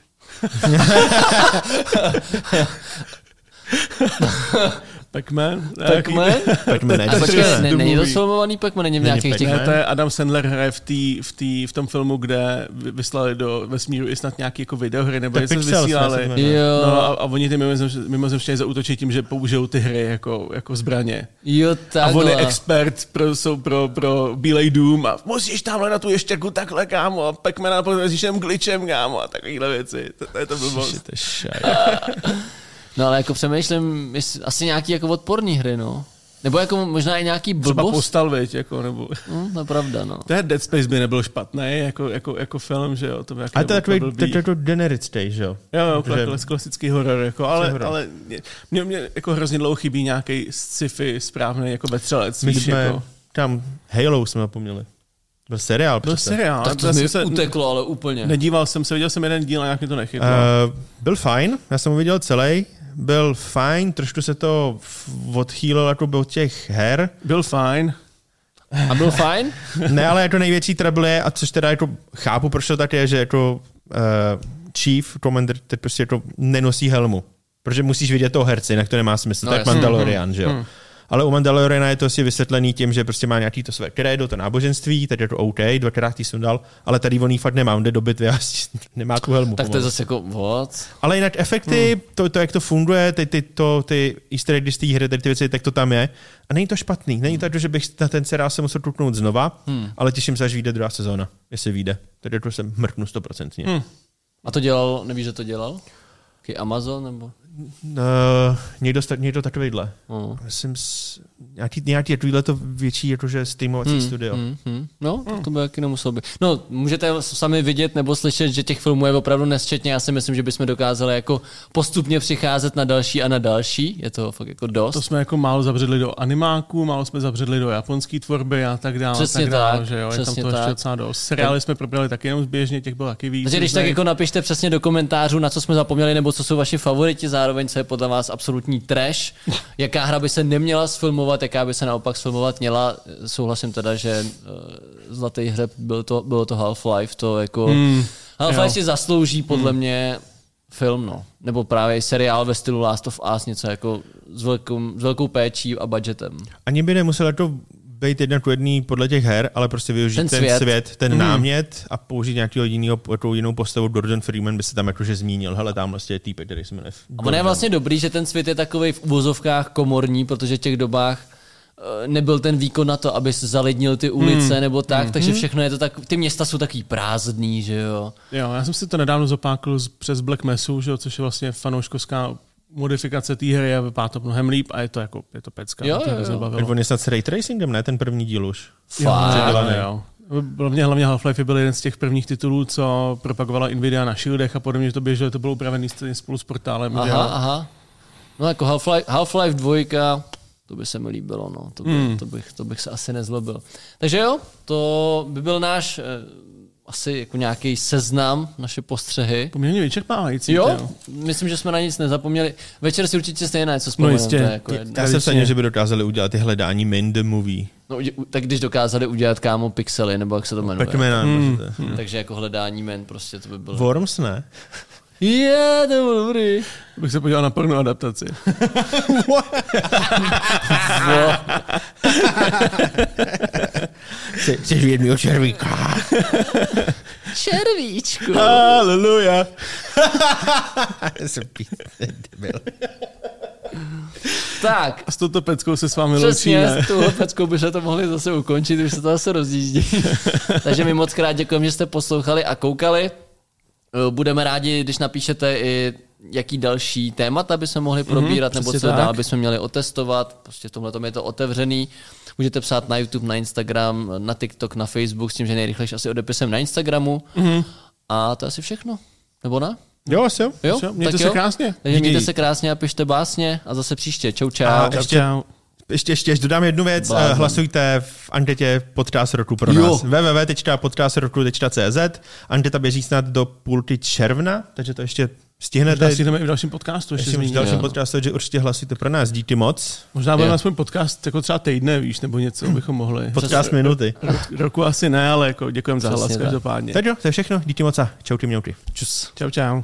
[SPEAKER 3] Pac-Man? Ne, eh, jaký-
[SPEAKER 2] (laughs)
[SPEAKER 1] Pac-Man?
[SPEAKER 2] Pac-Man
[SPEAKER 1] A
[SPEAKER 2] X.
[SPEAKER 1] počkej, ne,
[SPEAKER 3] The
[SPEAKER 1] není to
[SPEAKER 3] Movie.
[SPEAKER 1] sfilmovaný Pac-Man, není v
[SPEAKER 2] Není
[SPEAKER 1] nějakých těch...
[SPEAKER 2] Pac-Man.
[SPEAKER 3] Ne, to je Adam Sandler hraje v, tý, v, tý, v tom filmu, kde vy- vyslali do vesmíru i snad nějaký jako videohry, nebo
[SPEAKER 2] To
[SPEAKER 3] něco
[SPEAKER 2] Pixels, ne, se
[SPEAKER 3] vysílali.
[SPEAKER 2] to jmenuje.
[SPEAKER 1] Jo,
[SPEAKER 3] No a, a oni ty mimozemš- mimozemštěni zautočí tím, že použijou ty hry jako, jako zbraně.
[SPEAKER 1] jo,
[SPEAKER 3] A on
[SPEAKER 1] takhle.
[SPEAKER 3] je expert pro, jsou pro, pro Bílej dům a musíš tamhle na tu ještěrku takhle, kámo, a Pac-Mana porazíš jenom glitchem, kámo, a takovýhle věci. To, to je to blbost.
[SPEAKER 1] No ale jako přemýšlím, jestli- asi nějaký jako odporný hry, no. Nebo jako možná i nějaký
[SPEAKER 3] Třeba
[SPEAKER 1] blbost.
[SPEAKER 3] postal, viď, jako, nebo...
[SPEAKER 1] Hm, to je pravda, no.
[SPEAKER 3] To je Dead Space by nebyl špatný, jako, jako, jako film, že jo, to by jaký
[SPEAKER 2] A to je
[SPEAKER 3] nebyl
[SPEAKER 2] takový,
[SPEAKER 3] blbý.
[SPEAKER 2] to je to generický, že jo?
[SPEAKER 3] Jo, jo,
[SPEAKER 2] Protože-
[SPEAKER 3] klas- klasický horor, jako, ale,
[SPEAKER 2] horor.
[SPEAKER 3] ale mě, mě, mě, jako hrozně dlouho chybí nějaký sci-fi správný jako vetřelec,
[SPEAKER 2] My
[SPEAKER 3] víš,
[SPEAKER 2] jsme,
[SPEAKER 3] jako.
[SPEAKER 2] tam Halo jsme zapomněli. Byl seriál
[SPEAKER 3] Byl
[SPEAKER 2] přece.
[SPEAKER 3] seriál.
[SPEAKER 1] Tak to
[SPEAKER 3] já
[SPEAKER 1] mi
[SPEAKER 3] jsem se-
[SPEAKER 1] uteklo, ale úplně.
[SPEAKER 3] Nedíval jsem se, viděl jsem jeden díl a nějak mi to nechytlo.
[SPEAKER 2] Uh, byl fajn, já jsem ho viděl celý, byl fajn, trošku se to f- odchýlilo jako od
[SPEAKER 1] (laughs)
[SPEAKER 2] těch her.
[SPEAKER 3] Byl fajn.
[SPEAKER 1] A byl fajn?
[SPEAKER 2] Ne, ale jako největší trouble je, a což teda jako chápu, proč to tak je, že jako uh, Chief Commander teď prostě jako nenosí helmu. Protože musíš vidět toho herce, jinak to nemá smysl.
[SPEAKER 1] No,
[SPEAKER 2] No, tak
[SPEAKER 1] jasně. Mhm.
[SPEAKER 2] Mandalorian, že jo. Ale u Mandaloriana je to si vysvětlený tím, že prostě má nějaký to své kredo, to náboženství, tak je to OK, dvakrát jí sundal, ale tady on jí fakt nemá, on jde do bitvy a (laughs) nemá tu helmu.
[SPEAKER 1] Tak to je
[SPEAKER 2] pomalu.
[SPEAKER 1] zase jako, what?
[SPEAKER 2] Ale jinak efekty, hmm. to, to, jak to funguje, ty, ty, to, ty easter eggy z té hry, tady ty věci, tak to tam je. A není to špatný. Není to, jako, že bych na ten seriál se musel tuknout znova, hmm. ale těším se, až vyjde druhá sezóna, jestli vyjde. Tady to se mrknu jako stoprocentně. Hmm.
[SPEAKER 1] A to dělal, nevíš, že to dělal? Jaký Amazon nebo?
[SPEAKER 2] Uh, někdo, sta- někdo takovejhle.
[SPEAKER 1] No.
[SPEAKER 2] Myslím, s, nějaký, nějaký takovýhle to větší jakože streamovací hmm, studio. Hmm.
[SPEAKER 1] Hmm, hmm. No, tak to by taky nemuselo být. No, můžete sami vidět nebo slyšet, že těch filmů je opravdu nesčetně. Já si myslím, že bychom dokázali jako postupně přicházet na další a na další. Je to fakt jako dost.
[SPEAKER 3] To jsme jako málo zabředli do animáku, málo jsme zabředli do japonské tvorby a tak dále.
[SPEAKER 1] Přesně
[SPEAKER 3] a tak, dále,
[SPEAKER 1] tak,
[SPEAKER 3] že jo? Je tam
[SPEAKER 1] přesně
[SPEAKER 3] to
[SPEAKER 1] tak.
[SPEAKER 3] ještě docela dost. Seriály jsme probrali taky jenom zběžně, těch bylo taky víc.
[SPEAKER 1] Takže když tak
[SPEAKER 3] různých.
[SPEAKER 1] jako napište přesně do komentářů, na co jsme zapomněli, nebo co jsou vaši favoriti, zároveň co je podle vás absolutní (laughs) trash, jaká hra by se neměla sfilmovat, jaká by se naopak sfilmovat měla. Souhlasím teda, že eh, Zlatý hřeb byl to, bylo to Half-Life, to jako... Hmm, Half-Life
[SPEAKER 3] jo.
[SPEAKER 1] si zaslouží podle hmm. mě film, no. Nebo právě seriál ve stylu Last of Us, něco jako s velkou, s velkou péčí a budgetem.
[SPEAKER 2] Ani by nemusel jako být jedna ku jedný podle těch her, ale prostě využít
[SPEAKER 1] Ten
[SPEAKER 2] ten, ten
[SPEAKER 1] svět.
[SPEAKER 2] svět. Hmm. ten námět a použít nějakého jinýho, jako jinou postavu. Gordon Freeman by se tam jakože zmínil, hele, tamhle je týpek, který jsme nev...
[SPEAKER 1] A ono je vlastně dobrý, že ten svět je takový v uvozovkách komorní, protože v těch dobách eh, nebyl ten výkon na to, aby zalidnil ty ulice nebo tak, takže všechno je to tak, ty města jsou takový prázdný, že jo.
[SPEAKER 3] Jo, já jsem si to nedávno zopákl z, přes Black Mesu, že jo, což je vlastně fanouškovská modifikace té hry a vypadá to mnohem líp a je to jako, je to pecka,
[SPEAKER 1] Jo,
[SPEAKER 3] mě to
[SPEAKER 1] jo,
[SPEAKER 3] hrozně
[SPEAKER 1] jo.
[SPEAKER 3] bavilo.
[SPEAKER 2] Ten on je snad s ray tracingem, ne? Ten první díl už.
[SPEAKER 3] no.
[SPEAKER 1] Fakt.
[SPEAKER 3] Předělaný. jo. Hlavně, hlavně Half-Life byl jeden z těch prvních titulů, co propagovala Nvidia na Shieldech a podobně, že to běželo, to bylo upravený stejně spolu s portálem. že jo.
[SPEAKER 1] Aha, aha. No jako Half-Life, Half-Life 2, to by se mi líbilo, no. To, by, to, bych, to bych se asi nezlobil. Takže jo, to by byl náš eh, asi jako nějaký seznam, naše postřehy.
[SPEAKER 3] Poměrně vyčerpávající. ty
[SPEAKER 1] Jo, myslím, že jsme na nic nezapomněli. Večer si určitě stejně něco vzpomeneme.
[SPEAKER 3] jistě.
[SPEAKER 1] to je jako jedno.
[SPEAKER 2] Já
[SPEAKER 3] Tradičně.
[SPEAKER 2] jsem vsadil, že by dokázali udělat ty hledání Mind the Movie.
[SPEAKER 1] No, udě- tak když dokázali udělat kámo pixely, nebo jak se to jmenuje.
[SPEAKER 2] Pac-Man, hmm.
[SPEAKER 1] Takže jako hledání men, prostě to by bylo.
[SPEAKER 2] Worms, ne?
[SPEAKER 1] Je, yeah, to bylo dobrý.
[SPEAKER 3] Bych se podíval na porno adaptaci.
[SPEAKER 2] Jsi, jsi v jedného červíka.
[SPEAKER 1] Červíčku.
[SPEAKER 3] Haleluja.
[SPEAKER 2] (laughs) Jsem písne, debil.
[SPEAKER 1] tak,
[SPEAKER 3] A s touto peckou se s vámi
[SPEAKER 1] přesně,
[SPEAKER 3] loučíme.
[SPEAKER 1] s tuhle peckou by se to mohli zase ukončit, už se to zase rozjíždí.
[SPEAKER 3] (laughs)
[SPEAKER 1] Takže my moc krát děkujeme, že jste poslouchali a koukali. Eh, Budeme rádi, když napíšete i jaký další témata by se mohli probírat, mm-hmm, nebo
[SPEAKER 3] Mhm, přesně
[SPEAKER 1] co
[SPEAKER 3] tak.
[SPEAKER 1] dál by jsme měli otestovat. Prostě v tomhle je to otevřený. Můžete psát na YouTube, na Instagram, na TikTok, na Facebook, s tím, že nejrychlejší asi odepisem na Instagramu.
[SPEAKER 3] Mhm.
[SPEAKER 1] Mm-hmm. A to je asi všechno. Nebo ne?
[SPEAKER 2] Jo, asi jo.
[SPEAKER 1] Jo,
[SPEAKER 3] Jo, Mějte
[SPEAKER 1] tak
[SPEAKER 3] se
[SPEAKER 1] jo.
[SPEAKER 3] krásně.
[SPEAKER 1] Takže mějte
[SPEAKER 2] Díky.
[SPEAKER 1] se krásně a pište básně a zase příště. Čau, čau.
[SPEAKER 2] A
[SPEAKER 1] A,
[SPEAKER 2] ještě- Ještě, ještě, ještě dodám jednu věc.
[SPEAKER 1] Blázen.
[SPEAKER 2] Blázen. Hlasujte v anketě podcast roku pro
[SPEAKER 1] Jo.
[SPEAKER 2] nás. www.podcastroku.cz Anketa běží snad do půlky června, takže to ještě stihnete.
[SPEAKER 3] Tady si jdeme i v dalším podcastu. Ještě
[SPEAKER 2] Ještě v
[SPEAKER 3] zmíním.
[SPEAKER 2] dalším
[SPEAKER 1] jo.
[SPEAKER 2] podcastu, že určitě hlasujte pro nás. Díky moc.
[SPEAKER 3] Možná budeme
[SPEAKER 1] Jo.
[SPEAKER 3] aspoň podcast jako třeba týdne, víš, nebo něco bychom mohli.
[SPEAKER 2] Podcast minuty.
[SPEAKER 3] Ro- Roku asi ne, ale jako děkujeme za
[SPEAKER 1] Přesně
[SPEAKER 3] hlas
[SPEAKER 1] tak.
[SPEAKER 3] každopádně.
[SPEAKER 2] Tak jo, to je všechno. Díky moc a čauky mňauky.
[SPEAKER 1] čus.
[SPEAKER 3] Čau, čau.